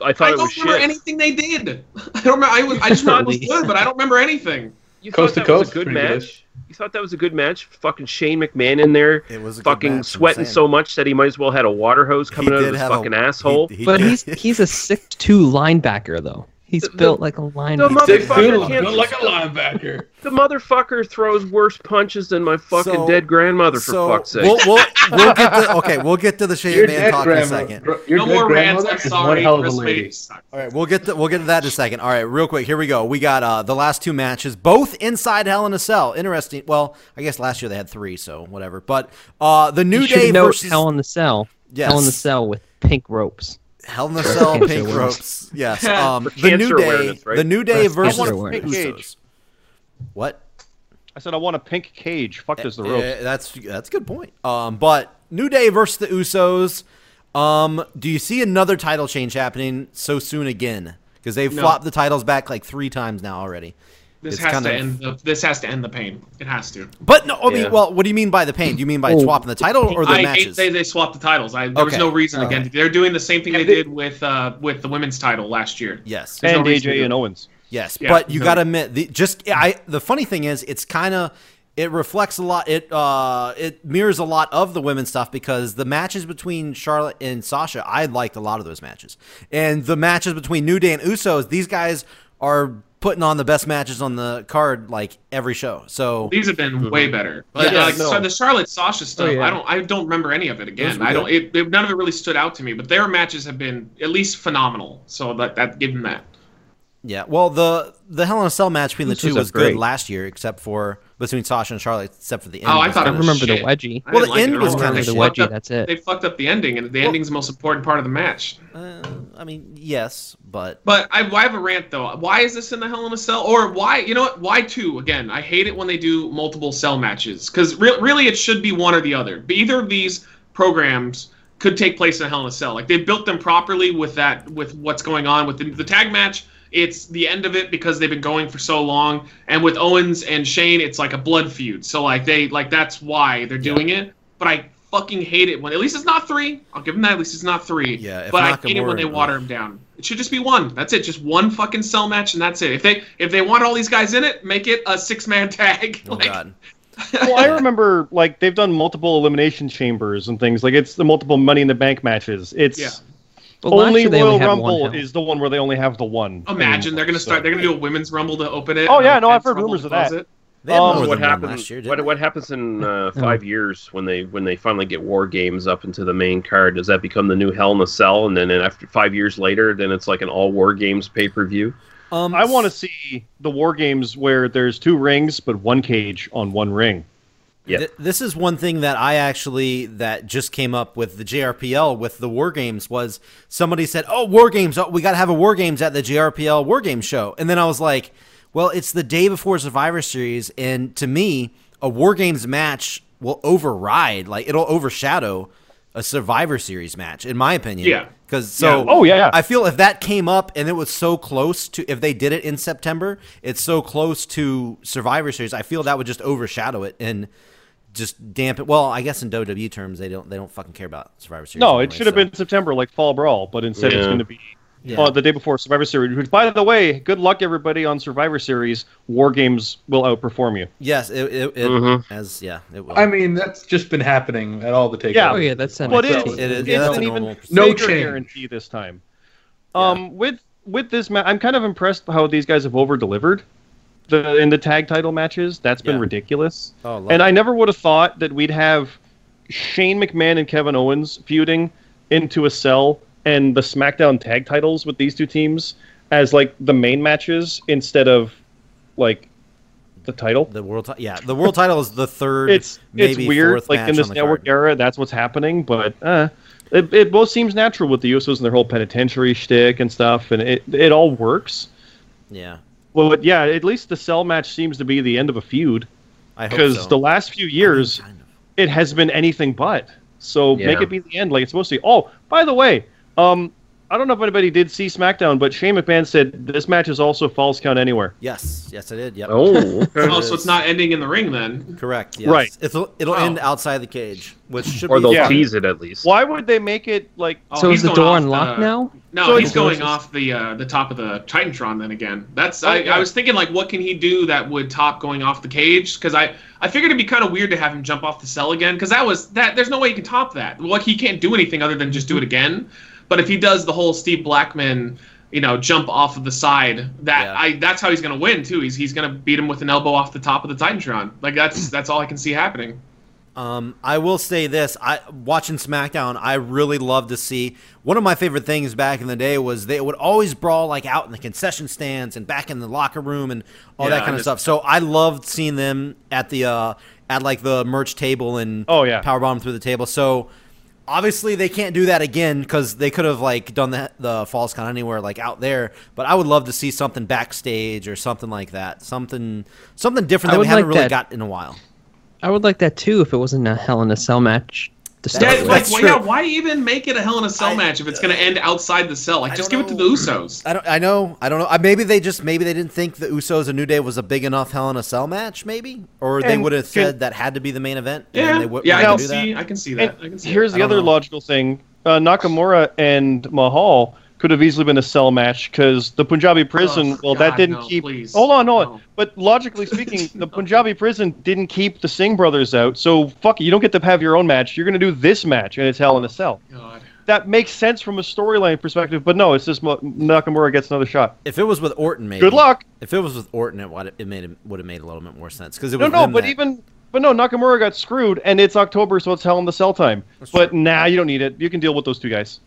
Speaker 7: I, I
Speaker 3: I
Speaker 7: thought
Speaker 4: Oh,
Speaker 7: it
Speaker 3: don't
Speaker 7: was
Speaker 3: remember
Speaker 7: shit.
Speaker 3: anything they did. I don't remember. I, was, I just remember it was good, but I don't remember anything.
Speaker 7: You
Speaker 4: Coast to
Speaker 7: thought that was
Speaker 4: coast,
Speaker 7: a good
Speaker 4: pretty good.
Speaker 7: match. You thought that was a good match? Fucking Shane McMahon in there,
Speaker 2: it was a good match,
Speaker 7: fucking
Speaker 2: I'm
Speaker 7: sweating
Speaker 2: saying.
Speaker 7: so much that he might as well had a water hose
Speaker 2: He
Speaker 7: coming out of
Speaker 2: did
Speaker 7: his
Speaker 2: have a-
Speaker 7: fucking asshole.
Speaker 2: he- he
Speaker 8: but
Speaker 2: did.
Speaker 8: he's he's a six two linebacker though. He's
Speaker 7: The- the-
Speaker 8: built like a linebacker.
Speaker 4: Dick
Speaker 7: motherfucker
Speaker 4: Doodle
Speaker 7: can't-
Speaker 4: built like a linebacker.
Speaker 7: the motherfucker throws worse punches than my fucking
Speaker 2: So-
Speaker 7: dead grandmother. For
Speaker 2: so
Speaker 7: fuck's sake,
Speaker 2: We'll, we'll, we'll get to, okay, we'll get to the Shane
Speaker 4: Your
Speaker 2: McMahon
Speaker 4: dead
Speaker 2: talk in a
Speaker 4: grandma.
Speaker 2: second.
Speaker 4: gr- Your
Speaker 3: no
Speaker 4: dead
Speaker 3: more rants.
Speaker 4: grandmother
Speaker 3: I'm
Speaker 4: is
Speaker 3: sorry.
Speaker 4: one hell of a
Speaker 3: WrestleMania
Speaker 4: lady.
Speaker 3: sucked.
Speaker 2: All right, we'll get to, we'll get to that in a second. All right, real quick, here we go. We got uh, the last two matches, both inside Hell in a Cell. Interesting. Well, I guess last year they had three, so whatever. But uh, the New
Speaker 8: you
Speaker 2: Day
Speaker 8: should know
Speaker 2: versus
Speaker 8: Hell in the Cell. Hell in the
Speaker 2: Yes.
Speaker 8: Cell with pink ropes.
Speaker 2: Hell in a Cell,
Speaker 8: cancer
Speaker 2: pink
Speaker 8: awareness.
Speaker 2: ropes. Yes,
Speaker 3: For
Speaker 2: um, the New
Speaker 7: cancer
Speaker 2: Day,
Speaker 7: awareness, right?
Speaker 2: the New Day
Speaker 8: Breast
Speaker 2: versus
Speaker 8: cancer
Speaker 2: the
Speaker 8: awareness.
Speaker 2: Usos. What?
Speaker 5: I said I want a pink cage. Fuck does the rope.
Speaker 2: Eh, that's that's a good point. Um, but New Day versus the Usos. Um, do you see another title change happening so soon again? Because they've
Speaker 3: No.
Speaker 2: flopped the titles back like three times now already.
Speaker 3: This
Speaker 2: It's
Speaker 3: has
Speaker 2: kind
Speaker 3: to
Speaker 2: of-
Speaker 3: end. The, this has to end the pain. It has to.
Speaker 2: But no, I mean,
Speaker 7: Yeah.
Speaker 2: well, what do you mean by the pain? Do you mean by
Speaker 8: Oh.
Speaker 2: swapping the title or the
Speaker 3: I hate
Speaker 2: matches?
Speaker 3: they, they swapped the titles. I, there was
Speaker 2: Okay.
Speaker 3: no reason
Speaker 2: All
Speaker 3: again.
Speaker 2: right.
Speaker 3: They're doing the same thing they
Speaker 4: they-
Speaker 3: did with uh, with the women's title last year.
Speaker 2: yes,
Speaker 3: There's no
Speaker 5: and
Speaker 3: reason to do
Speaker 5: AJ and
Speaker 3: it.
Speaker 5: Owens.
Speaker 2: yes.
Speaker 3: Yeah, Mm-hmm.
Speaker 2: but you
Speaker 3: no.
Speaker 2: got to admit, the, just I. The funny thing is, it's kind of it reflects a lot. It uh, it mirrors a lot of the women's stuff because the matches between Charlotte and Sasha, I liked a lot of those matches, and the matches between New Day and Usos, these guys are putting on the best matches on the card like every show. So
Speaker 3: These have been way better. But
Speaker 5: Yeah,
Speaker 3: like
Speaker 5: no.
Speaker 3: so the Charlotte Sasha stuff,
Speaker 4: Oh, yeah.
Speaker 3: I don't I don't remember any of it again.
Speaker 2: were
Speaker 3: I don't. It, it- none of it really stood out to me. But their matches have been at least phenomenal. So that that give them that.
Speaker 2: Yeah, well, the the Hell in a Cell match between the
Speaker 5: Usos
Speaker 2: two
Speaker 5: are
Speaker 2: was good
Speaker 5: great.
Speaker 2: last year, except for between Sasha and Charlotte, except for the end.
Speaker 3: Oh, I
Speaker 2: was
Speaker 3: thought
Speaker 8: I
Speaker 3: it
Speaker 2: kinda
Speaker 3: was
Speaker 8: remember
Speaker 3: shit.
Speaker 8: the wedgie.
Speaker 3: I
Speaker 2: Well, the
Speaker 3: didn't like
Speaker 2: end
Speaker 3: it at
Speaker 2: was
Speaker 3: all.
Speaker 2: kinda
Speaker 3: They
Speaker 8: the
Speaker 2: shit.
Speaker 3: fucked
Speaker 8: wedgie.
Speaker 3: up-
Speaker 8: That's it.
Speaker 3: They fucked up the ending, and the ending's the most important part of the match.
Speaker 2: Uh, I mean, yes, but
Speaker 3: But I, I have a rant though. Why is this in the Hell in a Cell? Or why? You know what? Why two again? I hate it when they do multiple cell matches because re- really it should be one or the other. But either of these programs could take place in Hell in a Cell. Like they built them properly with that, with what's going on with the, the tag match. It's the end of it because they've been going for so long. And with Owens and Shane, it's like a blood feud. So like they like that's why they're doing it. But I fucking hate it when at least it's not three. I'll give them that. At least it's not three.
Speaker 2: Yeah, if
Speaker 3: But I hate it
Speaker 2: Nakamura-
Speaker 3: when they water them down. It should just be one. That's it. Just one fucking cell match, and that's it. If they if they want all these guys in it, make it a six man tag.
Speaker 2: oh
Speaker 3: Like,
Speaker 2: god,
Speaker 5: well, I remember like they've done multiple elimination chambers and things. Like it's the multiple Money in the Bank matches. It's
Speaker 3: Yeah.
Speaker 8: But last
Speaker 5: only
Speaker 8: year they
Speaker 5: Royal
Speaker 8: only had one
Speaker 5: Rumble
Speaker 8: hell.
Speaker 5: is the one where they only have the one.
Speaker 3: Imagine
Speaker 5: anymore,
Speaker 3: they're gonna
Speaker 5: so-
Speaker 3: start. They're gonna do a women's rumble to open it.
Speaker 5: Oh,
Speaker 3: and
Speaker 5: yeah,
Speaker 3: a
Speaker 5: no, I've
Speaker 3: men's
Speaker 5: heard
Speaker 3: rumble
Speaker 5: rumors
Speaker 3: to
Speaker 5: of that.
Speaker 3: close it.
Speaker 2: They had
Speaker 5: Um,
Speaker 2: more
Speaker 7: what
Speaker 2: than one
Speaker 7: happens?
Speaker 2: last year, didn't
Speaker 7: what,
Speaker 2: they?
Speaker 7: what happens in uh, five years when they when they finally get war games up into the main card? Does that become the new Hell in a Cell? And then and after five years later, then it's like an all war games pay per view.
Speaker 2: Um,
Speaker 5: I want to see the war games where there's two rings but one cage on one ring.
Speaker 7: Yeah.
Speaker 2: Th- this is one thing that I actually that just came up with the JRPL with the War Games was somebody said, "Oh, War Games! Oh, we got to have a War Games at the JRPL War Games show." And then I was like, "Well, it's the day before Survivor Series, and to me, a War Games match will override, like it'll overshadow a Survivor Series match, in my opinion."
Speaker 3: Yeah.
Speaker 2: Because so,
Speaker 5: Yeah. Oh, yeah, yeah.
Speaker 2: I feel if that came up and it was so close to if they did it in September, it's so close to Survivor Series. I feel that would just overshadow it and just damp it. Well, I guess in WWE terms, they don't they don't fucking care about Survivor Series.
Speaker 5: No,
Speaker 2: anyway,
Speaker 5: it should have
Speaker 2: so-
Speaker 5: been September, like Fall Brawl, but instead it's
Speaker 7: Yeah.
Speaker 5: going to be
Speaker 2: Yeah.
Speaker 5: uh, the day before Survivor Series. Which, by the way, good luck everybody on Survivor Series. War games will outperform you.
Speaker 2: Yes, it, it, it
Speaker 7: Mhm.
Speaker 2: as yeah, it will.
Speaker 4: I mean, that's just been happening at all the takeovers.
Speaker 5: Yeah.
Speaker 8: Oh yeah, that's an
Speaker 5: What is
Speaker 2: it
Speaker 8: excellent-
Speaker 2: is. yeah, that's a
Speaker 5: an
Speaker 2: normal
Speaker 5: even
Speaker 4: No
Speaker 5: bigger
Speaker 4: change.
Speaker 5: guarantee this time.
Speaker 2: Yeah.
Speaker 5: Um, with with this match, I'm kind of impressed how these guys have over delivered. The in the tag title matches, that's been
Speaker 2: Yeah.
Speaker 5: ridiculous.
Speaker 2: Oh, love
Speaker 5: and
Speaker 2: it.
Speaker 5: I never would have thought that we'd have Shane McMahon and Kevin Owens feuding into a cell and the SmackDown tag titles with these two teams as like the main matches instead of like the title.
Speaker 2: the world, ti- yeah, the world title is the third.
Speaker 5: It's it's
Speaker 2: maybe
Speaker 5: weird.
Speaker 2: fourth
Speaker 5: Like in
Speaker 2: match
Speaker 5: this
Speaker 2: on the
Speaker 5: network
Speaker 2: card.
Speaker 5: era, that's what's happening. But uh, it, it both seems natural with the Usos and their whole penitentiary shtick and stuff, and it it all works.
Speaker 2: Yeah,
Speaker 5: Well, but yeah, at least the cell match seems to be the end of a feud
Speaker 2: I hope
Speaker 5: because
Speaker 2: so.
Speaker 5: the last few years
Speaker 2: Kind of.
Speaker 5: it has been anything but. So
Speaker 7: Yeah.
Speaker 5: make it be the end, like it's supposed to. Be. Oh, by the way, um, I don't know if anybody did see SmackDown, but Shane McMahon said this match is also false count anywhere.
Speaker 2: Yes, yes, I did. Yep.
Speaker 7: Oh, okay.
Speaker 3: Oh, so it's not ending in the ring then.
Speaker 2: Correct. Yes.
Speaker 5: Right.
Speaker 2: It'll it'll
Speaker 3: Oh.
Speaker 2: end outside the cage, which should
Speaker 7: or
Speaker 2: be
Speaker 7: they'll
Speaker 5: Yeah.
Speaker 7: tease it at least.
Speaker 5: Why would they make it like?
Speaker 3: Oh,
Speaker 8: so
Speaker 3: he's
Speaker 8: is the
Speaker 3: going
Speaker 8: door
Speaker 3: off
Speaker 8: unlocked
Speaker 3: the-
Speaker 8: now?
Speaker 3: No,
Speaker 5: So
Speaker 3: he's
Speaker 5: it's-
Speaker 3: going off the uh, the top of the Titantron then again. That's
Speaker 5: Oh,
Speaker 3: I,
Speaker 5: yeah.
Speaker 3: I was thinking like what can he do that would top going off the cage because I I figured it'd be kind of weird to have him jump off the cell again because that was that there's no way he can top that. Like he can't do anything other than just do it again. But if he does the whole Steve Blackman you know jump off of the side that
Speaker 2: Yeah.
Speaker 3: I that's how he's gonna win too. He's he's gonna beat him with an elbow off the top of the Titantron. Like that's that's all I can see happening.
Speaker 2: Um, I will say this: I watching SmackDown, I really love to see. One of my favorite things back in the day was they would always brawl like out in the concession stands and back in the locker room and all
Speaker 3: Yeah,
Speaker 2: that kind
Speaker 3: I
Speaker 2: of
Speaker 3: miss
Speaker 2: stuff. So I loved seeing them at the uh, at like the merch table and
Speaker 5: Oh, yeah.
Speaker 2: powerbomb through the table. So obviously they can't do that again because they could have like done the the false count anywhere like out there. But I would love to see something backstage or something like that, something something different
Speaker 8: I
Speaker 2: that we
Speaker 8: would
Speaker 2: haven't
Speaker 8: like
Speaker 2: really
Speaker 8: that.
Speaker 2: got in a while.
Speaker 8: I would like that too if it wasn't a Hell in a Cell match. To start
Speaker 3: Yeah,
Speaker 2: That's-
Speaker 8: with.
Speaker 3: like,
Speaker 2: that's
Speaker 3: why-
Speaker 2: true.
Speaker 3: yeah, why even make it a Hell in a Cell
Speaker 2: I- uh,
Speaker 3: match if it's gonna end outside the cell? Like
Speaker 2: I
Speaker 3: just give
Speaker 2: don't
Speaker 3: it to the
Speaker 2: know.
Speaker 3: Usos.
Speaker 2: I don't. I know. I don't know. Uh, Maybe they just. Maybe they didn't think the Usos and New Day was a big enough Hell in a Cell match. Maybe, or they
Speaker 5: And
Speaker 2: would have
Speaker 5: can-
Speaker 2: said that had to be the main event. and
Speaker 3: Yeah,
Speaker 2: they wouldn't
Speaker 3: yeah, I
Speaker 2: wanna
Speaker 5: now-
Speaker 3: can
Speaker 2: do that.
Speaker 3: see, I can see
Speaker 5: And
Speaker 3: that. I can see.
Speaker 5: here's
Speaker 3: that.
Speaker 5: the
Speaker 2: I don't
Speaker 5: other
Speaker 2: know.
Speaker 5: logical thing: uh, Nakamura and Mahal could have easily been a cell match because the Punjabi prison.
Speaker 3: Ugh,
Speaker 5: well,
Speaker 3: Oh, God,
Speaker 5: that didn't
Speaker 3: no,
Speaker 5: keep.
Speaker 3: please.
Speaker 5: Hold on, hold on.
Speaker 3: No.
Speaker 5: But logically speaking, the Punjabi prison didn't keep the Singh brothers out, so fuck it. You don't get to have your own match. You're gonna do this match, and it's Hell in a Cell.
Speaker 3: God.
Speaker 5: That makes sense from a storyline perspective, but no, it's just Mo- Nakamura gets another shot.
Speaker 2: If it was with Orton, maybe.
Speaker 5: Good luck.
Speaker 2: If it was with Orton, it would it made would have made a little bit more sense because it
Speaker 5: No,
Speaker 2: was
Speaker 5: no,
Speaker 2: them
Speaker 5: but
Speaker 2: that-
Speaker 5: even but no, Nakamura got screwed, and it's October, so it's Hell in the Cell time. but nah, you don't need it. You can deal with those two guys,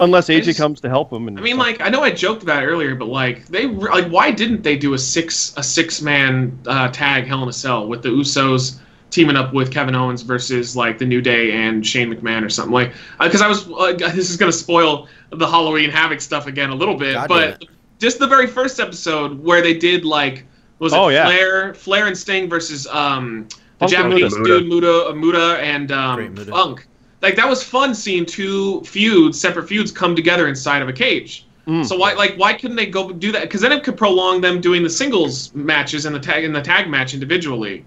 Speaker 5: unless AJ
Speaker 3: just-
Speaker 5: comes to help him. And
Speaker 3: I mean, like I know I joked about it earlier, but like they re- like why didn't they do a six a six man uh, tag Hell in a Cell with the Usos teaming up with Kevin Owens versus like the New Day and Shane McMahon or something like because I was uh, this is gonna spoil the Halloween Havoc stuff again a little bit,
Speaker 2: God
Speaker 3: but just the very first episode where they did like was it
Speaker 5: Oh, yeah.
Speaker 3: Flair Flair and Sting versus um the
Speaker 5: Funk
Speaker 3: Japanese
Speaker 7: Muda.
Speaker 3: dude Muda Muda and um,
Speaker 2: Great Muda.
Speaker 3: Funk. Like that was fun seeing two feuds, separate feuds, come together inside of a cage.
Speaker 5: Mm.
Speaker 3: So why, like, why couldn't they go do that? Because then it could prolong them doing the singles matches and the tag and the tag match individually.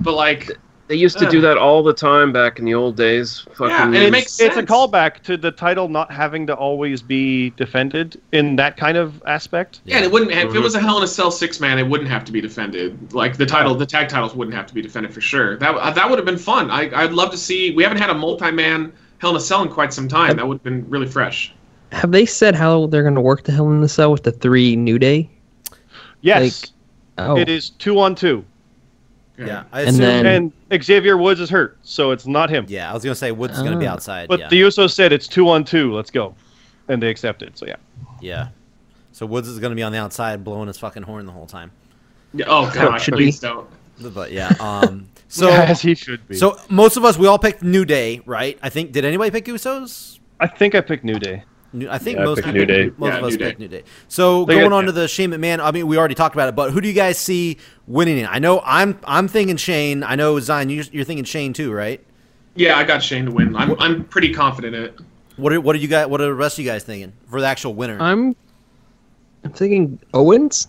Speaker 3: But like,
Speaker 7: They used to do that all the time back in the old days. Fucking
Speaker 3: Yeah, and it makes-
Speaker 5: it's a
Speaker 3: sense.
Speaker 5: callback to the title not having to always be defended in that kind of aspect.
Speaker 3: yeah, and it wouldn't. If it
Speaker 2: Mm-hmm.
Speaker 3: was a Hell in a Cell six man, it wouldn't have to be defended. Like the title, the tag titles wouldn't have to be defended for sure. That uh, that would have been fun. I I'd love to see. We haven't had a multi man Hell in a Cell in quite some time. That would have been really fresh.
Speaker 8: Have they said how they're going to work the Hell in a Cell with the three New Day?
Speaker 5: Yes,
Speaker 8: Oh,
Speaker 5: it is two on two.
Speaker 2: Yeah, I
Speaker 8: And
Speaker 2: assume.
Speaker 8: then-
Speaker 5: And Xavier Woods is hurt, so it's not him.
Speaker 2: yeah, I was gonna say Woods is gonna be
Speaker 8: Ah.
Speaker 2: outside.
Speaker 5: But
Speaker 2: yeah,
Speaker 5: the Usos said it's two on two. Let's go, and they accepted. So yeah,
Speaker 2: yeah. So Woods is gonna be on the outside blowing his fucking horn the whole time.
Speaker 3: Yeah, oh god,
Speaker 8: Should
Speaker 3: please don't.
Speaker 2: But yeah, um, so
Speaker 5: as he should be.
Speaker 2: so most of us we all picked New Day, right? I think did anybody pick Usos?
Speaker 5: I think I picked New Day.
Speaker 2: New, I think
Speaker 7: Yeah, I
Speaker 2: most
Speaker 7: picked
Speaker 2: people,
Speaker 7: New Day.
Speaker 2: most
Speaker 3: Yeah,
Speaker 2: of us
Speaker 3: New Day.
Speaker 2: picked New Day. So
Speaker 5: They
Speaker 2: going
Speaker 5: got-
Speaker 2: on to the Shane McMahon, I mean, we already talked about it, but who do you guys see winning it? I know I'm I'm thinking Shane. I know Zion, you're, you're thinking Shane too, right?
Speaker 3: Yeah, I got Shane to win. I'm I'm pretty confident in it.
Speaker 2: What are, what are you guys? What are the rest of you guys thinking for the actual winner?
Speaker 8: I'm I'm thinking Owens.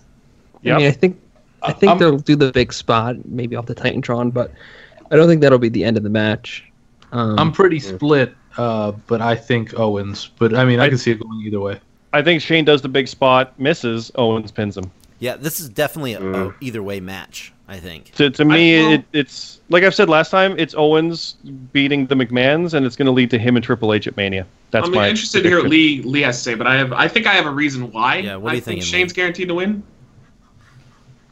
Speaker 5: Yeah.
Speaker 8: I mean, I think I
Speaker 3: Um,
Speaker 8: think
Speaker 4: I'm-
Speaker 8: they'll do the big spot, maybe off the Titantron, but I don't think that'll be the end of the match. Um,
Speaker 4: I'm pretty split, uh, but I think Owens. But I mean, I can see it going either way.
Speaker 5: I think Shane does the big spot, misses, Owens pins him.
Speaker 2: yeah, this is definitely a,
Speaker 7: Mm.
Speaker 2: a either way match. I think.
Speaker 5: To, to me,
Speaker 3: well-
Speaker 5: it, it's like I've said last time. It's Owens beating the McMahons, and it's going to lead to him and Triple H at Mania. That's
Speaker 3: I'm
Speaker 5: my
Speaker 3: interested to hear what
Speaker 5: prediction.
Speaker 3: Lee Lee has to say, but I have I think I have a reason why.
Speaker 2: Yeah, what do
Speaker 3: I
Speaker 2: you thinking,
Speaker 3: think Shane's
Speaker 2: Lee?
Speaker 3: guaranteed to win.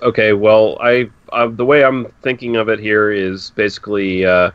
Speaker 7: Okay, well, I uh, the way I'm thinking of it here is basically uh,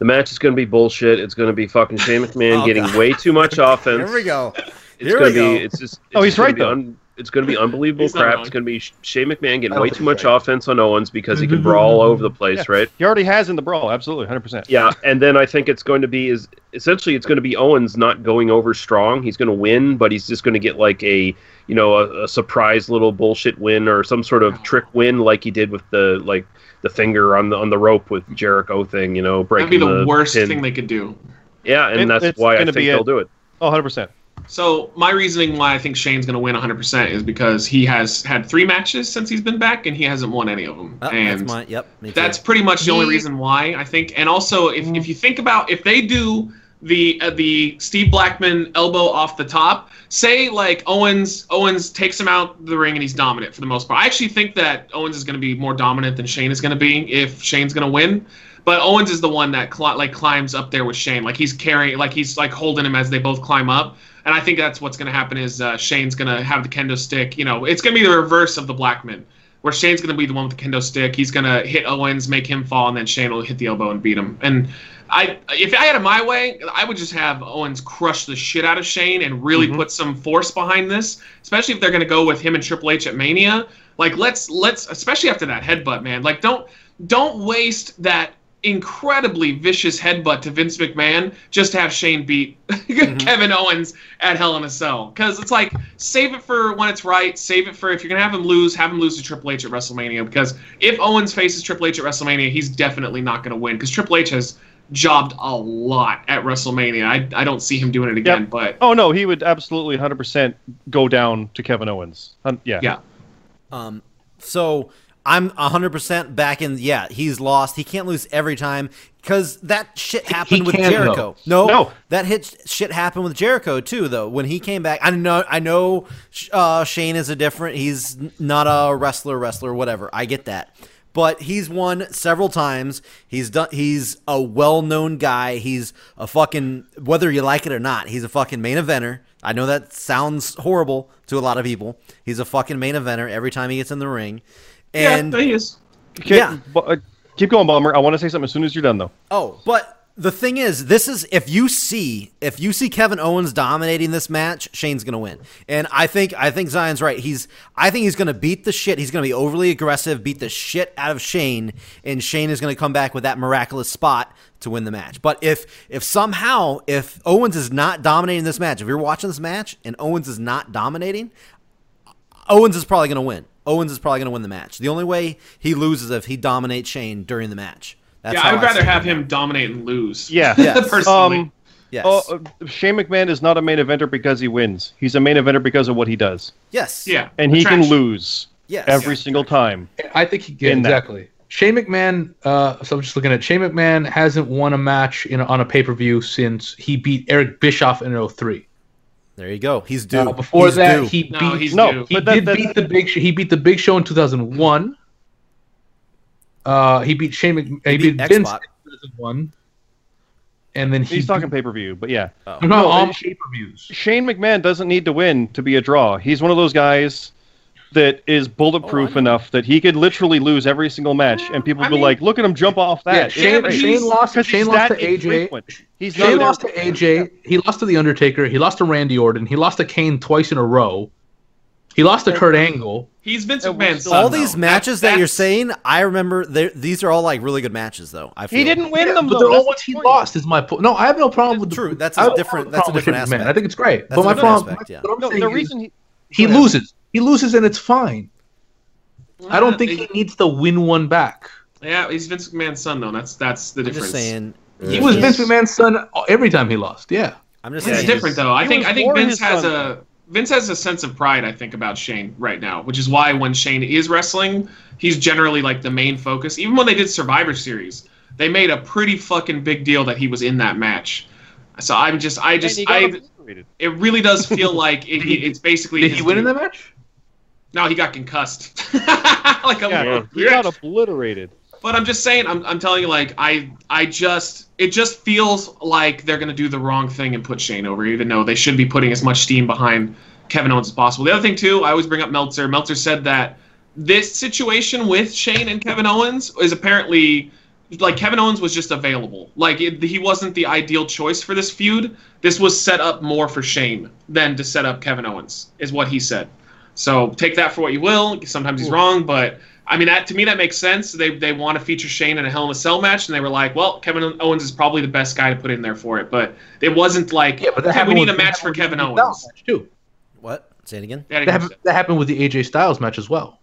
Speaker 7: the match is going to be bullshit. It's going to be fucking Shane McMahon
Speaker 2: Oh,
Speaker 7: getting
Speaker 2: God.
Speaker 7: way too much offense.
Speaker 2: Here we go. Oh,
Speaker 7: It's
Speaker 2: Here
Speaker 7: gonna
Speaker 2: we go.
Speaker 7: be. It's just. It's
Speaker 5: Oh, he's
Speaker 7: just gonna
Speaker 5: right,
Speaker 7: be
Speaker 5: though.
Speaker 7: un- it's going to be unbelievable
Speaker 3: He's not
Speaker 7: crap.
Speaker 3: wrong.
Speaker 7: It's going to be Sh- Shane McMahon
Speaker 4: I
Speaker 7: getting
Speaker 4: don't
Speaker 7: way
Speaker 4: think
Speaker 7: too much
Speaker 4: he's right.
Speaker 7: offense on Owens because he can brawl all over the place,
Speaker 5: Yeah.
Speaker 7: right?
Speaker 5: He already has in the brawl, absolutely, hundred percent.
Speaker 7: Yeah, and then I think it's going to be is essentially it's going to be Owens not going over strong. He's going to win, but he's just going to get like a you know a, a surprise little bullshit win or some sort of trick win like he did with the like the finger on the on the rope with Jericho thing. You know, breaking
Speaker 3: That'd be the, worst
Speaker 7: pin.
Speaker 3: thing they could do.
Speaker 7: Yeah, and
Speaker 5: It-
Speaker 7: that's
Speaker 5: it's
Speaker 7: why I
Speaker 5: gonna
Speaker 7: think
Speaker 5: be
Speaker 7: they'll
Speaker 5: it.
Speaker 7: do it.
Speaker 5: Oh, 100 percent.
Speaker 3: So my reasoning why I think Shane's going to win 100% is because he has had three matches since he's been back, and he hasn't won any of them.
Speaker 2: Oh,
Speaker 3: and
Speaker 2: that's mine. Yep. me too.
Speaker 3: that's pretty much the only
Speaker 4: He-
Speaker 3: reason why I think. And also, if, if you think about if they do the uh, the Steve Blackman elbow off the top, say like Owens Owens takes him out the ring and he's dominant for the most part. I actually think that Owens is going to be more dominant than Shane is going to be if Shane's going to win. But Owens is the one that cli- like climbs up there with Shane, like he's carrying, like he's like holding him as they both climb up. And I think that's what's going to happen is uh, Shane's going to have the kendo stick. You know, it's going to be the reverse of the Blackman where Shane's going to be the one with the kendo stick. He's going to hit Owens, make him fall, and then Shane will hit the elbow and beat him. And I, if I had it my way, I would just have Owens crush the shit out of Shane and really put some force behind this, especially if they're going to go with him and Triple H at Mania. Like let's let's especially after that headbutt, man. Like don't don't waste that incredibly vicious headbutt to Vince McMahon just to have Shane beat Kevin Owens at Hell in a Cell. Because it's like, save it for when it's right. Save it for if you're going to have him lose, have him lose to Triple H at WrestleMania. Because if Owens faces Triple H at WrestleMania, he's definitely not going to win. Because Triple H has jobbed a lot at WrestleMania. I, I don't see him doing it again.
Speaker 5: Yep.
Speaker 3: But
Speaker 5: Oh no, he would absolutely 100 percent go down to Kevin Owens. Hun- yeah.
Speaker 3: yeah.
Speaker 2: Um, so I'm 100% back in. Yeah, he's lost. He can't lose every time because that shit happened with
Speaker 4: can,
Speaker 2: Jericho. No,
Speaker 5: though. No.
Speaker 2: that hit shit happened with Jericho too. Though when he came back, I know I know Sh- uh, Shane is a different. He's n- not a wrestler, wrestler, whatever. I get that. But he's won several times. He's done. He's a well-known guy. He's a fucking whether you like it or not. He's a fucking main eventer. I know that sounds horrible to a lot of people. He's a fucking main eventer every time he gets in the ring. And
Speaker 3: yeah, he is.
Speaker 5: Okay,
Speaker 2: Yeah.
Speaker 5: bu- uh, keep going, Bomber. I want to say something as soon as you're done, though.
Speaker 2: Oh, but the thing is, this is if you see if you see Kevin Owens dominating this match, Shane's gonna win. And I think I think Zion's right. He's I think he's gonna beat the shit. He's gonna be overly aggressive, beat the shit out of Shane, and Shane is gonna come back with that miraculous spot to win the match. But if if somehow if Owens is not dominating this match, if you're watching this match and Owens is not dominating, Owens is probably going to win. Owens is probably going to win the match. The only way he loses is if he dominates Shane during the match. That's
Speaker 3: Yeah,
Speaker 2: how
Speaker 3: I would
Speaker 2: I
Speaker 3: rather
Speaker 2: see it.
Speaker 3: have him dominate and lose.
Speaker 5: Yeah.
Speaker 2: Yes.
Speaker 3: personally.
Speaker 5: Um,
Speaker 2: Yes.
Speaker 5: Oh, uh, Shane McMahon is not a main eventer because he wins. He's a main eventer because of what he does,
Speaker 2: yes.
Speaker 3: yeah.
Speaker 5: and he
Speaker 3: Attraction.
Speaker 5: can lose
Speaker 2: Yes.
Speaker 5: every single time.
Speaker 4: I think he gets
Speaker 5: In that.
Speaker 4: exactly. Shane McMahon. Uh, so I'm just looking at Shane McMahon hasn't won a match in on a pay per view since he beat Eric Bischoff in 03.
Speaker 2: There you go. He's due.
Speaker 4: Uh, before
Speaker 2: He's
Speaker 4: that,
Speaker 2: due.
Speaker 4: he
Speaker 3: No,
Speaker 4: beat
Speaker 3: he's
Speaker 5: No,
Speaker 3: due.
Speaker 4: he
Speaker 5: But that-
Speaker 4: did
Speaker 5: that-
Speaker 4: beat the big Sh- he beat the Big Show in 2001. Uh, he beat Shane Mc, he,
Speaker 2: beat
Speaker 4: beat Vince
Speaker 2: X-Pac.
Speaker 4: in 2001, and then he
Speaker 5: He's talking
Speaker 4: beat,
Speaker 5: pay per view, but yeah,
Speaker 4: no, no, um,
Speaker 5: No,
Speaker 4: on
Speaker 5: it-
Speaker 4: pay per views.
Speaker 5: Shane McMahon doesn't need to win to be a draw. He's one of those guys that is
Speaker 4: Oh,
Speaker 5: bulletproof enough that he could literally lose every single match, and people
Speaker 3: I
Speaker 5: would be
Speaker 3: mean-
Speaker 5: like, "Look at him jump off that."
Speaker 4: Yeah, Shane,
Speaker 3: he's-
Speaker 4: Shane lost.
Speaker 5: Because
Speaker 4: Shane
Speaker 5: he's
Speaker 4: lost to
Speaker 5: that
Speaker 4: AJ.
Speaker 5: infrequent. He's
Speaker 4: Shane
Speaker 5: not
Speaker 4: lost to AJ. He lost to The Undertaker. He lost to Randy Orton. He lost to Kane twice in a row. He lost to Kurt Angle.
Speaker 3: He's Vince
Speaker 5: Yeah, we
Speaker 3: McMahon's
Speaker 5: still-
Speaker 3: son.
Speaker 2: all
Speaker 3: though.
Speaker 2: these
Speaker 3: That-
Speaker 2: matches that, you're
Speaker 3: that's-
Speaker 2: saying, I remember they're- these are all like really good matches, though. I feel.
Speaker 5: He didn't win them.
Speaker 4: But
Speaker 5: though.
Speaker 4: they're all
Speaker 5: That's
Speaker 4: ones
Speaker 5: the
Speaker 4: he
Speaker 5: point.
Speaker 4: lost. Is my point. No, I have no problem with.
Speaker 2: True, that's
Speaker 4: I
Speaker 2: a
Speaker 4: don't have
Speaker 2: different-
Speaker 4: no
Speaker 2: that's a
Speaker 4: problem with
Speaker 2: different
Speaker 4: Shane McMahon.
Speaker 2: aspect.
Speaker 4: I think it's great.
Speaker 2: That's
Speaker 4: but my
Speaker 2: another
Speaker 4: problem.
Speaker 2: aspect, yeah.
Speaker 4: what I'm
Speaker 5: No,
Speaker 4: saying
Speaker 5: the
Speaker 4: is-
Speaker 5: reason he
Speaker 4: he
Speaker 5: Go ahead.
Speaker 4: loses. He loses, and it's fine. I don't think he needs to win one back.
Speaker 3: Yeah, he's Vince McMahon's son though. That's that's the
Speaker 2: I'm
Speaker 3: difference.
Speaker 2: just saying.
Speaker 4: He was
Speaker 2: Yes.
Speaker 4: Vince McMahon's son every time he lost. Yeah,
Speaker 2: I'm just
Speaker 3: It's
Speaker 2: saying.
Speaker 3: different though. I
Speaker 5: he
Speaker 3: think
Speaker 5: was
Speaker 3: I think
Speaker 5: born
Speaker 3: Vince
Speaker 5: his
Speaker 3: has
Speaker 5: son.
Speaker 3: a Vince has a sense of pride. I think about Shane right now, which is why when Shane is wrestling, he's generally like the main focus. Even when they did Survivor Series, they made a pretty fucking big deal that he was in that match. So I'm just I
Speaker 5: And
Speaker 3: just
Speaker 5: he got
Speaker 3: I
Speaker 5: obliterated.
Speaker 3: it really does feel like it, it- it's basically
Speaker 4: did
Speaker 3: his
Speaker 4: he win in
Speaker 3: dude.
Speaker 4: that match?
Speaker 3: No, he got concussed. like a
Speaker 5: Yeah,
Speaker 3: little-
Speaker 5: he got obliterated.
Speaker 3: But I'm just saying, I'm, I'm telling you, like I I just it just feels like they're gonna do the wrong thing and put Shane over, even though they should be putting as much steam behind Kevin Owens as possible. The other thing too, I always bring up Meltzer. Meltzer said that this situation with Shane and Kevin Owens is apparently like Kevin Owens was just available. Like it, he wasn't the ideal choice for this feud. This was set up more for Shane than to set up Kevin Owens, is what he said. So take that for what you will. Sometimes he's wrong, but I mean that to me that makes sense. They they want to feature Shane in a Hell in a Cell match, and they were like, well, Kevin Owens is probably the best guy to put in there for it. But it wasn't like hey, we need a match for Kevin Owens.
Speaker 4: too.
Speaker 2: What? Say it again.
Speaker 3: They had
Speaker 4: That
Speaker 3: to do
Speaker 4: happened, that happened with the AJ Styles match as well.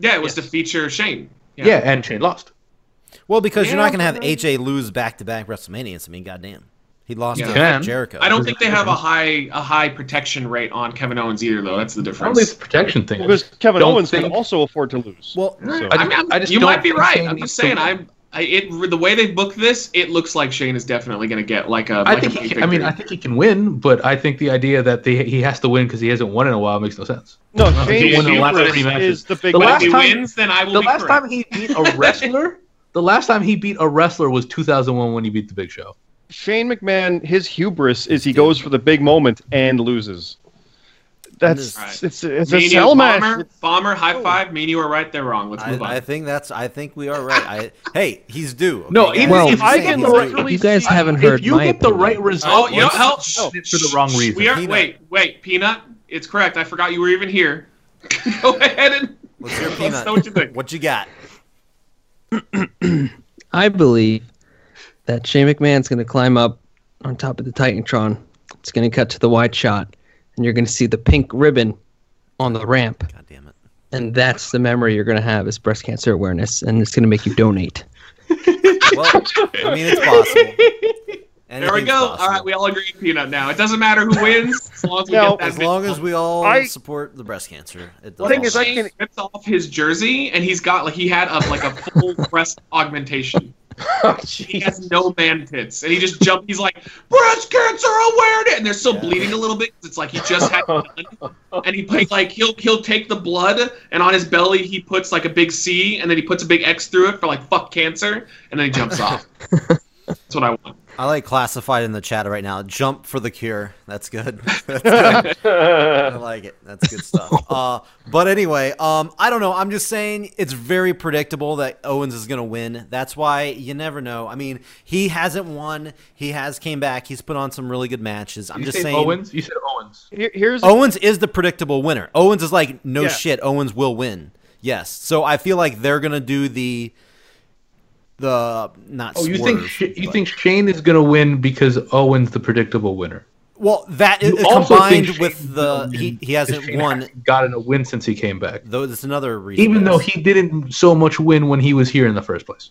Speaker 3: that. Yeah, it was to feature Shane.
Speaker 4: Yeah, and Shane lost.
Speaker 2: Well, because you're
Speaker 3: Yeah,
Speaker 2: not going to have
Speaker 3: but-
Speaker 2: AJ lose back to back WrestleManias. I mean, goddamn, he lost
Speaker 3: Yeah.
Speaker 2: to
Speaker 4: Can.
Speaker 2: Jericho.
Speaker 3: I don't think they have a high a high protection rate on Kevin Owens either, though. That's the
Speaker 4: I don't think
Speaker 3: difference.
Speaker 4: it's a protection thing.
Speaker 5: Because Kevin
Speaker 4: Don't
Speaker 5: Owens can
Speaker 4: think-
Speaker 5: also afford to lose.
Speaker 2: Well,
Speaker 5: So-
Speaker 3: I mean, I'm-
Speaker 4: I just
Speaker 3: you
Speaker 4: don't
Speaker 3: might be
Speaker 4: think
Speaker 3: right.
Speaker 4: Shane
Speaker 3: I'm
Speaker 4: needs
Speaker 3: just
Speaker 4: to
Speaker 3: saying,
Speaker 4: win.
Speaker 3: I'm. I, it the way they booked this, it looks like Shane is definitely going to get like a.
Speaker 4: I
Speaker 3: like a
Speaker 4: think.
Speaker 3: big
Speaker 4: He, can- I mean,
Speaker 3: victory.
Speaker 4: I think he can win, but I think the idea that they, he has to win because he hasn't won in a while makes no sense.
Speaker 5: no,
Speaker 4: he
Speaker 5: Shane
Speaker 4: won the last
Speaker 5: Hubris
Speaker 4: three matches.
Speaker 5: is the big
Speaker 4: The
Speaker 3: But
Speaker 4: last
Speaker 3: if he
Speaker 4: time-
Speaker 3: wins, then I will
Speaker 4: The
Speaker 3: be
Speaker 4: last
Speaker 3: correct.
Speaker 4: time he beat a wrestler, the last time he beat a wrestler was 2001 when he beat the Big Show.
Speaker 5: Shane McMahon, his hubris is he goes for the big moment and loses. That's
Speaker 3: Right.
Speaker 5: it's it's
Speaker 3: Me
Speaker 5: a
Speaker 3: and
Speaker 5: cell
Speaker 3: you,
Speaker 5: match.
Speaker 3: Bomber, Bomber, high five. Me and you are right. They're wrong. Let's move on.
Speaker 2: I, I think that's. I think we are right. I, hey, he's due. okay,
Speaker 4: No,
Speaker 2: guys?
Speaker 4: even
Speaker 8: Well,
Speaker 4: if
Speaker 5: I
Speaker 4: you
Speaker 5: can
Speaker 4: get the right,
Speaker 5: literally-
Speaker 8: You guys
Speaker 5: I-
Speaker 8: haven't heard
Speaker 4: if you
Speaker 8: my
Speaker 4: get the
Speaker 8: opinion.
Speaker 4: right result,
Speaker 3: oh, you know,
Speaker 4: it's-
Speaker 3: help.
Speaker 4: it's for the wrong reason.
Speaker 3: We are
Speaker 2: Peanut.
Speaker 3: wait, wait, Peanut. It's correct. I forgot you were even here. Go ahead and
Speaker 2: Let's hear
Speaker 3: let us know
Speaker 2: peanut.
Speaker 3: what you think.
Speaker 2: What you got?
Speaker 8: I believe that Shane McMahon's going to climb up on top of the Titantron. It's going to cut to the wide shot, and you're going to see the pink ribbon on the ramp.
Speaker 2: God damn it!
Speaker 8: And that's the memory you're going to have is breast cancer awareness, and it's going to make you donate.
Speaker 2: Well, I mean, it's possible.
Speaker 3: There we
Speaker 2: Anything's
Speaker 3: go. All right,
Speaker 2: possible.
Speaker 3: we all agree, Peanut. Now it doesn't matter who wins as long as we
Speaker 5: No.
Speaker 3: get that.
Speaker 2: As long as we all
Speaker 5: I-
Speaker 2: support the breast cancer, it
Speaker 3: The
Speaker 2: does
Speaker 3: thing is,
Speaker 2: all-
Speaker 3: I can ripped off his jersey, and he's got like he had a like a full breast augmentation. he has no man tits, and he just jumped. He's like breast cancer awareness, and they're still bleeding a little bit. 'cause It's like he just had, it done. and he plays like he'll he'll take the blood, and on his belly he puts like a big C, and then he puts a big X through it for like fuck cancer, and then he jumps off. That's what I want.
Speaker 2: I like classified in the chat right now. Jump for the cure. That's good. That's good. I like it. That's good stuff. Uh, but anyway, um, I don't know. I'm just saying it's very predictable that Owens is going to win. That's why you never know. I mean, he hasn't won. He has came back. He's put on some really good matches. I'm
Speaker 4: you
Speaker 2: just
Speaker 4: say
Speaker 2: saying.
Speaker 4: Owens. You said Owens.
Speaker 5: Here- here's
Speaker 2: Owens is the predictable winner. Owens is like, no
Speaker 5: Yeah.
Speaker 2: shit, Owens will win. Yes. So I feel like they're gonna do the the not.
Speaker 4: Oh, you
Speaker 2: swerve,
Speaker 4: think Sh- you
Speaker 2: but-
Speaker 4: think Shane is going to win because Owens the predictable winner?
Speaker 2: Well, that is
Speaker 4: You also think
Speaker 2: combined
Speaker 4: Shane's
Speaker 2: with the
Speaker 4: gonna win
Speaker 2: he, he
Speaker 4: because
Speaker 2: hasn't
Speaker 4: Shane
Speaker 2: won.
Speaker 4: hasn't gotten a win since he came back.
Speaker 2: Though that's another reason.
Speaker 4: Even though
Speaker 2: yes.
Speaker 4: he didn't so much win when he was here in the first place.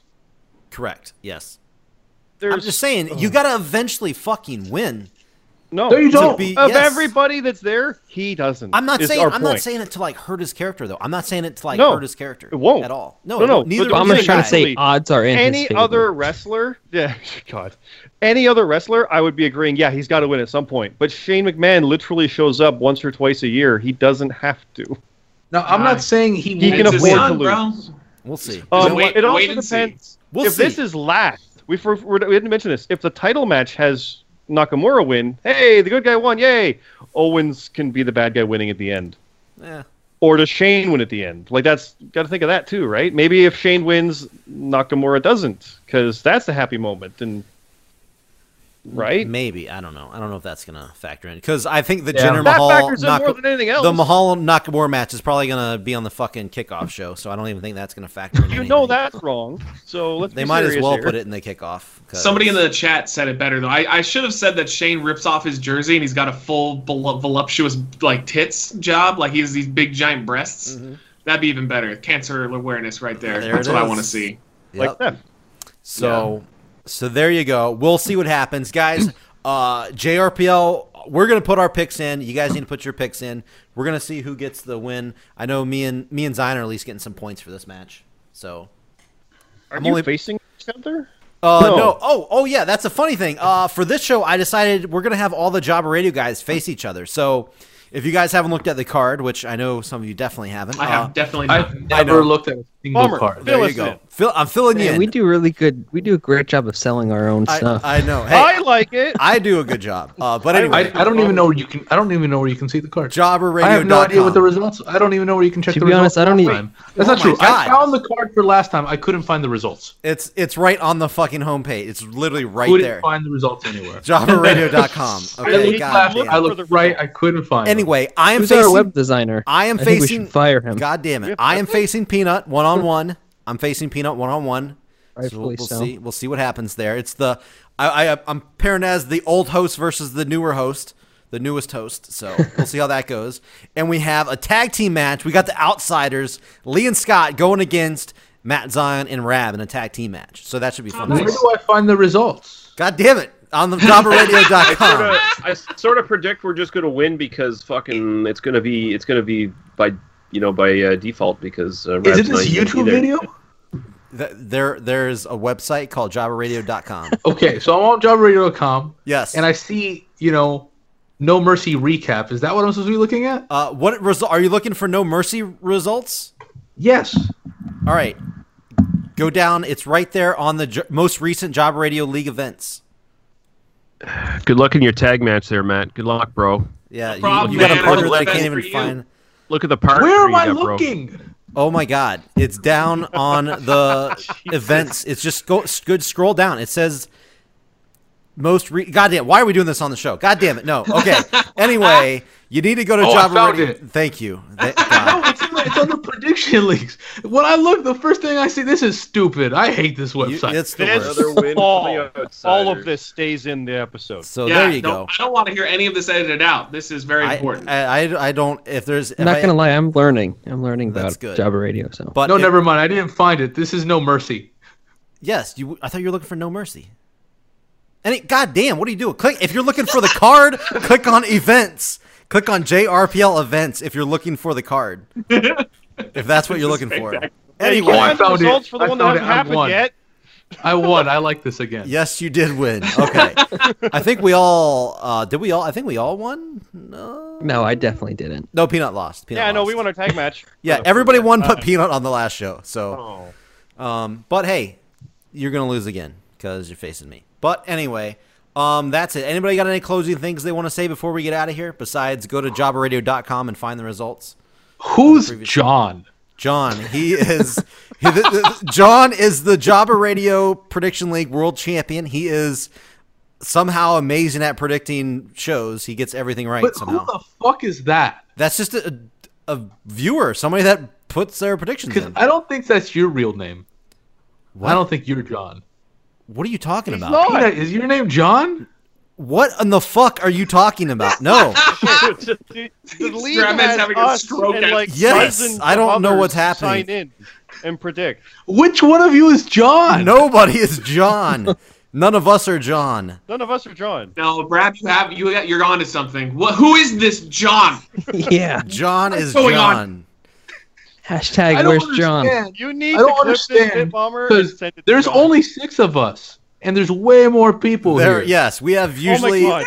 Speaker 2: correct, yes.
Speaker 5: there's
Speaker 2: I'm just
Speaker 4: uh,
Speaker 2: saying you gotta eventually fucking win.
Speaker 5: no
Speaker 4: No, you
Speaker 2: To
Speaker 4: don't.
Speaker 2: be-
Speaker 5: of
Speaker 2: yes.
Speaker 5: everybody that's there, he doesn't.
Speaker 2: I'm not
Speaker 5: is
Speaker 2: saying
Speaker 5: our
Speaker 2: I'm not
Speaker 5: point.
Speaker 2: saying it to like hurt his character though. I'm not saying it to like
Speaker 5: No,
Speaker 2: hurt his character.
Speaker 5: it won't.
Speaker 2: at all. No,
Speaker 5: No,
Speaker 2: it
Speaker 5: no,
Speaker 2: won't. neither.
Speaker 5: but
Speaker 2: of
Speaker 8: Bomber's
Speaker 2: these
Speaker 8: trying to
Speaker 2: guys.
Speaker 8: say odds are in his
Speaker 5: any
Speaker 8: favor.
Speaker 5: other wrestler, yeah, God, any other wrestler, I would be agreeing. Yeah, he's got to win at some point. But Shane McMahon literally shows up once or twice a year. He doesn't have to.
Speaker 4: Now, I'm
Speaker 3: Uh,
Speaker 4: not saying he, wins
Speaker 5: He can
Speaker 3: It's his
Speaker 4: this
Speaker 5: afford
Speaker 4: one.
Speaker 5: to
Speaker 3: son, bro.
Speaker 2: We'll see.
Speaker 5: Um,
Speaker 3: Just wait-
Speaker 5: it also
Speaker 3: wait and see.
Speaker 5: depends.
Speaker 2: We'll
Speaker 5: if
Speaker 2: see.
Speaker 5: this is last, we for, we didn't mention this. If the title match has Nakamura win, hey, the good guy won, yay! Owens can be the bad guy winning at the end.
Speaker 2: Eh,
Speaker 5: or does Shane win at the end? Like that's got to think of that too, right? Maybe if Shane wins, Nakamura doesn't, because that's the happy moment, and right.
Speaker 2: Maybe I don't know. I don't know if that's gonna factor in because I think the
Speaker 4: Yeah.
Speaker 2: Jinder
Speaker 5: That
Speaker 2: Mahal
Speaker 5: factors in
Speaker 2: Nak-
Speaker 5: more than anything else.
Speaker 2: the Mahal Nakamura match is probably gonna be on the fucking kickoff show, so I don't even think that's gonna factor in.
Speaker 5: you know
Speaker 2: anything.
Speaker 5: that's wrong. So let's
Speaker 2: they
Speaker 5: be
Speaker 2: might as
Speaker 5: serious
Speaker 2: well
Speaker 5: here.
Speaker 2: put it in the kickoff. 'cause-
Speaker 3: Somebody in the chat said it better though. I, I should have said that Shane rips off his jersey and he's got a full volu- voluptuous like tits job, like he has these big giant breasts. That'd be even better. Cancer awareness right there.
Speaker 2: Mm-hmm. There
Speaker 3: That's
Speaker 2: it
Speaker 3: what I
Speaker 2: is.
Speaker 3: want to see.
Speaker 2: Yep.
Speaker 5: like that.
Speaker 2: So, so there you go. We'll see what happens, guys. Uh, JRPL, we're gonna put our picks in. You guys need to put your picks in. We're gonna see who gets the win. I know me and me and Zion are at least getting some points for this match. So,
Speaker 5: Are
Speaker 2: I'm
Speaker 5: you
Speaker 2: only-
Speaker 5: facing each other?
Speaker 2: uh, no.
Speaker 5: No.
Speaker 2: oh, oh yeah, that's a funny thing. Uh, for this show, I decided we're gonna have all the Jobber Radio guys face each other. So, if you guys haven't looked at the card, which I know some of you definitely haven't,
Speaker 3: I have
Speaker 2: uh,
Speaker 3: definitely not.
Speaker 4: I've
Speaker 2: I
Speaker 4: never
Speaker 2: know.
Speaker 4: looked at a single
Speaker 5: Bummer.
Speaker 4: card.
Speaker 2: there
Speaker 5: fill
Speaker 2: you
Speaker 5: us
Speaker 2: go.
Speaker 5: in.
Speaker 2: Fill, I'm filling you
Speaker 8: Man,
Speaker 2: in.
Speaker 8: we do really good. We do a great job of selling our own
Speaker 2: I,
Speaker 8: stuff.
Speaker 2: I know. Hey, I,
Speaker 5: I like it.
Speaker 2: do a good job. Uh, but anyway,
Speaker 4: I, I don't even know where you can. I don't even know where you can see the card.
Speaker 2: jobberradio.com.
Speaker 4: I have no idea what the results. I don't even know where you can check
Speaker 8: To
Speaker 4: the
Speaker 8: be
Speaker 4: results.
Speaker 8: honest, I don't
Speaker 4: last
Speaker 8: even-
Speaker 4: time. That's
Speaker 2: Oh
Speaker 4: not
Speaker 2: my
Speaker 4: true.
Speaker 2: God.
Speaker 4: I found the card for last time. I couldn't find the results.
Speaker 2: It's it's right on the fucking homepage. It's literally right
Speaker 4: couldn't
Speaker 2: there.
Speaker 4: find the results anywhere.
Speaker 2: JavaRadio.com.
Speaker 4: I
Speaker 2: Okay,
Speaker 4: looked left.
Speaker 2: goddamn.
Speaker 4: I looked right. I couldn't find. them.
Speaker 2: Anyway, I am
Speaker 8: Who's our
Speaker 2: facing.
Speaker 8: web designer?
Speaker 2: I am
Speaker 8: think we
Speaker 2: facing-
Speaker 8: should fire him.
Speaker 2: God damn it! I am facing Peanut one on one. I'm facing Peanut one on one. So we'll,
Speaker 8: Rightfully
Speaker 2: we'll
Speaker 8: so.
Speaker 2: see. We'll see what happens there. It's the I, I I'm pairing as the old host versus the newer host, the newest host. So we'll see how that goes. And we have a tag team match. We got the Outsiders, Lee and Scott going against Matt Zion and Rab in a tag team match. So that should be fun. to
Speaker 4: where
Speaker 2: see.
Speaker 4: do I find the results?
Speaker 2: God damn it! On the jobberradio.com.
Speaker 7: Uh, I sort of predict we're just going to win because fucking it's going to be it's going to be by you know by uh, default because uh,
Speaker 6: Is it
Speaker 7: Rab's not
Speaker 6: this
Speaker 7: even
Speaker 6: YouTube
Speaker 7: either.
Speaker 6: video?
Speaker 2: Th- there there is a website called jobberradio.com.
Speaker 4: Okay, so I'm on jobradio.com
Speaker 2: yes.
Speaker 4: and I see you know, no mercy recap. Is that what I'm supposed to be looking at?
Speaker 2: uh, what result are you looking for no mercy results?
Speaker 4: Yes.
Speaker 2: All right. Go down. It's right there on the jo- most recent Job Radio League events.
Speaker 7: Good luck in your tag match there, Matt. Good luck, bro.
Speaker 2: Yeah, you,
Speaker 3: problem,
Speaker 2: you got a
Speaker 7: man,
Speaker 2: partner
Speaker 7: all
Speaker 2: that I
Speaker 7: the
Speaker 2: can't
Speaker 3: best
Speaker 2: even
Speaker 3: for you.
Speaker 2: find.
Speaker 7: Look at the part.
Speaker 4: Where am I looking?
Speaker 2: Oh my god, it's down on the events. It's just go s- good scroll down. It says most re- goddamn. Why are we doing this on the show? God damn it. No. Okay. anyway, you need to go to
Speaker 4: Oh, I
Speaker 2: Job
Speaker 4: found
Speaker 2: Radio.
Speaker 4: it.
Speaker 2: Thank you. Th- God.
Speaker 4: No, it's, in the, it's on the prediction leagues. When I look, the first thing I see, this is stupid. I hate this
Speaker 2: You-
Speaker 4: website.
Speaker 2: it's the
Speaker 5: This-
Speaker 2: worst.
Speaker 5: Another win for
Speaker 7: all,
Speaker 5: the All of this stays in the episode.
Speaker 2: So
Speaker 3: yeah,
Speaker 2: oh, there you
Speaker 3: don't-
Speaker 2: go.
Speaker 3: I don't want to hear any of this edited out. This is very
Speaker 2: I,
Speaker 3: important.
Speaker 2: I, I, I don't. If there's, if
Speaker 8: I'm not
Speaker 2: I-
Speaker 8: gonna lie, I'm learning. I'm learning
Speaker 2: That's
Speaker 8: about
Speaker 2: good.
Speaker 8: Java Radio. So
Speaker 2: But
Speaker 4: no,
Speaker 2: if-
Speaker 4: never mind. I didn't find it. This is no mercy.
Speaker 2: Yes, you. I thought you were looking for No Mercy. And it, goddamn, what are you doing? Click if you're looking for the card. click on events. Click on JRPL events if you're looking for the card. if that's what you're looking for. Anyway,
Speaker 5: Hey, you have the
Speaker 4: found it.
Speaker 5: results for the
Speaker 4: I
Speaker 5: one that
Speaker 4: found it.
Speaker 5: hasn't
Speaker 4: I
Speaker 5: happened
Speaker 4: won.
Speaker 5: yet.
Speaker 4: I won. I like this again.
Speaker 2: yes, you did win. Okay, I think we all uh, did. We all. I think we all won. No,
Speaker 8: no, I definitely didn't.
Speaker 2: no. Peanut lost. Peanut
Speaker 5: Yeah, no,
Speaker 2: lost.
Speaker 5: we won our tag match.
Speaker 2: Yeah, everybody won, but Peanut on the last show. So.
Speaker 4: Oh.
Speaker 2: Um, but hey, you're gonna lose again because you're facing me. But anyway, um, that's it. Anybody got any closing things they want to say before we get out of here? Besides, go to jobberadio.com and find the results.
Speaker 4: Who's John?
Speaker 2: John, he is he, th th- John is the Jobber Radio Prediction League World Champion. He is somehow amazing at predicting shows. He gets everything right
Speaker 4: But who
Speaker 2: somehow.
Speaker 4: the fuck is that?
Speaker 2: That's just a, a, a viewer, somebody that puts their predictions
Speaker 4: Because
Speaker 2: in.
Speaker 4: I don't think that's your real name. I don't think you're John.
Speaker 2: what are you talking about?
Speaker 4: Peanut, is your name John?
Speaker 2: What in the fuck are you talking about? No.
Speaker 5: the league
Speaker 3: Strap man's
Speaker 5: has
Speaker 3: having a
Speaker 5: us
Speaker 3: stroke
Speaker 5: and,
Speaker 3: at-
Speaker 5: like
Speaker 2: Yes,
Speaker 5: dozens
Speaker 2: I don't
Speaker 5: of
Speaker 2: know
Speaker 5: others
Speaker 2: what's happening.
Speaker 5: Sign in and predict.
Speaker 4: Which one of you is John?
Speaker 2: Nobody is John. None of us are John.
Speaker 5: None of us are John.
Speaker 3: no, Brad, you have you got, you're onto something. What, who is this John?
Speaker 8: yeah.
Speaker 2: John is
Speaker 3: going
Speaker 2: John.
Speaker 8: Hashtag
Speaker 4: I don't
Speaker 8: where's John?
Speaker 4: understand.
Speaker 5: You need
Speaker 4: I
Speaker 5: to
Speaker 4: don't
Speaker 5: clip this
Speaker 4: understand,
Speaker 5: bit bomber and
Speaker 4: 'cause
Speaker 5: send it to oh
Speaker 4: There's
Speaker 5: John.
Speaker 4: only six of us, and there's way more people
Speaker 2: There,
Speaker 4: here.
Speaker 2: yes, we have
Speaker 5: Oh my
Speaker 2: usually
Speaker 5: God.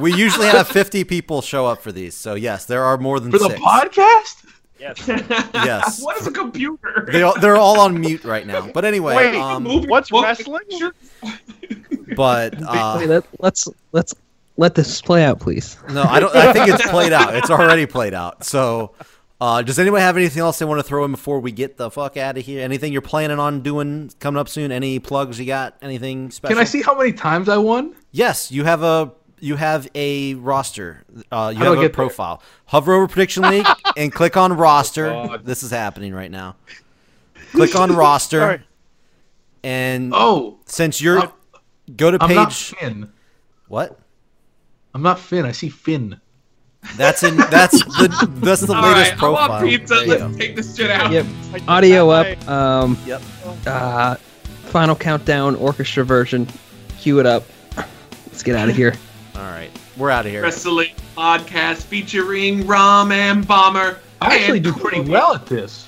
Speaker 2: we usually have 50 people show up for these. So yes, there are more than
Speaker 4: For the
Speaker 2: six.
Speaker 4: podcast?
Speaker 2: Yes.
Speaker 3: what is a computer?
Speaker 2: They all, they're all on mute right now. But anyway,
Speaker 5: Wait,
Speaker 2: um,
Speaker 3: Movie
Speaker 5: What's
Speaker 3: book
Speaker 5: wrestling?
Speaker 3: picture?
Speaker 2: but uh,
Speaker 8: Wait, let, let's let's let this play out, please.
Speaker 2: No, I don't. I think it's played out. It's already played out. So, uh, does anybody have anything else they want to throw in before we get the fuck out of here? Anything you're planning on doing coming up soon? Any plugs you got? Anything special?
Speaker 4: Can I see how many times I won?
Speaker 2: Yes, you have a you have a roster. Uh, you
Speaker 4: do I
Speaker 2: have
Speaker 4: get
Speaker 2: a
Speaker 4: there?
Speaker 2: profile. Hover over prediction league and click on roster.
Speaker 4: Oh,
Speaker 2: this is happening right now. Click on roster,
Speaker 5: All right.
Speaker 2: and
Speaker 4: Oh,
Speaker 2: since you're
Speaker 4: I'm-
Speaker 2: go to
Speaker 4: I'm not
Speaker 2: page
Speaker 4: Finn.
Speaker 2: what?
Speaker 4: I'm not Finn. I see Finn.
Speaker 2: That's in that's the that's the
Speaker 3: All
Speaker 2: latest
Speaker 3: right,
Speaker 2: profile.
Speaker 3: I want pizza.
Speaker 2: There you
Speaker 3: Let's
Speaker 2: go.
Speaker 3: take this shit out.
Speaker 8: Yep. Audio
Speaker 5: I-
Speaker 8: up. Um,
Speaker 2: Yep.
Speaker 8: uh, final countdown orchestra version. Cue it up. Let's get out of here.
Speaker 2: All right, we're out of here.
Speaker 3: Wrestling podcast featuring Rom and Bomber.
Speaker 4: I actually
Speaker 3: and
Speaker 4: do pretty well at this.